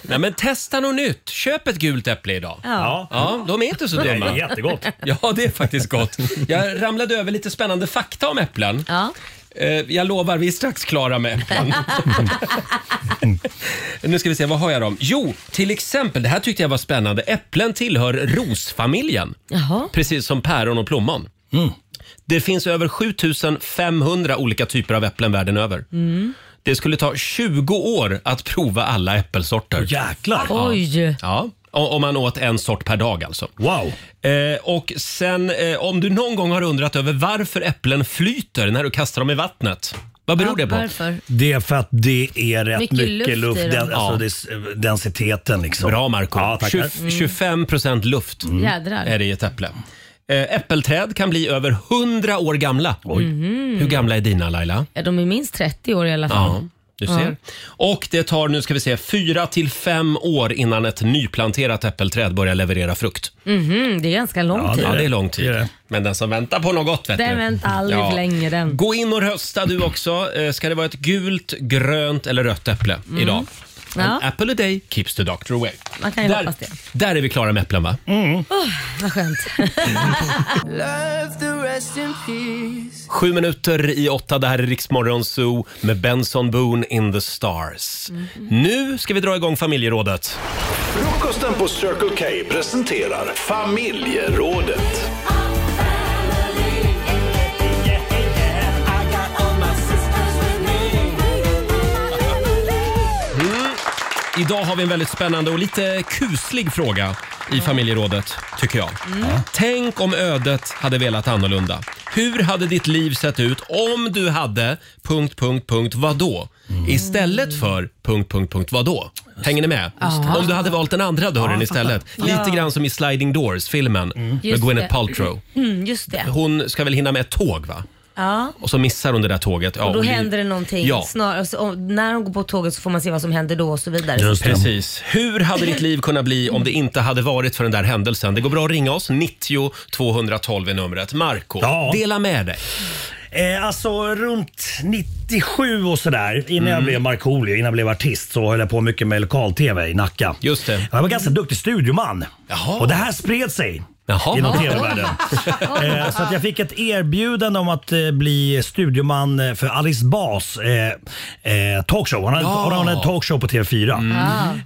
Speaker 1: Nej, men testa något nytt. Köp ett gult äpple idag.
Speaker 2: Ja.
Speaker 1: ja de är inte så
Speaker 9: Nej, det är
Speaker 1: dumma.
Speaker 9: jättegott.
Speaker 1: Ja, det är faktiskt gott. Jag ramlade över lite spännande fakta om äpplen.
Speaker 2: Ja.
Speaker 1: Eh, Jag lovar, vi är strax klara med äpplen. nu ska vi se, vad har jag dem? Jo, till exempel, det här tyckte jag var spännande. Äpplen tillhör rosfamiljen.
Speaker 2: Jaha.
Speaker 1: Precis som päron och plommon.
Speaker 9: Mm.
Speaker 1: Det finns över 7500 olika typer av äpplen världen över.
Speaker 2: Mm.
Speaker 1: Det skulle ta 20 år att prova alla äppelsorter.
Speaker 9: Jäklar!
Speaker 2: Oj.
Speaker 1: Ja. O- Om man åt en sort per dag alltså.
Speaker 9: Wow!
Speaker 1: Eh, och sen eh, om du någon gång har undrat över varför äpplen flyter när du kastar dem i vattnet. Vad beror det på?
Speaker 9: Det Mm. är för att det är rätt
Speaker 1: Mycket
Speaker 9: mycket,
Speaker 1: luft
Speaker 9: luft,
Speaker 1: i dem.
Speaker 9: den,
Speaker 1: Ja.
Speaker 9: alltså det är s- densiteten. Liksom.
Speaker 1: Bra Marco.
Speaker 9: Ja, tackar.
Speaker 1: 20 25 procent luft
Speaker 2: Jädrar.
Speaker 1: är det i ett äpple. Eh, äppelträd kan bli över 100 år gamla.
Speaker 2: Mhm.
Speaker 1: Hur gamla är dina Laila?
Speaker 2: Ja, de är minst 30 år i alla fall.
Speaker 1: Ja, du ser.
Speaker 2: Mm. Ja.
Speaker 1: Och det tar nu ska vi se, 4 till 5 år innan ett nyplanterat äppelträd börjar leverera frukt.
Speaker 2: Mhm, det är ganska lång
Speaker 1: Ja,
Speaker 2: tid.
Speaker 1: det är lång tid. Men den som väntar på något gott vet
Speaker 2: Den
Speaker 1: du.
Speaker 2: väntar aldrig
Speaker 1: Ja.
Speaker 2: för länge den.
Speaker 1: Gå in och rösta du också. Eh, Ska det vara ett gult, grönt eller rött äpple
Speaker 2: Mm.
Speaker 1: idag?
Speaker 2: Ja.
Speaker 1: An apple a day keeps the doctor away.
Speaker 2: Man kan ju
Speaker 1: Där-
Speaker 2: hoppas det.
Speaker 1: Där är vi klara med äpplen va?
Speaker 2: Oh, vad skönt.
Speaker 1: Sju minuter i åtta, det här är Riksmorgon Zoo med Benson Boone in the stars.
Speaker 2: Mm.
Speaker 1: Nu ska vi dra igång familjerådet.
Speaker 3: Frukosten på Circle K presenterar familjerådet.
Speaker 1: Mm. Idag har vi en väldigt spännande och lite kuslig fråga i familjerådet, tycker jag.
Speaker 11: Mm.
Speaker 1: Tänk om ödet hade velat annorlunda. Hur hade ditt liv sett ut om du hade... Punkt, punkt, punkt, vadå?
Speaker 2: Mm.
Speaker 1: Istället för... Punkt, punkt, punkt, vadå? Hänger ni med?
Speaker 11: Just det.
Speaker 1: Om du hade valt den andra dörren
Speaker 11: Ja,
Speaker 1: istället.
Speaker 2: fattar.
Speaker 1: Lite
Speaker 2: Ja. Mm.
Speaker 1: grann som i Sliding Doors-filmen med
Speaker 2: Just
Speaker 1: Gwyneth
Speaker 2: det.
Speaker 1: Paltrow.
Speaker 2: Mm, just det.
Speaker 1: Hon ska väl hinna med ett tåg, va?
Speaker 2: Ja.
Speaker 1: Och så missar hon det där tåget. Ja,
Speaker 2: och då
Speaker 1: och liv-
Speaker 2: händer det någonting
Speaker 1: Ja.
Speaker 2: snarare. Så, och när hon går på tåget så får man se vad som händer då och så vidare.
Speaker 1: Precis. Hur hade ditt liv kunnat bli om det inte hade varit för den där händelsen? Det går bra att ringa oss. 90 212 är numret. Marco,
Speaker 9: Ja.
Speaker 1: dela med dig.
Speaker 9: Eh, alltså runt 97 och sådär, innan
Speaker 1: Mm.
Speaker 9: jag blev Markoolio, innan jag blev artist, så höll jag på mycket med lokal-tv i Nacka.
Speaker 1: Just det.
Speaker 9: Jag var ganska duktig studioman. Och det här spred sig.
Speaker 1: Jaha.
Speaker 9: Inom tv-världen. eh, så att jag fick ett erbjudande om att eh, bli studioman eh, för Alice Bas eh, eh, talkshow. Hon hade,
Speaker 11: Ja.
Speaker 9: hon hade en talkshow på TV4.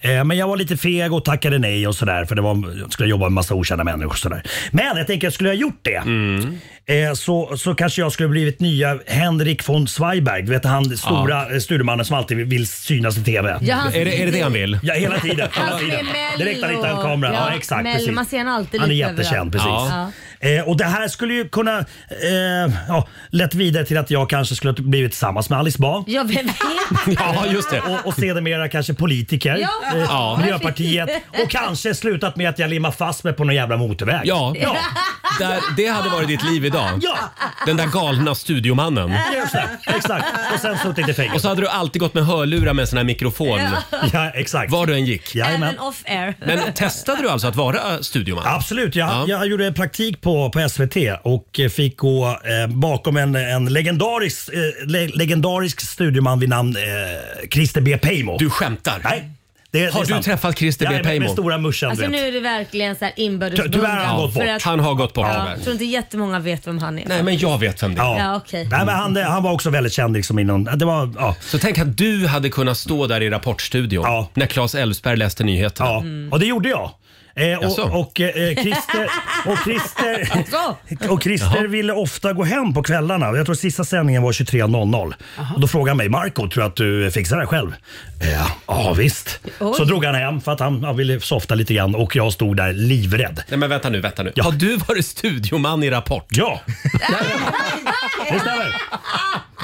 Speaker 9: Eh, men jag var lite feg och tackade nej och sådär för det var, jag skulle jobba med massa okända människor. Och sådär. Men jag tänker, skulle jag ha gjort det eh, så, så kanske jag skulle blivit nya Henrik von Zweiberg. Du vet han stora ja. studiomannen som alltid vill synas i TV.
Speaker 2: Ja, han- Är det- är det det han vill?
Speaker 9: Ja, hela tiden.
Speaker 2: Han som
Speaker 9: Hela
Speaker 2: Alltså, är
Speaker 9: tiden.
Speaker 2: Mello.
Speaker 9: Direkt han hittar en kamera. Ja, exakt.
Speaker 2: Mello,
Speaker 9: precis.
Speaker 2: Man ser han alltid
Speaker 9: Han är
Speaker 2: lite
Speaker 9: jättekänd,
Speaker 2: överallt.
Speaker 9: precis.
Speaker 2: Ja.
Speaker 9: Eh, och det här skulle ju kunna eh, ja, lett vidare till att jag kanske skulle ha blivit tillsammans med Alice Bah.
Speaker 2: Ja, vem vet?
Speaker 1: Ja, just det.
Speaker 9: Och, och sedermera kanske politiker,
Speaker 2: Ja.
Speaker 9: eh,
Speaker 2: Ja.
Speaker 9: Miljöpartiet och kanske slutat med att jag limmar fast mig på någon jävla motorväg.
Speaker 1: Ja.
Speaker 9: ja.
Speaker 1: Där, det hade varit ditt liv idag.
Speaker 9: Ja.
Speaker 1: Den där galna studiomannen.
Speaker 9: Just det, Exakt. Och sen suttit i fängelse.
Speaker 1: Och så hade du alltid gått med hörlurar med en sån här mikrofon.
Speaker 9: Ja, exakt.
Speaker 1: Var du än gick.
Speaker 2: Även off air.
Speaker 1: Men testade du alltså att vara studioman?
Speaker 9: Absolut. Jag, jag gjorde praktik på, på SVT och eh, fick gå eh, bakom en, en legendarisk, eh, le, legendarisk studioman vid namn eh, Christer B. Pejmo. Du
Speaker 1: skämtar?
Speaker 9: Nej. Det,
Speaker 1: Har
Speaker 9: det är
Speaker 1: du
Speaker 9: sant.
Speaker 1: träffat Christer B.
Speaker 9: Ja, med-
Speaker 1: Pejmo?
Speaker 9: Med stora muschen,
Speaker 2: Alltså
Speaker 9: du vet.
Speaker 2: nu är det verkligen så här inbördes
Speaker 9: Ty- tyvärr har han
Speaker 2: beundran.
Speaker 9: gått bort.
Speaker 2: För att-
Speaker 9: Han har gått bort,
Speaker 2: Ja,
Speaker 9: tyvärr.
Speaker 2: jag tror inte jättemånga vet vem han är.
Speaker 1: Nej, men jag vet vem det är.
Speaker 2: Ja, Ja, okej.
Speaker 9: Nej, men han, han var också väldigt känd liksom inom... Det var, ja.
Speaker 1: Så tänk att du hade kunnat stå där i Rapportstudion när Claes Elfsberg läste nyheterna.
Speaker 9: Ja,
Speaker 11: Mm.
Speaker 9: och det gjorde jag. Eh,
Speaker 1: Jaså?
Speaker 9: och, och, eh, Christer, och Christer, och Christer ville ofta gå hem på kvällarna. Jag tror sista sändningen var 23.00. Och då frågade han mig, Marco tror du att du fixar det här själv? Eh, Ja, ja visst. Så drog han hem för att han, han ville softa lite grann och jag stod där livrädd.
Speaker 1: Nej men vänta nu, vänta nu. Har du varit studioman i Rapport?
Speaker 9: Ja! Det stämmer.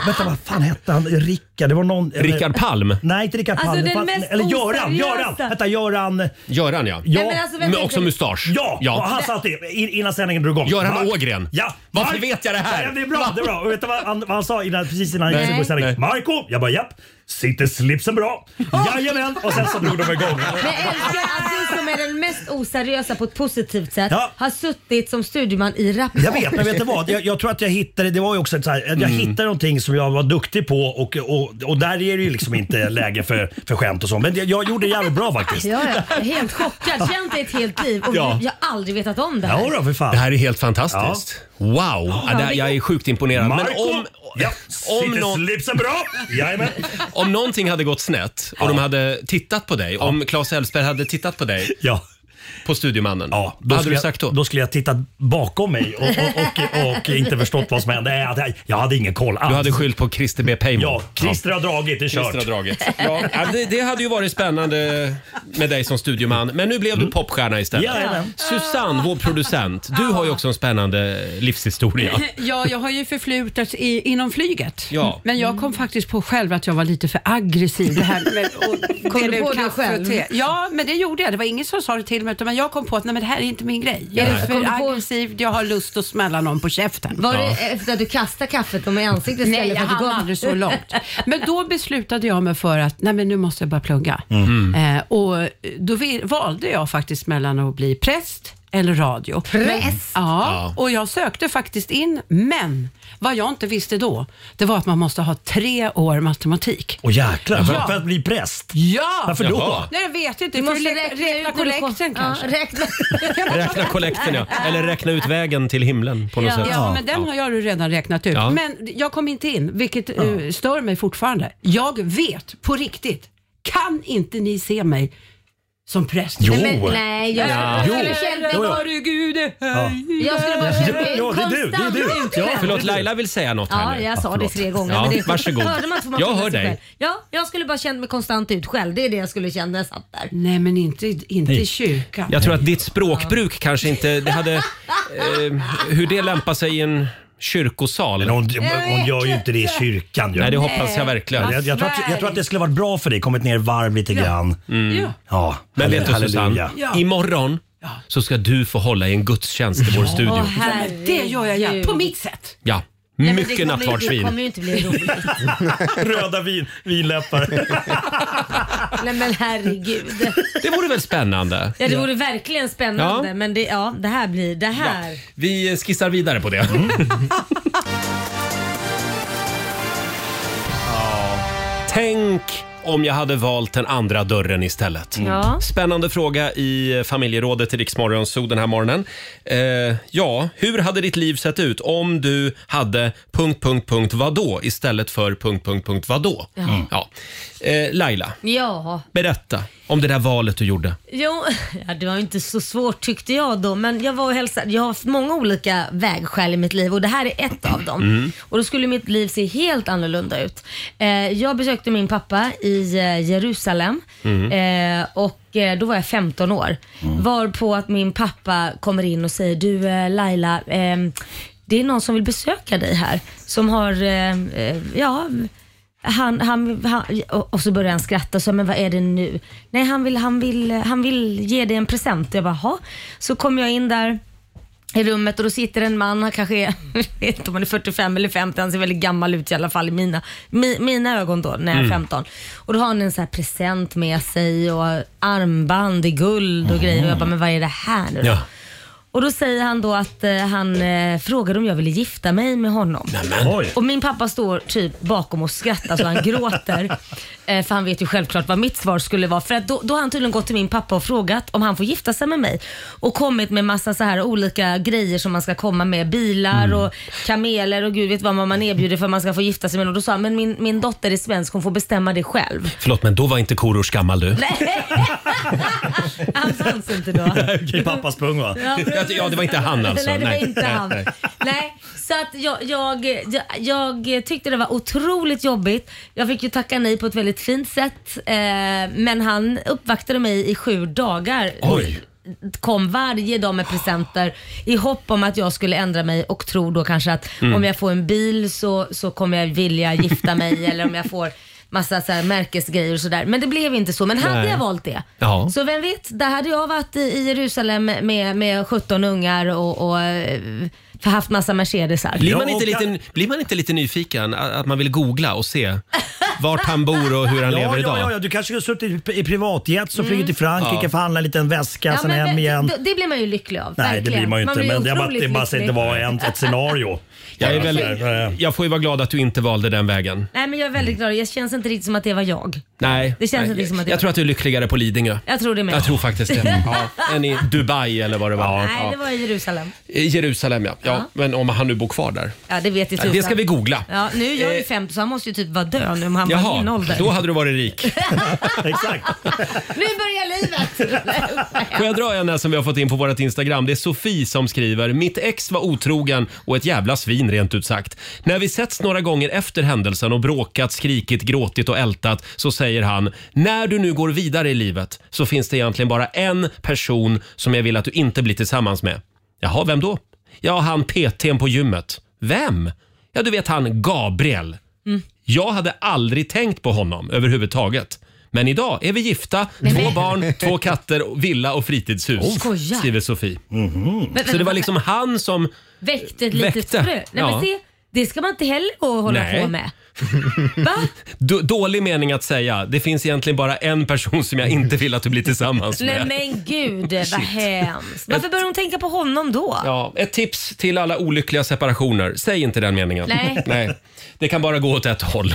Speaker 9: Vänta, vad fan hette han? Rickard? Det var någon... eller-
Speaker 1: Rickard Palm?
Speaker 9: Nej, inte Rickard
Speaker 11: Alltså,
Speaker 9: Palm.
Speaker 11: den
Speaker 9: Fan,
Speaker 11: mest
Speaker 9: eller Göran,
Speaker 11: oseriösa.
Speaker 9: Göran! Vänta, Göran...
Speaker 1: Göran ja.
Speaker 9: Ja.
Speaker 11: Nej, men alltså, vänta,
Speaker 1: Med också
Speaker 11: vänta.
Speaker 1: mustasch.
Speaker 9: Ja, och han satt det i- innan sändningen drog igång.
Speaker 1: Göran
Speaker 9: Mark-
Speaker 1: Ågren.
Speaker 9: Ja.
Speaker 1: Varför vet jag det här?
Speaker 9: Ja, det är bra, det är bra. Och vet du vad han, vad han sa innan, precis innan
Speaker 11: Nej.
Speaker 9: jag skulle gå i sändning?
Speaker 11: Nej.
Speaker 9: Marco! Jag bara japp. Sitter slipsen bra? Jajamän! Och sen så drog de igång.
Speaker 2: Men jag älskar att du som är den mest oseriösa på ett positivt sätt
Speaker 9: Ja.
Speaker 2: har suttit som studieman i Rapport.
Speaker 9: Jag vet, men vet du vad? Jag, jag tror att jag hittade, det var ju också ett så här,
Speaker 1: Mm.
Speaker 9: jag hittade någonting som jag var duktig på och, och, och där är det ju liksom inte läge för, för skämt och så. Men jag, jag gjorde det jävligt bra faktiskt.
Speaker 2: Ja, ja. Jag är helt chockad. Känt dig ett helt liv och
Speaker 1: Ja.
Speaker 2: jag har aldrig vetat om det här.
Speaker 9: för fan.
Speaker 1: Det här är helt fantastiskt. Wow! Ja, det, jag är sjukt imponerad. Men
Speaker 9: Marco!
Speaker 1: om,
Speaker 9: Ja,
Speaker 1: om,
Speaker 9: sitter
Speaker 1: någon-
Speaker 9: slipsen bra? Jajamän.
Speaker 1: om någonting hade gått snett och de hade tittat på dig, om Claes Elfsberg hade tittat på dig
Speaker 9: ja.
Speaker 1: på Studiomannen, ja,
Speaker 9: Då
Speaker 1: vad hade
Speaker 9: skulle
Speaker 1: du
Speaker 9: jag-
Speaker 1: sagt då?
Speaker 9: Då skulle jag titta bakom mig och, och, och, och inte förstått vad som hände. Nej, Jag hade, jag hade ingen koll alls.
Speaker 1: Du hade skylt på Christer B. Payman.
Speaker 9: Ja, Christer har dragit, det är kört.
Speaker 1: Christer har dragit. Ja, ja, det, det hade ju varit spännande med dig som studioman, men nu blev du popstjärna istället.
Speaker 11: Jajamän.
Speaker 1: Susanne, vår producent, du har ju också en spännande livshistoria.
Speaker 6: Ja, jag har ju förflutat i, inom flyget.
Speaker 1: Ja.
Speaker 6: Men jag kom faktiskt på själv att jag var lite för aggressiv. Det här med att
Speaker 2: Kom du
Speaker 6: dela ut
Speaker 2: på det
Speaker 6: kaffe och
Speaker 2: själv?
Speaker 6: te. Ja, men det gjorde jag. Det var ingen som sa det till mig, utan men jag kom på att nej, men det här är inte min grej. Jag är
Speaker 2: Nej. Kom
Speaker 6: för
Speaker 2: du på-
Speaker 6: aggressiv, jag har lust att smälla någon på käften.
Speaker 2: Var det efter att du kastade kaffet om i ansiktet
Speaker 6: Nej,
Speaker 2: istället
Speaker 6: jag
Speaker 2: för att du
Speaker 6: hann
Speaker 2: gav-
Speaker 6: aldrig så långt. Men då beslutade jag mig för att nej, men nu måste jag bara plugga.
Speaker 11: Mm.
Speaker 6: Eh, och då vi- valde jag faktiskt mellan att bli präst eller radio.
Speaker 11: Präst?
Speaker 6: Ja, och jag sökte faktiskt in, men vad jag inte visste då, det var att man måste ha tre år matematik.
Speaker 9: Åh jäklar, för,
Speaker 6: Ja.
Speaker 9: för att bli präst?
Speaker 6: Ja!
Speaker 9: Varför då?
Speaker 1: Jaha.
Speaker 6: Nej, jag vet inte.
Speaker 2: Du
Speaker 6: För
Speaker 2: måste
Speaker 6: att lä-
Speaker 2: räkna ut
Speaker 6: räkna
Speaker 2: när du kom-
Speaker 6: kollekten kanske.
Speaker 2: Ja, räkna.
Speaker 1: Räkna kollekten ja, eller räkna ut vägen till himlen på något
Speaker 6: Ja,
Speaker 1: sätt.
Speaker 6: ja, men den har jag ju redan räknat ut.
Speaker 1: Ja.
Speaker 6: Men jag kom inte in, vilket eh, stör mig fortfarande. Jag vet på riktigt, kan inte ni se mig som präst?
Speaker 9: Jo.
Speaker 2: Nej, men, nej, jag,
Speaker 9: Ja.
Speaker 2: jag
Speaker 9: Jo.
Speaker 2: skulle känna
Speaker 9: Jo,
Speaker 2: mig
Speaker 9: jo.
Speaker 2: bara du Gud.
Speaker 9: Ja.
Speaker 2: Jag skulle bara känna mig
Speaker 9: Ja, det är du, det är du.
Speaker 2: konstant
Speaker 1: Ja,
Speaker 2: utbränd.
Speaker 1: förlåt, Laila vill säga något här
Speaker 2: Ja,
Speaker 1: nu.
Speaker 2: jag sa det
Speaker 1: förlåt.
Speaker 2: tre gånger.
Speaker 1: Ja,
Speaker 2: men det,
Speaker 1: varsågod.
Speaker 2: Hörde man, får man
Speaker 1: jag
Speaker 2: skylla
Speaker 1: hör
Speaker 2: sig själv.
Speaker 1: dig.
Speaker 2: Ja, jag skulle bara känt mig konstant utskälld. Det är det jag skulle känna när jag satt där.
Speaker 6: Nej, men inte, inte i kyrkan.
Speaker 1: Jag tror att ditt språkbruk kanske inte... Det hade, eh, hur det lämpar sig i en kyrkosal.
Speaker 9: hon, hon gör ju inte det i kyrkan. ju.
Speaker 1: Nej, det hoppas jag verkligen.
Speaker 9: Jag, jag, tror att, jag tror att det skulle varit bra för dig, kommit ner i varv lite grann.
Speaker 1: Ja.
Speaker 9: Ja,
Speaker 1: Mm. Men vet du Susanne,
Speaker 9: halleluja.
Speaker 1: imorgon så ska du få hålla i en gudstjänst i vår studio.
Speaker 6: Ja, men det gör jag gärna. På mitt sätt.
Speaker 1: Ja,
Speaker 6: men det
Speaker 1: mycket
Speaker 6: kommer-
Speaker 1: nattvardsvin.
Speaker 2: Det kommer ju inte bli roligt.
Speaker 9: Röda vin, vinläppar.
Speaker 2: Nej men herregud.
Speaker 1: Det vore väl spännande?
Speaker 2: Ja, det vore verkligen spännande.
Speaker 1: Ja.
Speaker 2: Men det, ja, det här blir det här.
Speaker 1: Vi skissar vidare på det. ja. Tänk om jag hade valt den andra dörren istället.
Speaker 2: Ja.
Speaker 1: Spännande fråga i familjerådet i Riksmorgon Zoo den här morgonen. Eh, ja, hur hade ditt liv sett ut om du hade punkt, punkt, punkt vadå istället för punkt, punkt, punkt vadå?
Speaker 2: Ja.
Speaker 1: Ja. Eh, Laila,
Speaker 2: Ja.
Speaker 1: berätta om det där valet du gjorde.
Speaker 2: Jo, ja, det var ju inte så svårt tyckte jag då. Men jag var och hälsade. Jag har haft många olika vägskäl i mitt liv och det här är ett av dem.
Speaker 11: Mm.
Speaker 2: Och då skulle mitt liv se helt annorlunda ut. Eh, jag besökte min pappa i eh, Jerusalem eh, och eh, då var jag 15 år. Varpå att min pappa kommer in och säger du eh, Laila, eh, det är någon som vill besöka dig här som har, eh, eh, ja, han, han, han, och och så börjar han skratta och så, men vad är det nu? Nej, han vill, han vill, han vill ge dig en present. Jag bara, "Jaha." Så kom jag in där i rummet och då sitter en man, han kanske är, jag vet inte om han är 45 eller 50, han ser väldigt gammal ut i alla fall i mina, mi, mina ögon då när jag är
Speaker 11: Mm.
Speaker 2: 15. Och då har han en sån här present med sig och armband i guld och grejer och jag bara, men vad är det här nu då?
Speaker 11: Ja.
Speaker 2: Och då säger han då att eh, han eh, frågade om jag ville gifta mig med honom.
Speaker 11: Nämen. Oj.
Speaker 2: Och min pappa står typ bakom och skrattar så han gråter. Eh, för han vet ju självklart vad mitt svar skulle vara. För att då, då har han tydligen gått till min pappa och frågat om han får gifta sig med mig. Och kommit med massa så här olika grejer som man ska komma med. Bilar
Speaker 11: Mm.
Speaker 2: och kameler och gud vet vad man erbjuder för att man ska få gifta sig med någon. Och då sa han, men min, min dotter är svensk, hon får bestämma det själv.
Speaker 1: Förlåt, men då var inte Korosh gammal du.
Speaker 2: Nej! han fanns inte då.
Speaker 1: I pappas pung va?
Speaker 2: Ja.
Speaker 1: Ja, det var inte han alltså.
Speaker 2: Nej, det var inte
Speaker 1: Nej,
Speaker 2: han.
Speaker 1: nej.
Speaker 2: Nej, så att jag, jag, jag, jag tyckte det var otroligt jobbigt. Jag fick ju tacka nej på ett väldigt fint sätt. Eh, men han uppvaktade mig i sju dagar.
Speaker 11: Oj.
Speaker 2: Kom varje dag med presenter i hopp om att jag skulle ändra mig och tror då kanske att
Speaker 11: Mm.
Speaker 2: om jag får en bil så, så kommer jag vilja gifta mig eller om jag får massa så här märkesgrejer och sådär. Men det blev inte så. Men hade
Speaker 11: Nej.
Speaker 2: jag valt det
Speaker 11: Ja.
Speaker 2: så vem vet, där hade jag varit i i Jerusalem med, med 17 ungar och, och eh, haft massa Mercedisar.
Speaker 1: Blir man, inte lite, blir man inte lite nyfiken? Att att man vill googla och se vart han bor och hur han
Speaker 9: Ja,
Speaker 1: lever
Speaker 9: ja,
Speaker 1: idag?
Speaker 9: ja, ja, du kanske skulle suttit i- i privatjet som
Speaker 2: Mm.
Speaker 9: flyger till Frankrike,
Speaker 1: Ja.
Speaker 9: får handla en liten väska,
Speaker 2: Ja,
Speaker 9: sen
Speaker 2: men
Speaker 9: hem
Speaker 2: det-
Speaker 9: igen.
Speaker 2: Det, det blir man ju lycklig av.
Speaker 9: Nej, det
Speaker 2: verkligen.
Speaker 9: blir man ju inte.
Speaker 2: blir
Speaker 9: men det är bara,
Speaker 2: otroligt
Speaker 9: det är bara att det
Speaker 2: lycklig.
Speaker 9: inte var en, ett scenario.
Speaker 1: Jag, är väldigt,
Speaker 9: eh,
Speaker 1: jag får ju vara glad att du inte valde den vägen.
Speaker 2: Nej, men jag är väldigt glad. Det känns inte riktigt som att det var jag.
Speaker 1: Nej,
Speaker 2: Det känns
Speaker 1: nej.
Speaker 2: inte som att jag-
Speaker 1: jag tror att du är lyckligare på Lidingö.
Speaker 2: Jag tror det med.
Speaker 1: Jag tror faktiskt det. Ja. Än i Dubai eller vad det var.
Speaker 2: Nej, det var i Jerusalem.
Speaker 1: I Jerusalem ja. ja. Men om han nu bor kvar där.
Speaker 2: Ja, det vet ju
Speaker 1: Ja, det ska vi googla. Eh.
Speaker 2: Ja, nu är jag ju 50 så han måste ju typ vara död nu om han var i min ålder.
Speaker 1: då hade du varit rik.
Speaker 9: Exakt.
Speaker 2: Nu börjar livet!
Speaker 1: Får jag dra en här som vi har fått in på vårt Instagram? Det är Sofie som skriver. Mitt ex var otrogen och ett jävla svin rent ut sagt. När vi setts några gånger efter händelsen och bråkat, skrikit, gråtit och ältat så säger han när du nu går vidare i livet så finns det egentligen bara en person som jag vill att du inte blir tillsammans med. Jaha, vem då? Ja, han PT'n på gymmet. Vem? Ja, du vet han Gabriel.
Speaker 11: Mm.
Speaker 1: Jag hade aldrig tänkt på honom överhuvudtaget. Men idag är vi gifta,
Speaker 11: Nej,
Speaker 1: två
Speaker 11: men-
Speaker 1: barn, två katter, villa och fritidshus.
Speaker 2: Oh, skoja.
Speaker 1: skriver Sofie.
Speaker 2: Men-
Speaker 1: Så det var liksom han som...
Speaker 2: Väckte ett litet
Speaker 1: Väckte.
Speaker 2: frö. Nej,
Speaker 1: Ja.
Speaker 2: men se, det ska man inte heller gå och hålla
Speaker 1: Nej.
Speaker 2: på med.
Speaker 1: D- dålig mening att säga. Det finns egentligen bara en person som jag inte vill att du blir tillsammans
Speaker 2: Nej
Speaker 1: med.
Speaker 2: men gud vad hemskt. Varför börjar hon tänka på honom då?
Speaker 1: Ja, ett tips till alla olyckliga separationer. Säg inte den meningen.
Speaker 2: Nej.
Speaker 1: Det kan bara gå åt ett håll.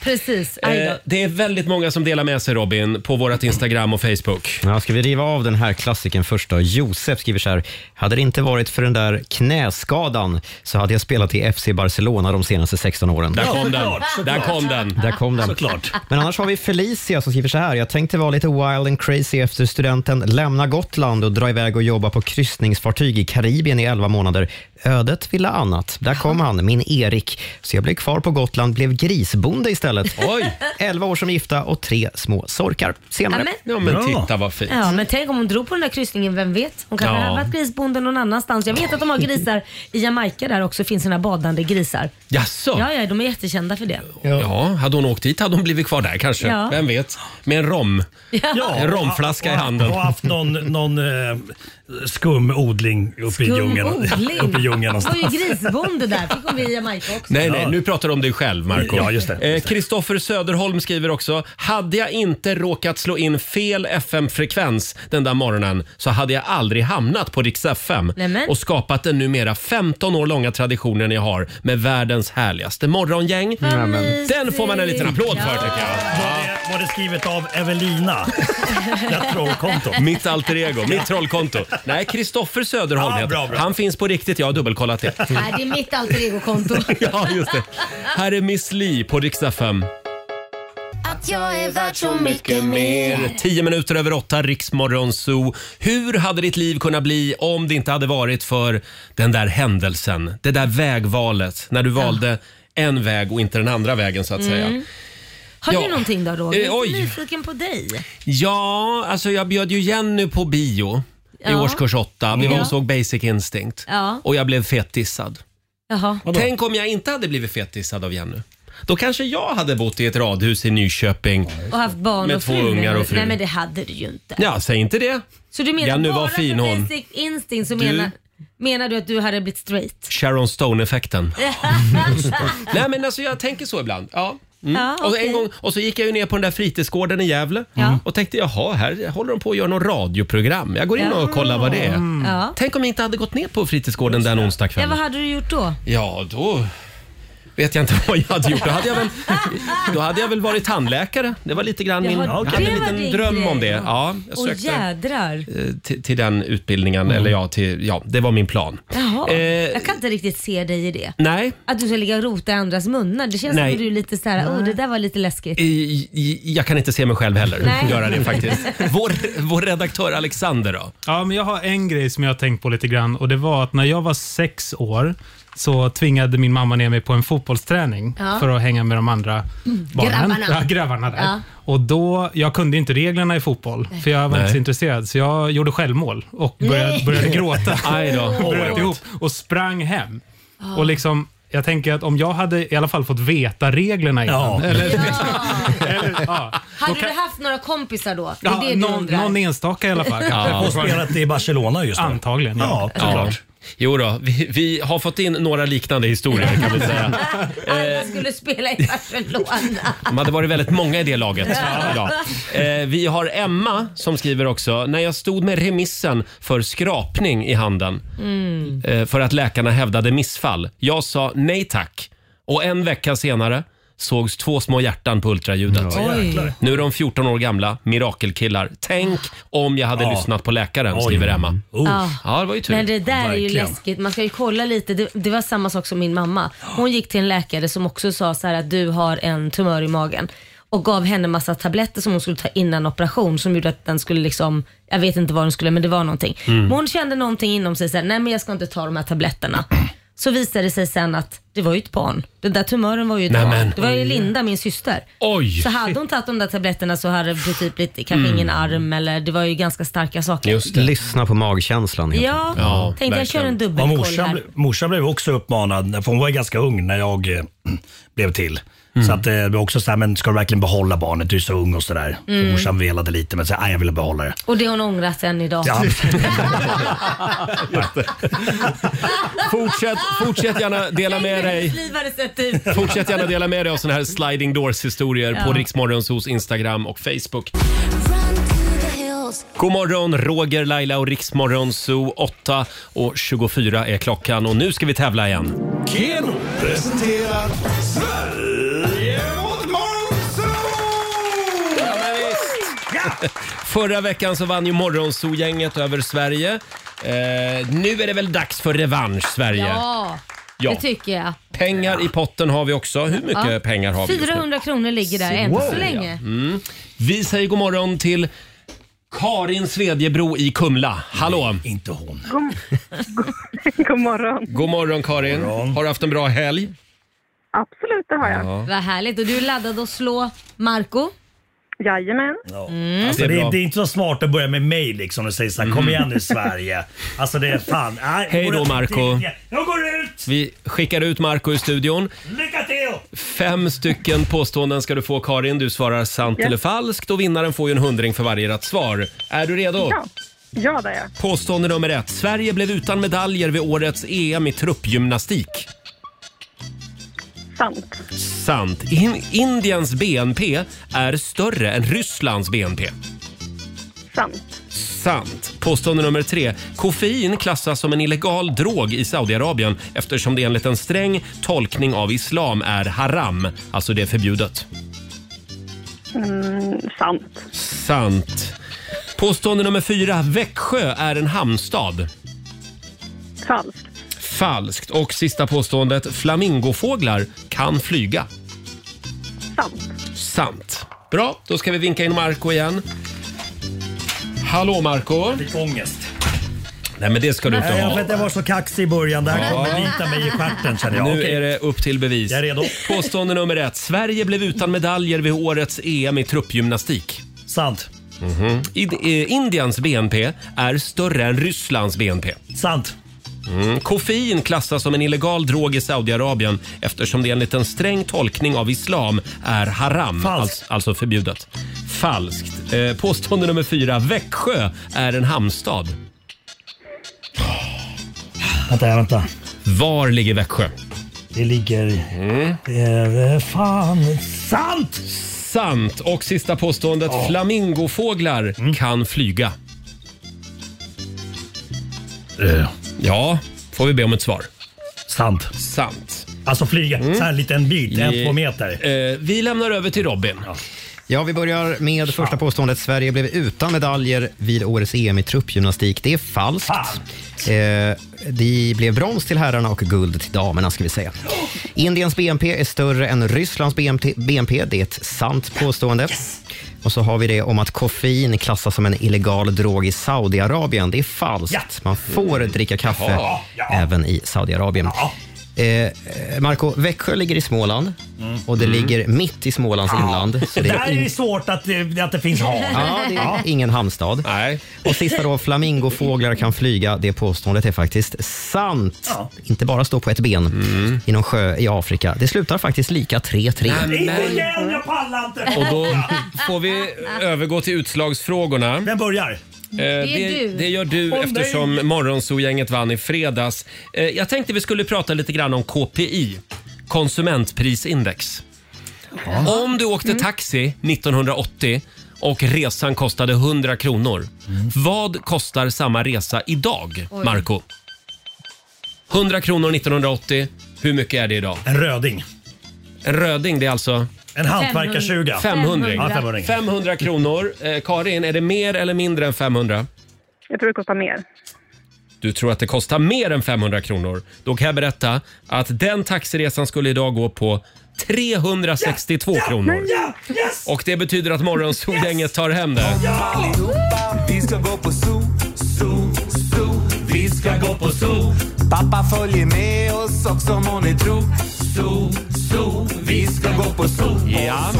Speaker 2: Precis. Aj
Speaker 1: Eh,
Speaker 2: då.
Speaker 1: Det är väldigt många som delar med sig Robin på vårt Instagram och Facebook.
Speaker 5: Ja, ska vi riva av den här klassiken först då? Josef skriver så här. Hade det inte varit för den där knäskadan så hade jag spelat i FC Barcelona de senaste 16 åren.
Speaker 1: Där Ja, kom den. såklart, såklart. Där kom den.
Speaker 5: Där kom den.
Speaker 1: Såklart.
Speaker 5: Men annars har vi Felicia som skriver så här. Jag tänkte vara lite wild and crazy efter studenten, lämna Gotland och dra iväg och jobba på kryssningsfartyg i Karibien i 11 månader. Ödet ville annat. Där kom han, min Erik. Så jag blev kvar på Gotland, blev grisbonde istället.
Speaker 1: Oj!
Speaker 5: 11 år som gifta och tre små sorkar senare.
Speaker 2: Ja, men- Ja, men titta
Speaker 1: vad fint.
Speaker 2: Ja, men tänk om hon drog på den där kryssningen, vem vet? Hon kanske
Speaker 1: Ja.
Speaker 2: hade varit grisbonde någon annanstans. Jag vet att de har grisar i Jamaica där också, finns såna badande grisar.
Speaker 1: Jaså?
Speaker 2: Ja, ja, de är jättekända för det.
Speaker 1: Ja. hade hon åkt dit hade hon blivit kvar där kanske.
Speaker 2: Ja.
Speaker 1: Vem vet? Med en rom.
Speaker 2: Ja.
Speaker 1: En romflaska i handen.
Speaker 9: Och haft någon, någon eh, skum odling uppe i djungeln.
Speaker 2: Odling.
Speaker 9: Uppe i djungeln
Speaker 2: Hon var
Speaker 9: någonstans.
Speaker 2: ju grisbonde där, fick hon bli i Jamaica också.
Speaker 1: Nej, nej, nu pratar du om dig själv, Marco.
Speaker 9: Ja, just det,
Speaker 1: Eh, Kristoffer Söderholm skriver också. Hade jag inte råkat slå in fel FM-frekvens den där morgonen så hade jag aldrig hamnat på Rix FM
Speaker 2: Nämen.
Speaker 1: och skapat den numera 15 år långa traditionen jag har med världens härligaste morgongäng.
Speaker 9: Nämen.
Speaker 1: Den får man en liten applåd för tycker jag.
Speaker 9: Var det, var det skrivet av Evelina? Jag tror konto.
Speaker 1: Mitt alter ego, mitt trollkonto. Nej, Kristoffer Söderholm heter
Speaker 9: bra, bra.
Speaker 1: Han finns på riktigt, jag har dubbelkollat det.
Speaker 2: Nej, det är mitt alter ego-konto.
Speaker 1: Ja, just det. Här är Miss Li på riksdag 5.
Speaker 11: Att jag är värd så
Speaker 1: Tio minuter över åtta, Riksmorgon Zoo. Hur hade ditt liv kunnat bli om det inte hade varit för den där händelsen? Det där vägvalet, när du valde en väg och inte den andra vägen så att säga.
Speaker 2: Mm. Har
Speaker 1: Ja.
Speaker 2: du någonting då Roger?
Speaker 1: Eh,
Speaker 2: Jag är
Speaker 1: oj.
Speaker 2: lite nyfiken på dig.
Speaker 1: Ja, alltså jag bjöd ju Jenny på bio i
Speaker 2: Ja.
Speaker 1: årskurs åtta. Vi var
Speaker 2: Ja.
Speaker 1: och såg Basic Instinct
Speaker 2: Ja.
Speaker 1: och jag blev fetissad.
Speaker 2: Jaha.
Speaker 1: Tänk om jag inte hade blivit fetissad av Jenny. Då kanske jag hade bott i ett radhus i Nyköping.
Speaker 2: Och haft barn
Speaker 1: Med
Speaker 2: och
Speaker 1: två
Speaker 2: fru.
Speaker 1: ungar och fru.
Speaker 2: Nej men det hade du ju inte.
Speaker 1: Ja, säg inte det.
Speaker 2: Så du menar
Speaker 1: Ja, nu var
Speaker 2: bara
Speaker 1: fin
Speaker 2: för
Speaker 1: hon.
Speaker 2: basic instinct så
Speaker 1: Du-
Speaker 2: menar, menar du att du hade blivit straight?
Speaker 1: Sharon Stone-effekten. Nej men alltså jag tänker så ibland. Ja. Mm.
Speaker 2: Ja,
Speaker 1: och,
Speaker 2: okej. Mm.
Speaker 1: en gång, och så gick jag ju ner på den där fritidsgården i Gävle och tänkte jaha, här håller de på att göra något radioprogram. Jag går in och kollar vad det är.
Speaker 2: Ja.
Speaker 1: Tänk om jag inte hade gått ner på fritidsgården den onsdag
Speaker 2: Ja, vad
Speaker 1: kvällen.
Speaker 2: hade du gjort då?
Speaker 1: Ja, då vet jag inte vad jag hade gjort. Då hade jag väl, då hade jag väl varit tandläkare. Det var lite grann min...
Speaker 2: Jaha,
Speaker 1: Jag hade
Speaker 2: det
Speaker 1: en
Speaker 2: var
Speaker 1: liten
Speaker 2: din
Speaker 1: dröm
Speaker 2: grej.
Speaker 1: om det. Ja, jag
Speaker 2: Åh
Speaker 1: sökte
Speaker 2: jädrar.
Speaker 1: eh, till, till den utbildningen. Eller ja, till, ja, det var min plan.
Speaker 2: Jaha.
Speaker 1: Eh,
Speaker 2: jag kan inte riktigt se dig i det.
Speaker 1: Nej,
Speaker 2: Att du ska ligga och rota i andras munnar. Det känns
Speaker 1: Nej.
Speaker 2: som att du är lite så här, oh det där var lite läskigt.
Speaker 1: I- i- Jag kan inte se mig själv heller
Speaker 2: Nej.
Speaker 1: göra det faktiskt. Vår, vår redaktör Alexander då?
Speaker 12: Ja, men jag har en grej som jag har tänkt på lite grann och det var att när jag var sex år så tvingade min mamma ner mig på en fotbollsträning
Speaker 11: Ja.
Speaker 12: för att hänga med de andra barnen.
Speaker 11: Mm. grabbarna.
Speaker 12: Ja, grabbarna där.
Speaker 2: Ah.
Speaker 11: Ja.
Speaker 12: Och då, jag kunde inte reglerna i fotboll, för jag var
Speaker 1: Nej.
Speaker 12: inte så intresserad, så jag gjorde självmål och började,
Speaker 11: Nej.
Speaker 12: började gråta.
Speaker 1: Aj då.
Speaker 12: bröt ihop och sprang hem. Och liksom, jag tänker att om jag hade i alla fall fått veta reglerna innan, eller, eller ja,
Speaker 2: Hade du haft några kompisar då? Det är
Speaker 12: Ja,
Speaker 2: det du
Speaker 12: någon,
Speaker 2: undrar.
Speaker 12: någon enstaka i alla fall.
Speaker 1: Ja. Och
Speaker 9: spelat i Barcelona just nu.
Speaker 12: Antagligen.
Speaker 9: Ja, såklart.
Speaker 1: Jo då, vi, vi har fått in några liknande historier kan vi säga. Eh.
Speaker 2: Alla skulle spela i Barcelona.
Speaker 1: De hade varit väldigt många i det laget. Ja. Eh, vi har Emma som skriver också, när jag stod med remissen för skrapning i handen
Speaker 11: Mm.
Speaker 1: eh, för att läkarna hävdade missfall. Jag sa nej tack och en vecka senare sågs två små hjärtan på ultraljudet.
Speaker 11: Ja, Oj. jäklar.
Speaker 1: nu är de 14 år gamla, mirakelkillar. Tänk om jag hade
Speaker 11: Ja.
Speaker 1: lyssnat på läkaren,
Speaker 11: Oj.
Speaker 1: skriver Emma.
Speaker 2: Ja.
Speaker 1: Ja, det var ju tur.
Speaker 2: Men det där är ju
Speaker 1: Verkligen.
Speaker 2: läskigt. Man ska ju kolla lite. Det, det var samma sak som min mamma. Hon gick till en läkare som också sa så här att du har en tumör i magen och gav henne massa tabletter som hon skulle ta innan operation som gjorde att den skulle liksom, jag vet inte vad den skulle men det var någonting.
Speaker 11: Mm.
Speaker 2: Men hon kände någonting inom sig så här, nej men jag ska inte ta de här tabletterna. Så visade det sig sen att det var ju ett barn. Den där tumören var ju ett
Speaker 1: Nej, men.
Speaker 2: barn. Det var ju Linda, min syster.
Speaker 1: Oj.
Speaker 2: Så hade hon tagit de där tabletterna så hade det typ blivit kanske
Speaker 5: Mm.
Speaker 2: ingen arm eller det var ju ganska starka saker.
Speaker 5: Lyssna på magkänslan. helt
Speaker 2: Ja,
Speaker 5: enkelt.
Speaker 2: ja tänkte jag kör en
Speaker 9: Ja,
Speaker 2: dubbelkoll
Speaker 9: morsan,
Speaker 2: här.
Speaker 9: ble- morsan blev också uppmanad, för hon var ju ganska ung när jag eh, blev till. Så
Speaker 1: Mm.
Speaker 9: att eh, det var också så här, men ska du verkligen behålla barnet? Du är så ung och sådär.
Speaker 2: Mm.
Speaker 9: Mm. Morsan velade lite men sa, nej jag ville behålla det.
Speaker 2: Och det har hon ångrat än idag.
Speaker 9: Ja.
Speaker 1: Fortsätt, fortsätt gärna dela med dig.
Speaker 2: Livare sett ut.
Speaker 1: Fortsätt gärna dela med dig av såna här sliding doors-historier
Speaker 2: Ja.
Speaker 1: på Riksmorgonsos Instagram och Facebook. God morgon, Roger, Laila och Riksmorgonso 8 och 24 är klockan och nu ska vi tävla igen.
Speaker 3: Keno presenterar Sverige mot morgon!
Speaker 1: Förra veckan så vann ju Morgonzoo-gänget över Sverige. Eh, nu är det väl dags för revansch, Sverige.
Speaker 2: Ja,
Speaker 1: Ja.
Speaker 2: det tycker jag.
Speaker 1: Pengar i potten har vi också. Hur mycket
Speaker 2: Ja.
Speaker 1: pengar har vi just nu?
Speaker 2: 400 kronor ligger där än så länge.
Speaker 1: Mm. Vi säger god morgon till Karin Svedjebro i Kumla. Hallå!
Speaker 9: inte hon.
Speaker 1: Mm.
Speaker 4: God, god, god morgon.
Speaker 1: God morgon Karin. Har du haft en bra helg?
Speaker 4: Absolut, det har jag.
Speaker 1: Ja.
Speaker 2: Vad härligt. Och du är laddad att slå Marco
Speaker 4: Jajamän.
Speaker 9: Alltså,
Speaker 1: Det
Speaker 9: det,
Speaker 1: är
Speaker 9: är
Speaker 1: bra. Mm.
Speaker 9: det är inte så smart att börja med mig liksom och säga såhär, kom igen nu Sverige. Alltså det är fan. nej,
Speaker 1: Hej då,
Speaker 9: vore-
Speaker 1: Marco.
Speaker 9: Jag går ut!
Speaker 1: Vi skickar ut Marco ur studion.
Speaker 9: Lycka till!
Speaker 1: Fem stycken påståenden ska du få Karin. Du svarar sant
Speaker 4: Ja.
Speaker 1: eller falskt och vinnaren får ju en hundring för varje rätt svar. Är du redo?
Speaker 4: Ja. ja, det är jag.
Speaker 1: Påstående nummer ett. Sverige blev utan medaljer vid årets EM i truppgymnastik.
Speaker 4: Sant.
Speaker 1: Sant. In Indiens BNP är större än Rysslands BNP.
Speaker 4: Sant.
Speaker 1: Sant. Påstående nummer tre. Koffein klassas som en illegal drog i Saudiarabien eftersom det enligt en sträng tolkning av islam är haram. Alltså det är förbjudet.
Speaker 4: Mm, sant.
Speaker 1: Sant. Påstående nummer fyra. Växjö är en hamnstad.
Speaker 4: Falskt.
Speaker 1: Falskt. Och sista påståendet. Flamingofåglar kan flyga. Sant. Sant. Bra, då ska vi vinka in Marco igen. Hallå Marco.
Speaker 9: Jag fick ångest.
Speaker 1: Nej men det ska du inte
Speaker 9: Nej, jag, för
Speaker 1: ha.
Speaker 9: att jag var så kaxig i början. Det här
Speaker 1: Ja.
Speaker 9: kommer bita mig i stjärten känner jag.
Speaker 1: Nu
Speaker 9: Okej.
Speaker 1: är det upp till bevis.
Speaker 9: Jag är redo.
Speaker 1: Påstående nummer ett. Sverige blev utan medaljer vid årets EM i truppgymnastik.
Speaker 9: Sant.
Speaker 1: In- eh, Indiens BNP är större än Rysslands BNP.
Speaker 9: Sant.
Speaker 1: Mm. Koffein klassas som en illegal drog i Saudiarabien eftersom det enligt en sträng tolkning av islam är haram, Falskt. alltså förbjudet. Falskt. Eh, påstående nummer fyra. Växjö är en hamnstad.
Speaker 9: Vänta, vänta.
Speaker 1: Var ligger Växjö?
Speaker 9: Det ligger...
Speaker 1: Mm.
Speaker 9: Det är eh, fan sant!
Speaker 1: Sant! Och sista påståendet. Flamingofåglar kan flyga.
Speaker 5: Eh,
Speaker 1: Ja, får vi be om ett svar.
Speaker 9: Sant.
Speaker 1: Sant.
Speaker 9: Alltså flyga,
Speaker 5: Mm.
Speaker 9: så här en liten bit, en, två meter.
Speaker 5: Eh,
Speaker 1: Eh, vi lämnar över till Robin.
Speaker 5: Ja, vi börjar med första påståendet. Sverige blev utan medaljer vid årets EM i truppgymnastik. Det är falskt. Eh, det blev brons till herrarna och guld till damerna, ska vi säga. Indiens BNP är större än Rysslands BNP. BNP. Det är ett sant påstående. Och så har vi det om att koffein klassas som en illegal drog i Saudiarabien. Det är falskt. Man får dricka kaffe
Speaker 13: Jaha.
Speaker 5: även i Saudiarabien. Eh, Marco, Växjö ligger i Småland och det ligger mitt i Smålands inland. Så det
Speaker 9: Där
Speaker 5: är
Speaker 9: är det
Speaker 5: in-
Speaker 9: svårt att, det- att det finns hav.
Speaker 5: Ja, det är ingen hamnstad. Och sista då, flamingofåglar kan flyga. Det påståendet är faktiskt sant. Inte bara stå på ett ben i någon sjö i Afrika. Det slutar faktiskt lika 3-3.
Speaker 9: Inte igen, jag pallar inte!
Speaker 1: Och då får vi övergå till utslagsfrågorna.
Speaker 9: Vem börjar? Eh,
Speaker 1: det,
Speaker 9: du.
Speaker 1: det gör du
Speaker 9: Åh, nej.
Speaker 1: eftersom Morgonzoo-gänget vann i fredags. Eh, jag tänkte vi skulle prata lite grann om KPI, konsumentprisindex. Om du åkte
Speaker 9: Mm.
Speaker 1: taxi 1980 och resan kostade 100 kronor. Vad kostar samma resa idag,
Speaker 9: Mm. Oj.
Speaker 1: Marco? 100 kronor 1980. Hur mycket är det idag?
Speaker 9: En röding.
Speaker 1: En röding, det är alltså?
Speaker 9: En hantverkartjuga.
Speaker 1: 500.
Speaker 9: Ja, 500.
Speaker 1: 500 kronor. Eh, Karin, är det mer eller mindre än 500?
Speaker 4: Jag tror det kostar mer.
Speaker 1: Du tror att det kostar mer än 500 kronor. Då kan jag berätta att den taxiresan skulle idag gå på 362 kronor. Och det betyder att Morgonzoo-gänget tar hem det.
Speaker 11: Vi ska gå på zoo, zoo, zoo. Vi ska gå på zoo. Pappa följer med oss också må ni tro. Zoo, zoo. Vi ska gå på zoo.
Speaker 1: Ja.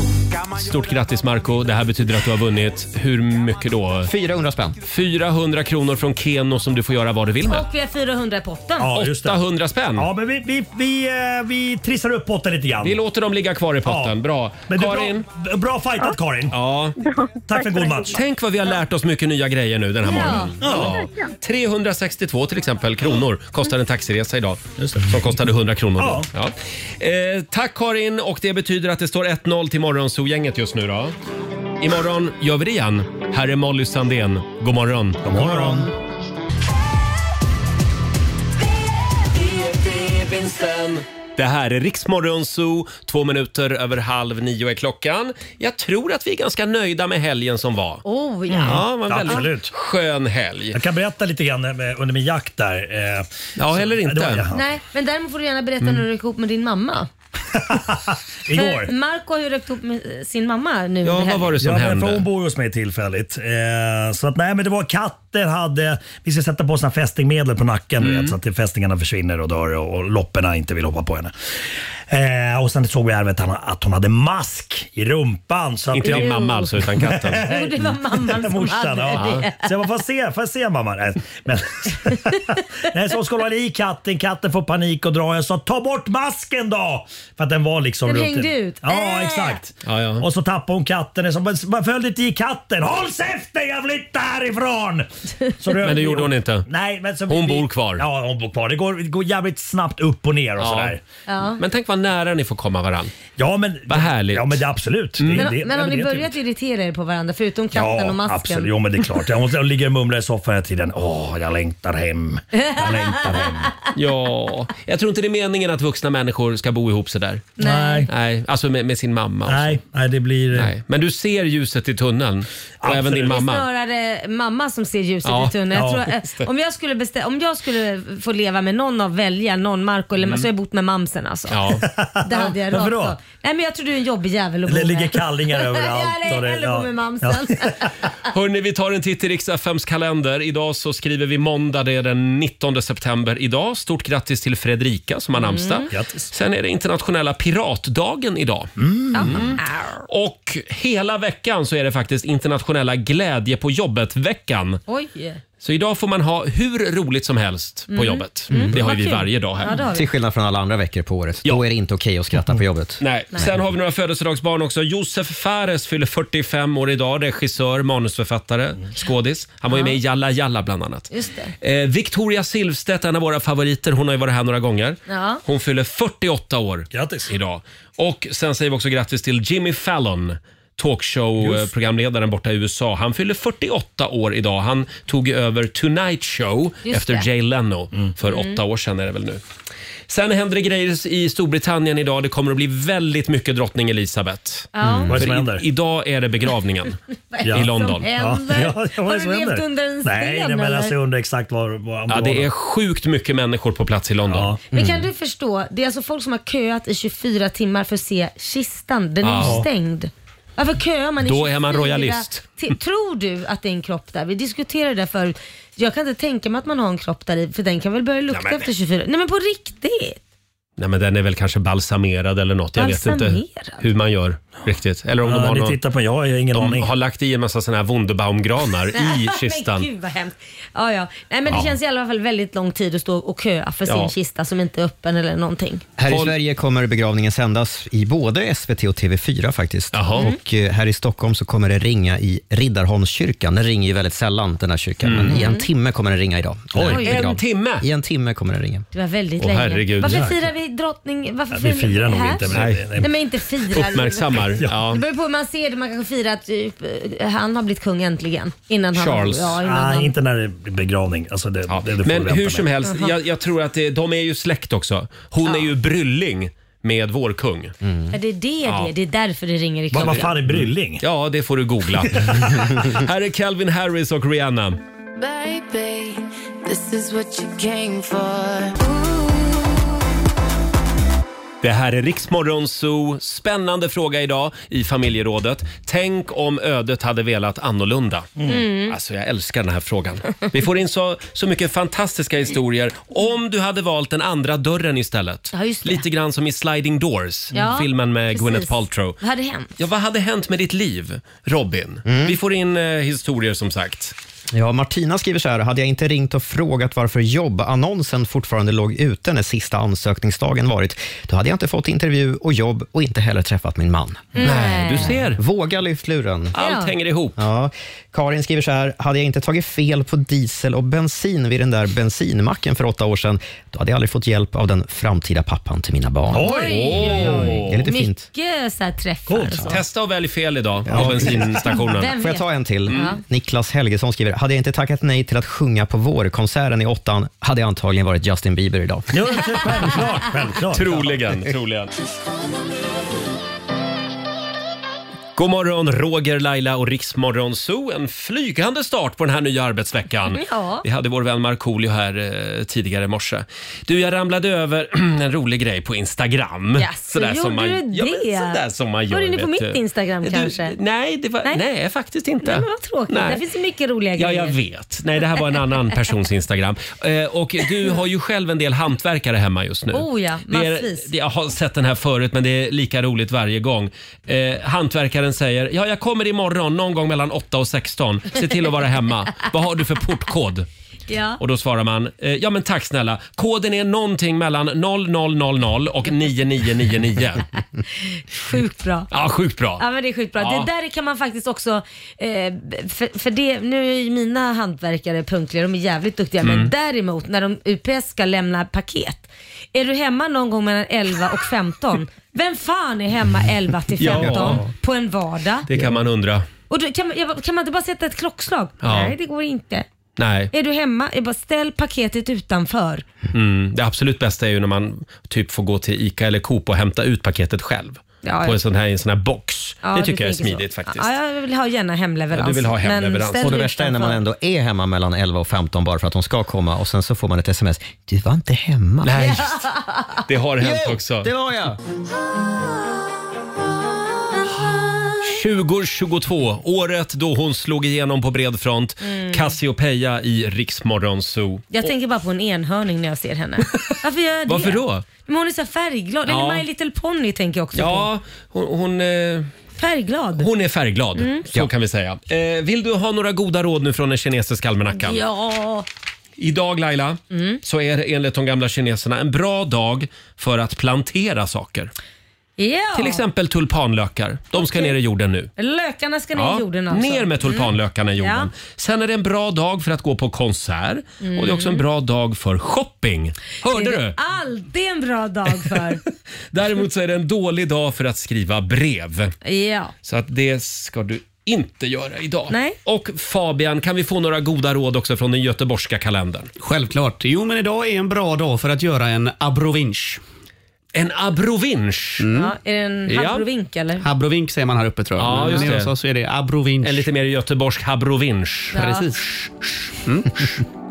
Speaker 1: Stort grattis Marco. Det här betyder att du har vunnit, hur mycket då?
Speaker 5: 400 spänn.
Speaker 1: 400 kronor från Keno som du får göra vad du vill med.
Speaker 2: och vi har 400 i potten.
Speaker 1: 800 spänn.
Speaker 9: Ja, men vi, vi, vi, eh, vi trissar upp potten lite grann.
Speaker 1: Vi låter dem ligga kvar i potten. Bra.
Speaker 9: Men du,
Speaker 1: Karin?
Speaker 9: Bra, bra fightat Karin.
Speaker 1: Ja.
Speaker 9: Tack för en god match.
Speaker 1: Tänk vad vi har lärt oss mycket nya grejer nu den här
Speaker 9: Ja.
Speaker 1: morgonen.
Speaker 9: Ja.
Speaker 1: 362 till exempel kronor kostar en taxiresa idag. Som kostade 100 kronor då. Ja. Eh, tack Karin och det betyder att det står 1-0 till Morgonzoo-gänget just nu då. Imorgon gör vi det igen. Här är Molly Sandén. God morgon. God morgon. Det här är Riksmorgon Zoo. Två minuter över halv nio är klockan. Jag tror att vi är ganska nöjda med helgen som var.
Speaker 2: Oh, ja.
Speaker 1: Ja, men väldigt
Speaker 9: Mm. Absolut.
Speaker 1: skön helg.
Speaker 9: Jag kan berätta lite grann eh, under min jakt där. eh,
Speaker 1: Ja,
Speaker 9: så-
Speaker 1: eller inte.
Speaker 9: det var- jaha.
Speaker 2: Nej, men däremot får du gärna berätta
Speaker 9: Mm.
Speaker 2: när du är ihop med din mamma. För
Speaker 9: Igår.
Speaker 2: Marco har ju rökt ihop med sin mamma nu under helgen.
Speaker 9: ja, men För hon bor ju hos mig tillfälligt. Eh, så att nej, men det var katter hade, vi ska sätta på såna fästingmedel på nacken du vet, så att fästingarna försvinner och dör och, och lopporna inte vill hoppa på henne. Eh, och sen såg vi även att, han- att hon hade mask i rumpan. Så att
Speaker 1: Inte din
Speaker 9: jag-
Speaker 1: mamma alltså, utan katten?
Speaker 2: Jo, det var mamman som
Speaker 9: Morsan,
Speaker 2: hade
Speaker 9: ja.
Speaker 2: det.
Speaker 9: Så jag bara, får jag se, får jag se mamma? Nej, men, nej så hon ska hålla i katten, katten får panik och drar. Jag sa ta bort masken då! För att den var liksom
Speaker 2: Den
Speaker 9: runt-
Speaker 2: hängde ut.
Speaker 9: Ja,
Speaker 2: Äh!
Speaker 9: exakt.
Speaker 1: Ja, ja.
Speaker 9: Och så tappade hon katten. Jag sa, "Men Varför höll du inte i katten? Håll käften, jag flyttar härifrån! Så
Speaker 1: Men det gjorde hon inte.
Speaker 9: Nej, men så
Speaker 1: Hon bor kvar.
Speaker 9: Ja, hon bor kvar. Det går, det går jävligt snabbt upp och ner och
Speaker 1: Ja.
Speaker 9: sådär.
Speaker 2: Ja.
Speaker 1: Men tänk vad nära ni får komma varandra.
Speaker 9: Ja, men,
Speaker 1: vad härligt.
Speaker 9: Ja, men det, absolut. Det-
Speaker 2: Men,
Speaker 9: det-
Speaker 2: men har
Speaker 9: det-
Speaker 2: ni
Speaker 9: det-
Speaker 2: börjat irritera er på varandra förutom katten och masken?
Speaker 9: absolut. Jo, men det är klart. Jag måste jag ligger och mumlar i soffan hela tiden. Åh, jag längtar hem. Jag längtar hem.
Speaker 1: Ja, jag tror inte det är meningen att vuxna människor ska bo ihop sådär.
Speaker 9: Nej.
Speaker 1: Nej, alltså med, med sin mamma. och så.
Speaker 9: Nej, nej, det blir... eh,
Speaker 1: Nej. Men du ser ljuset i tunneln och även din
Speaker 2: Det är
Speaker 1: mamma.
Speaker 2: snarare mamma som ser ljuset
Speaker 1: Ja,
Speaker 2: i tunneln. Jag
Speaker 1: ja,
Speaker 2: tror,
Speaker 1: just det.
Speaker 2: eh, om, jag skulle bestä- om jag skulle få leva med någon av välja, någon Marco eller så har jag bott med mamsen alltså.
Speaker 1: Ja.
Speaker 2: Det hade jag
Speaker 9: Mm. Varför
Speaker 2: rakt
Speaker 9: då?
Speaker 2: av. Nej men jag tror du är en jobbig jävel att bo
Speaker 9: Det
Speaker 2: med.
Speaker 9: ligger kallingar överallt.
Speaker 2: Ja,
Speaker 9: och
Speaker 2: eller
Speaker 9: det-
Speaker 2: hellre
Speaker 9: ja.
Speaker 2: bo med mamsen.
Speaker 1: Hörni, vi tar en titt i riks FMs kalender. Idag så skriver vi måndag, det är den 19 september idag. Stort grattis till Fredrika som har namnsdag.
Speaker 9: Mm. Grattis.
Speaker 1: Sen är det internationella piratdagen idag. Mm. Och hela veckan så är det faktiskt internationella glädje på jobbet-veckan.
Speaker 2: Oj.
Speaker 1: Så idag får man ha hur roligt som helst på
Speaker 2: Mm.
Speaker 1: jobbet.
Speaker 2: Mm.
Speaker 1: Det har ju
Speaker 2: Vad
Speaker 1: vi
Speaker 2: kul.
Speaker 1: varje dag
Speaker 2: Ja, det har
Speaker 1: här.
Speaker 2: vi.
Speaker 5: Till skillnad från alla andra veckor på året. Då är det inte okej att skratta på jobbet.
Speaker 1: Nej. Sen har vi några födelsedagsbarn också. Josef Fares fyller 45 år idag. Regissör, manusförfattare, skådis. Han var ju
Speaker 2: Mm. Ja.
Speaker 1: med i Jalla Jalla bland annat.
Speaker 2: Just det.
Speaker 1: Eh, Victoria Silvstedt, en av våra favoriter, hon har ju varit här några gånger.
Speaker 2: Ja.
Speaker 1: Hon fyller 48 år idag. Och sen säger vi också grattis till Jimmy Fallon talkshow-programledaren borta i USA. Han fyller 48 år idag. Han tog ju över Tonight Show
Speaker 8: Just
Speaker 1: efter
Speaker 8: det.
Speaker 1: Jay Leno för
Speaker 8: Mm.
Speaker 1: åtta år sedan är det väl nu. Sen händer det grejer i Storbritannien idag. Det kommer att bli väldigt mycket drottning Elizabeth.
Speaker 2: Ja. Mm.
Speaker 9: Vad är det som
Speaker 1: För i-
Speaker 9: händer?
Speaker 1: Idag är det begravningen i London.
Speaker 2: Vad är det som händer?
Speaker 9: Ja, ja, vad är
Speaker 2: har
Speaker 9: det
Speaker 2: du
Speaker 9: som
Speaker 2: levt
Speaker 9: händer?
Speaker 2: under en sten
Speaker 9: Nej, nej, men
Speaker 2: eller?
Speaker 9: alltså jag undrar exakt var, var han
Speaker 1: Ja,
Speaker 9: var
Speaker 1: det är
Speaker 9: då.
Speaker 1: sjukt mycket människor på plats i London.
Speaker 2: Men
Speaker 1: Mm.
Speaker 2: kan du förstå? Det är alltså folk som har köat i 24 timmar för att se kistan. Den är
Speaker 1: Ja.
Speaker 2: ju stängd. Varför köar man i
Speaker 1: Då är man
Speaker 2: 24
Speaker 1: royalist.
Speaker 2: ti- Tror du att det är en kropp där? Vi diskuterade det förut. Jag kan inte tänka mig att man har en kropp där i, för den kan väl börja lukta
Speaker 1: Ja, men-
Speaker 2: efter 24. Nej men på riktigt.
Speaker 1: Nej, men den är väl kanske balsamerad eller något. Jag vet inte
Speaker 2: Balsamerad?
Speaker 1: hur man gör riktigt. Eller om
Speaker 9: Ja,
Speaker 1: de har
Speaker 9: ni
Speaker 1: någon,
Speaker 9: tittar på mig, jag har ingen
Speaker 1: de
Speaker 9: aning.
Speaker 1: har lagt i en massa såna här Wunderbaumgranar i kistan.
Speaker 2: men gud vad hemskt. Ja, ja. Nej, men det
Speaker 1: Ja.
Speaker 2: känns i alla fall väldigt lång tid att stå och köa för sin
Speaker 5: Ja.
Speaker 2: kista som inte är öppen eller någonting.
Speaker 5: Här i Sverige kommer begravningen sändas i både SVT och TV4 faktiskt. Och eh, här i Stockholm så kommer det ringa i Riddarholmskyrkan. Den ringer ju väldigt sällan den här kyrkan, men i en timme kommer den ringa idag.
Speaker 2: Oj.
Speaker 5: Den är begrav-
Speaker 2: En
Speaker 1: timme?
Speaker 5: I Mm. en timme kommer den ringa.
Speaker 2: Det var väldigt
Speaker 5: Åh,
Speaker 2: länge.
Speaker 5: herregud.
Speaker 2: Varför
Speaker 5: Jäklar.
Speaker 2: firar vi drottning... Varför
Speaker 5: Ja, vi firar nog
Speaker 2: här?
Speaker 5: inte, men-
Speaker 2: Nej.
Speaker 5: Nej.
Speaker 2: Nej, men inte firar.
Speaker 1: Uppmärksammar. Ja.
Speaker 2: Det beror på hur man ser det. Man kanske firar att typ, eh, han har blivit kung äntligen. Innan
Speaker 1: Charles.
Speaker 2: Han, ja, innan
Speaker 1: Ah,
Speaker 2: han,
Speaker 9: Inte när det är begravning. Alltså det, det, det får
Speaker 1: Men
Speaker 9: vänta
Speaker 1: hur
Speaker 9: med.
Speaker 1: som helst,
Speaker 2: Jaha.
Speaker 1: jag, jag tror att det, de är ju släkt också. Hon är ju brylling med vår kung.
Speaker 9: Mm.
Speaker 2: Ja, det är det det
Speaker 1: Ja.
Speaker 2: är. Det är därför det ringer i
Speaker 1: Vad-
Speaker 2: klockan.
Speaker 1: vad fan är brylling? Ja, det får du googla. Här är Calvin Harris och Rihanna.
Speaker 13: Baby, this is what you came for.
Speaker 1: Det här är Riksmorgon Zoo. Spännande fråga idag i familjerådet. Tänk om ödet hade velat annorlunda.
Speaker 8: Mm.
Speaker 1: Alltså jag älskar den här frågan. Vi får in så, så mycket fantastiska historier. Om du hade valt den andra dörren istället.
Speaker 2: Ja, just det.
Speaker 1: Lite grann som i Sliding Doors,
Speaker 2: Ja,
Speaker 1: filmen med
Speaker 2: precis.
Speaker 1: Gwyneth Paltrow.
Speaker 2: Vad hade hänt?
Speaker 1: Ja, vad hade hänt med ditt liv, Robin? Vi får in eh, historier som sagt.
Speaker 5: Ja, Martina skriver så här. Hade jag inte ringt och frågat varför jobbannonsen fortfarande låg ute när sista ansökningsdagen varit, då hade jag inte fått intervju och jobb och inte heller träffat min man.
Speaker 2: Mm. Äh.
Speaker 1: Nej, du ser.
Speaker 5: Våga lyft luren.
Speaker 1: Allt Ja. hänger ihop.
Speaker 5: Ja. Karin skriver så här. Hade jag inte tagit fel på diesel och bensin vid den där bensinmacken för åtta år sedan, då hade jag aldrig fått hjälp av den framtida pappan till mina barn. Det är lite fint.
Speaker 2: Mm. Mycket så här träffar. och så.
Speaker 1: Testa och välj fel idag på bensinstationen.
Speaker 5: Får jag ta en till?
Speaker 2: Ja.
Speaker 5: Niklas Helgesson skriver hade jag inte tackat nej till att sjunga på vårkonserten i åttan hade jag antagligen varit Justin Bieber idag.
Speaker 9: Ja, självklart, självklart.
Speaker 1: Troligen, troligen. God morgon, Roger, Laila och Riksmorgon Zoo. En flygande start på den här nya arbetsveckan.
Speaker 2: Ja.
Speaker 1: Vi hade vår vän Markoolio här eh, tidigare i morse. Du, jag ramlade över en rolig grej på Instagram.
Speaker 2: Jaså, gjorde
Speaker 1: man,
Speaker 2: du
Speaker 1: Ja,
Speaker 2: det?
Speaker 1: men sådär som man gör.
Speaker 2: Var du inne på
Speaker 1: vet
Speaker 2: mitt
Speaker 1: du.
Speaker 2: Instagram
Speaker 1: Du,
Speaker 2: kanske?
Speaker 1: Nej, det var, nej. faktiskt inte.
Speaker 2: Nej, men vad tråkigt.
Speaker 1: Nej.
Speaker 2: Där finns det mycket roliga
Speaker 1: Ja,
Speaker 2: grejer.
Speaker 1: jag vet. Nej, det här var en annan persons Instagram. Eh, och du har ju själv en del hantverkare hemma just nu.
Speaker 2: Oh ja,
Speaker 1: Det är,
Speaker 2: massvis.
Speaker 1: det- jag har sett den här förut, men det är lika roligt varje gång. Eh, hantverkaren säger, ja, jag kommer imorgon någon gång mellan 8 och 16. Se till att vara hemma. Vad har du för portkod?
Speaker 2: Ja.
Speaker 1: Och då svarar man, eh, ja men tack snälla. Koden är någonting mellan 0000 och 9999.
Speaker 2: Sjukt bra.
Speaker 1: Ja, sjukt bra.
Speaker 2: Ja men det är skitbra.
Speaker 1: Ja.
Speaker 2: Det där kan man faktiskt också, eh, för, för det, nu är ju mina hantverkare punktliga, de är jävligt duktiga. Men
Speaker 14: Mm.
Speaker 2: däremot när de UPS ska lämna paket, är du hemma någon gång mellan 11 och 15? Vem fan är hemma 11 till 15
Speaker 1: Ja.
Speaker 2: på en vardag?
Speaker 1: Det kan man undra.
Speaker 2: Och då, kan, man, jag bara, kan man inte bara sätta ett klockslag?
Speaker 1: Ja.
Speaker 2: Nej det går inte.
Speaker 1: Nej.
Speaker 2: Är du hemma, jag bara ställ paketet utanför.
Speaker 1: Mm. Det absolut bästa är ju när man typ får gå till ICA eller Coop och hämta ut paketet själv.
Speaker 2: Ja,
Speaker 1: på
Speaker 2: ja.
Speaker 1: en sån här, i en sån här box.
Speaker 2: Ja,
Speaker 1: det
Speaker 2: du
Speaker 1: tycker jag är
Speaker 2: tänker så.
Speaker 1: smidigt faktiskt.
Speaker 2: Ja, jag vill ha gärna hemleverans.
Speaker 5: Ja, du vill ha
Speaker 2: Men
Speaker 5: hemleverans.
Speaker 2: ställ
Speaker 5: Och det
Speaker 2: det
Speaker 5: värsta är när man
Speaker 2: utanför.
Speaker 5: ändå är hemma mellan 11 och 15 bara för att de ska komma och sen så får man ett sms. Du var inte hemma.
Speaker 1: Nej, Det har hänt också.
Speaker 5: det var jag.
Speaker 1: 2022, året då hon slog igenom på bred front.
Speaker 2: Mm. Typ
Speaker 1: Cassiopeia i Riksmorgon Zoo.
Speaker 2: Jag tänker bara på en enhörning när jag ser henne. Varför gör jag det?
Speaker 1: Varför då?
Speaker 2: Men hon är så här färgglad.
Speaker 1: Ja.
Speaker 2: Eller My Little Pony tänker jag också
Speaker 1: Ja, hon... hon eh,
Speaker 2: Färgglad.
Speaker 1: Hon är färgglad,
Speaker 2: Mm.
Speaker 1: så kan vi säga. Eh, vill du ha några goda råd nu från den kinesiska
Speaker 2: på.
Speaker 1: almanackan?
Speaker 2: Ja. Mm.
Speaker 1: Idag Laila, så är det enligt de gamla kineserna en bra dag för att plantera saker.
Speaker 2: ja.
Speaker 1: Till exempel tulpanlökar. De ska ner i jorden nu.
Speaker 2: Lökarna ska ner i jorden alltså.
Speaker 1: ner med tulpanlökarna i jorden.
Speaker 2: Mm.
Speaker 1: Sen är det en bra dag för att gå på konsert och det är också en
Speaker 2: Mm. Ah.
Speaker 1: bra dag för shopping.
Speaker 2: Ja.
Speaker 1: Hörde
Speaker 2: det är
Speaker 1: du?
Speaker 2: Alltid en bra dag för.
Speaker 1: Däremot så är det en dålig dag för att skriva brev.
Speaker 2: ja.
Speaker 1: Så att det ska du inte göra idag.
Speaker 2: Nej.
Speaker 1: Och Fabian, kan vi få några goda råd också från den göteborgska kalendern?
Speaker 8: Självklart. Jo, men idag är en bra dag för att göra en abrovinsch.
Speaker 1: En abrovinsch?
Speaker 2: ja. Är det en
Speaker 8: Ja.
Speaker 2: abrovink eller?
Speaker 8: Abrovink säger man här uppe tror jag.
Speaker 1: Ja,
Speaker 8: Men
Speaker 1: just
Speaker 8: nere
Speaker 1: det.
Speaker 8: hos oss är det abrovinsch.
Speaker 1: En lite mer göteborgsk habrovinsch.
Speaker 2: Ja.
Speaker 8: Precis.
Speaker 1: Mm.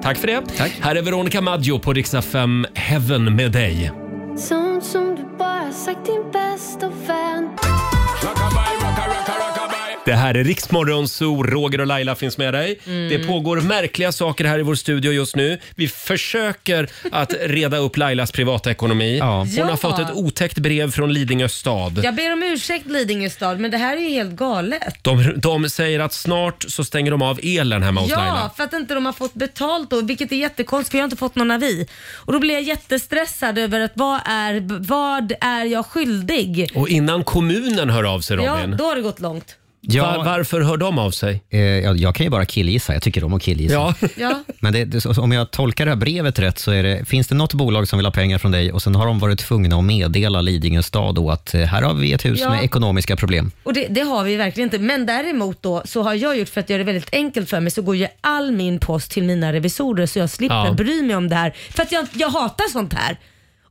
Speaker 1: Tack för det. Här är Veronica Maggio på riksdag 5 Heaven med dig.
Speaker 14: Sånt som du bara sagt din bästa vän.
Speaker 1: Det här är Riksmorgon Zoo. Roger och Laila finns med dig.
Speaker 14: Mm.
Speaker 1: Det pågår märkliga saker här i vår studio just nu. Vi försöker att reda upp Lailas privatekonomi. Hon har
Speaker 2: Ja.
Speaker 1: fått ett otäckt brev från Lidingö stad.
Speaker 2: Jag ber om ursäkt Lidingö stad, men det här är ju helt galet.
Speaker 1: De, de säger att snart så stänger de av elen hemma hos
Speaker 2: Ja,
Speaker 1: Laila.
Speaker 2: för att inte de har fått betalt då, vilket är jättekonstigt för jag har inte fått någon avi. Och då blir jag jättestressad över att vad är, vad är jag skyldig?
Speaker 1: Och innan kommunen hör av sig,
Speaker 2: Ja,
Speaker 1: Robin.
Speaker 2: då har det gått långt.
Speaker 1: Var, varför hör de av sig?
Speaker 5: eh, Jag, jag kan ju bara killgissa. Jag tycker om att killgissa.
Speaker 2: Ja.
Speaker 5: Men det, det, så- om jag tolkar det här brevet rätt så är det, finns det något bolag som vill ha pengar från dig och sen har de varit tvungna att meddela Lidingö stad då att eh, här har vi ett hus
Speaker 2: Ja.
Speaker 5: med ekonomiska problem.
Speaker 2: Och det, det har vi verkligen inte. Men däremot då så har jag gjort för att göra det väldigt enkelt för mig så går ju all min post till mina revisorer så jag slipper
Speaker 1: Ja.
Speaker 2: bry mig om det här. För att jag, jag hatar sånt här.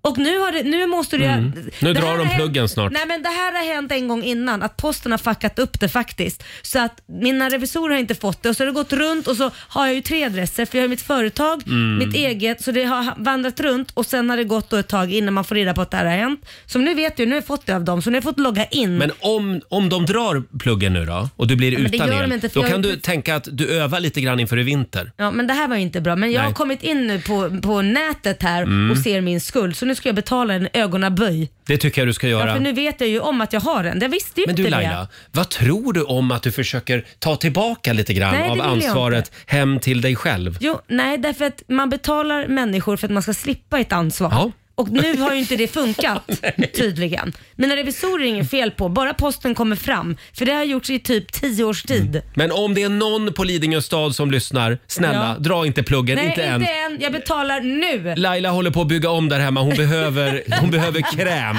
Speaker 2: Och nu, har det, nu måste du...
Speaker 1: Mm. Nu
Speaker 2: det
Speaker 1: drar
Speaker 2: här
Speaker 1: de
Speaker 2: har hänt-
Speaker 1: pluggen snart.
Speaker 2: Nej men det här har hänt en gång innan, att posten har fuckat upp det faktiskt. Så att mina revisorer har inte fått det och så har det gått runt och så har jag ju tre adresser för jag har mitt företag,
Speaker 14: Mm.
Speaker 2: mitt eget, så det har vandrat runt och sen har det gått då ett tag innan man får reda på att det här har hänt. Som nu vet du, nu har jag fått det av dem så nu har jag fått logga in.
Speaker 1: Men om, om de drar pluggen nu då och du blir
Speaker 2: Mm. Ja, men det
Speaker 1: utan
Speaker 2: gör de
Speaker 1: el,
Speaker 2: inte, för
Speaker 1: då
Speaker 2: jag
Speaker 1: kan
Speaker 2: har ju-
Speaker 1: du tänka att du övar lite grann inför i vinter.
Speaker 2: Ja, men det här var ju inte bra. Men jag
Speaker 1: Nej.
Speaker 2: har kommit in nu på, på nätet här
Speaker 1: Mm.
Speaker 2: och ser min skuld. Så nu ska jag betala en ögonaböj.
Speaker 1: Det tycker jag du ska
Speaker 2: Ja,
Speaker 1: göra.
Speaker 2: för nu vet jag ju om att jag har en. Jag visste ju
Speaker 1: Men
Speaker 2: inte
Speaker 1: du
Speaker 2: det.
Speaker 1: Laila, vad tror du om att du försöker ta tillbaka lite grann
Speaker 2: Nej,
Speaker 1: av
Speaker 2: det vill jag
Speaker 1: ansvaret hem till dig själv?
Speaker 2: Jo, nej, därför att man betalar människor för att man ska slippa ett ansvar. Och nu har ju inte det funkat tydligen. Mina revisorer är inget fel på, bara posten kommer fram. För det har gjorts i typ tio års tid.
Speaker 1: Men om det är någon på Lidingö stad som lyssnar, snälla
Speaker 2: Ja.
Speaker 1: dra inte pluggen,
Speaker 2: nej,
Speaker 1: inte
Speaker 2: inte
Speaker 1: än.
Speaker 2: än. Jag betalar nu.
Speaker 1: Laila håller på att bygga om där hemma, hon behöver, hon behöver kräm.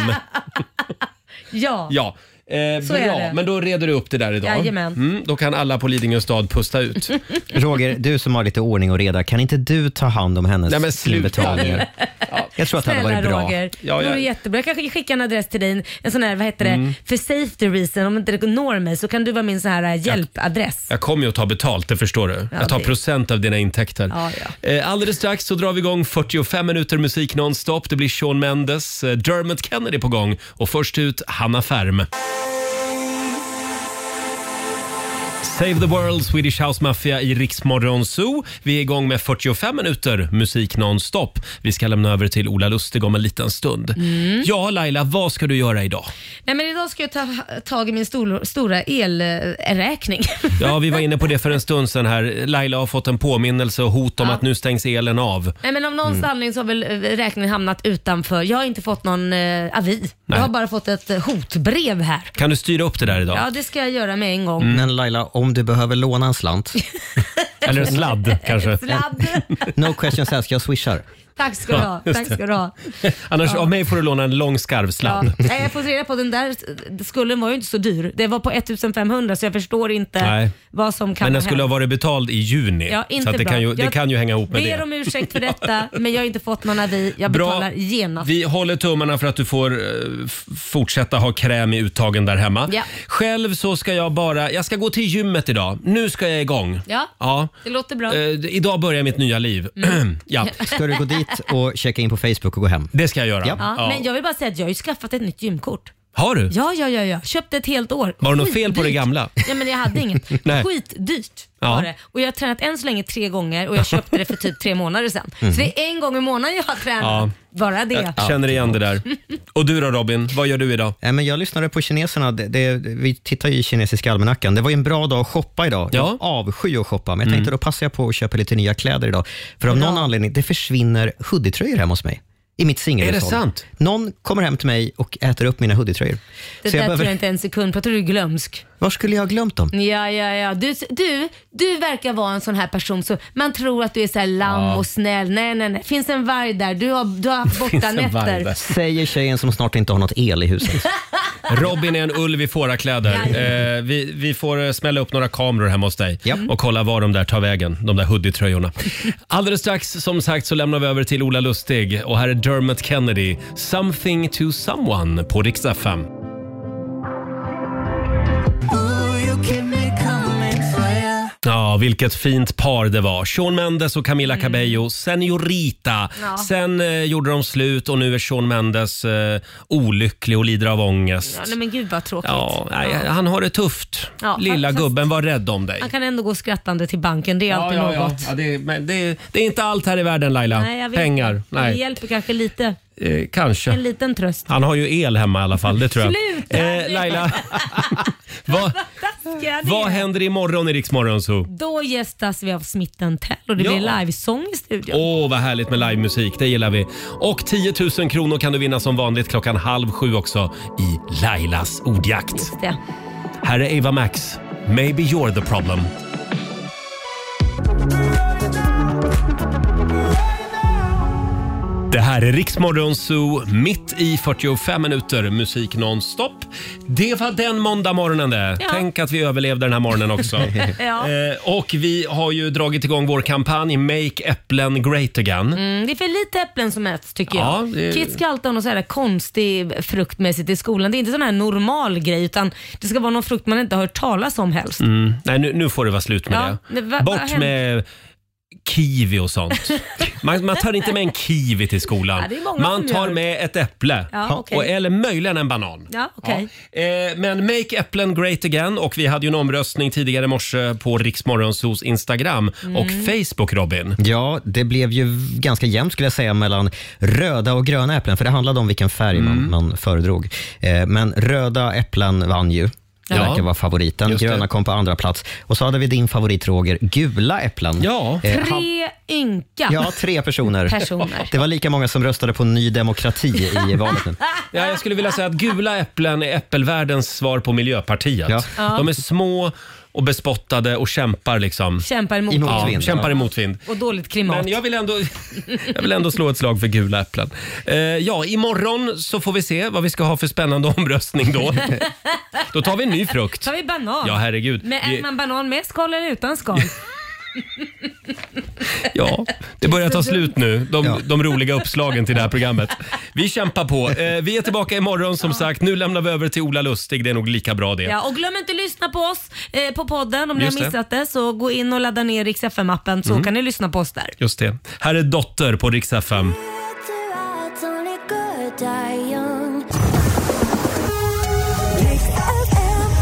Speaker 2: Ja.
Speaker 1: Ja. Eh,
Speaker 2: Så är
Speaker 1: bra,
Speaker 2: det.
Speaker 1: men då reder du upp det där idag.
Speaker 2: Jajamän.
Speaker 1: Mm, då kan alla på Lidingö stad pusta ut.
Speaker 5: Roger, du som har lite ordning och reda, kan inte du ta hand om hennes
Speaker 1: Nej, men sluta.
Speaker 5: inbetalningar? Jag tror att det hade
Speaker 2: Snälla
Speaker 5: varit bra.
Speaker 2: Roger, det vore jättebra. Jag kanske skickar en adress till dig, en sån här, vad heter det,
Speaker 1: Mm.
Speaker 2: för safety reason, om inte det når mig så kan du vara min så här eh, hjälpadress.
Speaker 1: Jag kommer ju att ta betalt, det förstår du.
Speaker 2: Ja,
Speaker 1: Jag tar
Speaker 2: det-
Speaker 1: procent av dina intäkter.
Speaker 2: Ja, ja.
Speaker 1: Eh, Alldeles strax så drar vi igång 45 minuter musik nonstop. Det blir Sean Mendes, eh, Dermot Kennedy på gång och först ut Hanna Färm. Save the World, Swedish House Mafia i Riksmorgon Zoo. Vi är igång med 45 minuter musik nonstop. Vi ska lämna över till Ola Lustig om en liten stund.
Speaker 2: Mm.
Speaker 1: Ja, Laila, vad ska du göra idag?
Speaker 2: Nej men idag ska jag ta tag i min stor, stora elräkning.
Speaker 1: Ja, vi var inne på det för en stund sedan här. Laila har fått en påminnelse och hot om
Speaker 2: Ja.
Speaker 1: att nu stängs elen av.
Speaker 2: Nej men av någon
Speaker 1: Mm.
Speaker 2: anledning så har väl eh, räkningen hamnat utanför. Jag har inte fått någon eh, avi. Jag
Speaker 1: Nej.
Speaker 2: har bara fått ett eh, hotbrev här.
Speaker 1: Kan du styra upp det där idag?
Speaker 2: Ja det ska jag göra med en gång.
Speaker 5: Mm. Men Laila, om du behöver låna en slant.
Speaker 1: Eller en sladd kanske.
Speaker 2: Sladd.
Speaker 5: No questions asked, jag swishar.
Speaker 2: Tack ska du ha.
Speaker 1: Ja, just
Speaker 2: Tack
Speaker 1: det.
Speaker 2: ska du ha.
Speaker 1: Annars,
Speaker 2: Ja.
Speaker 1: av mig får du låna en lång skarvsladd.
Speaker 2: Ja. Nej, jag har fått reda på att den där skulden var ju inte så dyr. Det var på 1500 så jag förstår inte
Speaker 1: Nej.
Speaker 2: vad som kan
Speaker 1: Men den
Speaker 2: ha
Speaker 1: skulle ha
Speaker 2: hänt.
Speaker 1: varit betald i juni.
Speaker 2: Ja, inte
Speaker 1: så att det,
Speaker 2: bra.
Speaker 1: kan ju, det
Speaker 2: Jag
Speaker 1: kan ju hänga ihop med
Speaker 2: Ber
Speaker 1: det.
Speaker 2: om ursäkt för detta men jag har inte fått någon avi. Jag
Speaker 1: Bra.
Speaker 2: betalar genast.
Speaker 1: Vi håller tummarna för att du får eh, f- fortsätta ha kräm i uttagen där hemma.
Speaker 2: Ja.
Speaker 1: Själv så ska jag bara, jag ska gå till gymmet idag. Nu ska jag igång.
Speaker 2: Ja,
Speaker 1: Ja.
Speaker 2: det låter bra.
Speaker 1: Eh, d- idag börjar mitt nya liv.
Speaker 2: Mm.
Speaker 1: ja.
Speaker 2: Ska du gå dit
Speaker 5: och checka in på Facebook och gå hem?
Speaker 1: Det ska jag göra.
Speaker 2: Ja. Men jag vill bara säga att jag har ju skaffat ett nytt gymkort.
Speaker 1: Har du?
Speaker 2: Ja, ja, ja, ja. Köpte ett helt år.
Speaker 1: Var det något fel på det
Speaker 2: Skitdyrt.
Speaker 1: gamla?
Speaker 2: Ja, men jag hade inget.
Speaker 1: Nej.
Speaker 2: Skitdyrt
Speaker 1: Ja.
Speaker 2: var det. Och jag har tränat än så länge tre gånger och jag köpte det för typ tre månader sedan.
Speaker 1: Mm.
Speaker 2: Så det är en gång i månaden jag har tränat.
Speaker 1: Ja.
Speaker 2: Bara det.
Speaker 1: Jag känner igen det där. Och du då Robin, vad gör du idag?
Speaker 5: Nej, Eh, men jag lyssnade på kineserna. Det, det, vi tittar ju i kinesiska almanackan. Det var ju en bra dag att shoppa idag. Jag avskyr att shoppa, men jag tänkte då passar jag på att köpa lite nya kläder idag. För av någon anledning, det försvinner hoodietröjor hemma hos mig. I mitt singelhushåll.
Speaker 2: Är det sant?
Speaker 5: Någon kommer hem till mig och äter upp mina hoodietröjor.
Speaker 2: Det
Speaker 5: Så
Speaker 2: där
Speaker 5: jag
Speaker 2: tror jag
Speaker 5: behöver...
Speaker 2: inte en sekund på. Jag tror du är glömsk.
Speaker 5: Var skulle jag ha glömt dem?
Speaker 2: Ja, ja, ja. Du, du, du verkar vara en sån här person som man tror att du är så här lamm
Speaker 5: Ja.
Speaker 2: och snäll. Nej, nej, nej. Finns en varg där. Du har, du har haft borta nätter.
Speaker 5: Säger tjejen som snart inte har något el i huset.
Speaker 1: Robin är en ulv i fårakläder. Eh, vi, vi får eh, smälla upp några kameror hemma hos dig och kolla var de där tar vägen, de där hoodietröjorna. Alldeles strax som sagt så lämnar vi över till Ola Lustig och här är Dermot Kennedy, “Something to someone” på Rix FM. Ja, vilket fint par det var. Sean Mendes och
Speaker 2: Mm.
Speaker 1: Camila Cabello, Senorita.
Speaker 11: Ja.
Speaker 1: Sen eh, gjorde de slut och nu är Sean Mendes eh, olycklig och lider av ångest.
Speaker 2: Ja, nej, men gud vad tråkigt.
Speaker 1: Ja, nej, han har det tufft.
Speaker 2: Ja,
Speaker 1: Lilla
Speaker 2: fast-
Speaker 1: gubben, var rädd om dig.
Speaker 2: Han kan ändå gå skrattande till banken. Det är alltid
Speaker 1: ja, Alltså, ja.
Speaker 2: något.
Speaker 1: Ja, det, är- men det, det är inte allt här i världen Laila.
Speaker 2: Nej, jag vet
Speaker 1: Pengar.
Speaker 2: inte. Men Det
Speaker 1: Nej.
Speaker 2: hjälper kanske lite.
Speaker 1: Eh, kanske.
Speaker 2: En liten tröst.
Speaker 1: Han har ju el hemma i alla fall, det tror jag.
Speaker 2: Sluta
Speaker 1: Eh, Laila, vad,
Speaker 2: Ska det?
Speaker 1: vad händer imorgon i Rix Morgon Zoo?
Speaker 2: Då gästas vi av Smitten Tell och det
Speaker 1: Ja.
Speaker 2: blir livesång i studion.
Speaker 1: Åh, vad härligt med livemusik. Det gillar vi. Och 10 000 kronor kan du vinna som vanligt klockan halv sju också i Lailas ordjakt.
Speaker 2: Det.
Speaker 1: Här är Eva Max. Maybe you're the problem. Det här är Riksmorgon Zoo, mitt i 45 minuter musik nonstop. Det var den måndag morgonen det.
Speaker 11: Ja.
Speaker 1: Tänk att vi överlevde den här morgonen också.
Speaker 2: Ja.
Speaker 1: eh, och vi har ju dragit igång vår kampanj Make Äpplen Great Again.
Speaker 2: Mm, det är för lite äpplen som äts tycker
Speaker 1: Ja,
Speaker 2: jag.
Speaker 1: det-
Speaker 2: Kids ska alltid ha någon så här konstig frukt med sig till skolan. Det är inte sån här normal grej utan det ska vara någon frukt man inte har hört talas om helst.
Speaker 1: Mm. Nej, nu, nu får det vara slut med
Speaker 2: Ja,
Speaker 1: det.
Speaker 2: det- va- vad
Speaker 1: Bort
Speaker 2: händer?
Speaker 1: med kiwi och sånt. Man, man tar inte med en kiwi till skolan.
Speaker 2: Ja, det är många
Speaker 1: man
Speaker 2: som gör
Speaker 1: tar
Speaker 2: det.
Speaker 1: med ett äpple,
Speaker 2: Ja,
Speaker 1: Ha,
Speaker 2: okej.
Speaker 1: och, eller möjligen en banan.
Speaker 2: Ja, okej.
Speaker 1: Eh, Men Make Äpplen Great Again och vi hade ju en omröstning tidigare i morse på Riksmorgonsos Instagram och
Speaker 5: Mm.
Speaker 1: Facebook Robin.
Speaker 5: Ja, det blev ju ganska jämnt skulle jag säga mellan röda och gröna äpplen, för det handlade om vilken färg man, man föredrog. Eh, men röda äpplen vann ju. Det
Speaker 1: Ja.
Speaker 5: verkar vara favoriten.
Speaker 1: Just det.
Speaker 5: Gröna kom på andra plats. Och så hade vi din favorit Roger, gula äpplen. Eh,
Speaker 1: Ja.
Speaker 5: han,
Speaker 2: Tre ynka
Speaker 5: ja, tre personer.
Speaker 2: personer.
Speaker 5: Det var lika många som röstade på Ny Demokrati i valet nu.
Speaker 1: Ja, jag skulle vilja säga att gula äpplen är äppelvärldens svar på Miljöpartiet.
Speaker 5: Ja.
Speaker 1: De är små och bespottade och kämpar liksom.
Speaker 2: Kämpar emot. I motvind,
Speaker 1: ja,
Speaker 2: ja.
Speaker 1: kämpar emot vind.
Speaker 2: Och dåligt klimat.
Speaker 1: Men jag vill ändå... Jag vill ändå slå ett slag för gula äpplen. Eh, ja, imorgon så får vi se vad vi ska ha för spännande omröstning då. Då tar vi en ny frukt.
Speaker 2: Tar vi banan?
Speaker 1: Ja, herregud.
Speaker 2: Men
Speaker 1: Vi-
Speaker 2: äter man banan med skal eller utan skal?
Speaker 1: Ja, det börjar ta slut nu, de, de roliga uppslagen till det här programmet. Vi kämpar på. Eh, vi är tillbaka imorgon som sagt. Nu lämnar vi över till Ola Lustig, det är nog lika bra det.
Speaker 2: Ja, och glöm inte att lyssna på oss eh, på podden om ni har
Speaker 1: Just det.
Speaker 2: missat det. Så gå in och ladda ner Rix FM-appen så
Speaker 1: Mm.
Speaker 2: kan ni lyssna på oss där.
Speaker 1: Just det. Här är Dotter på Rix FM.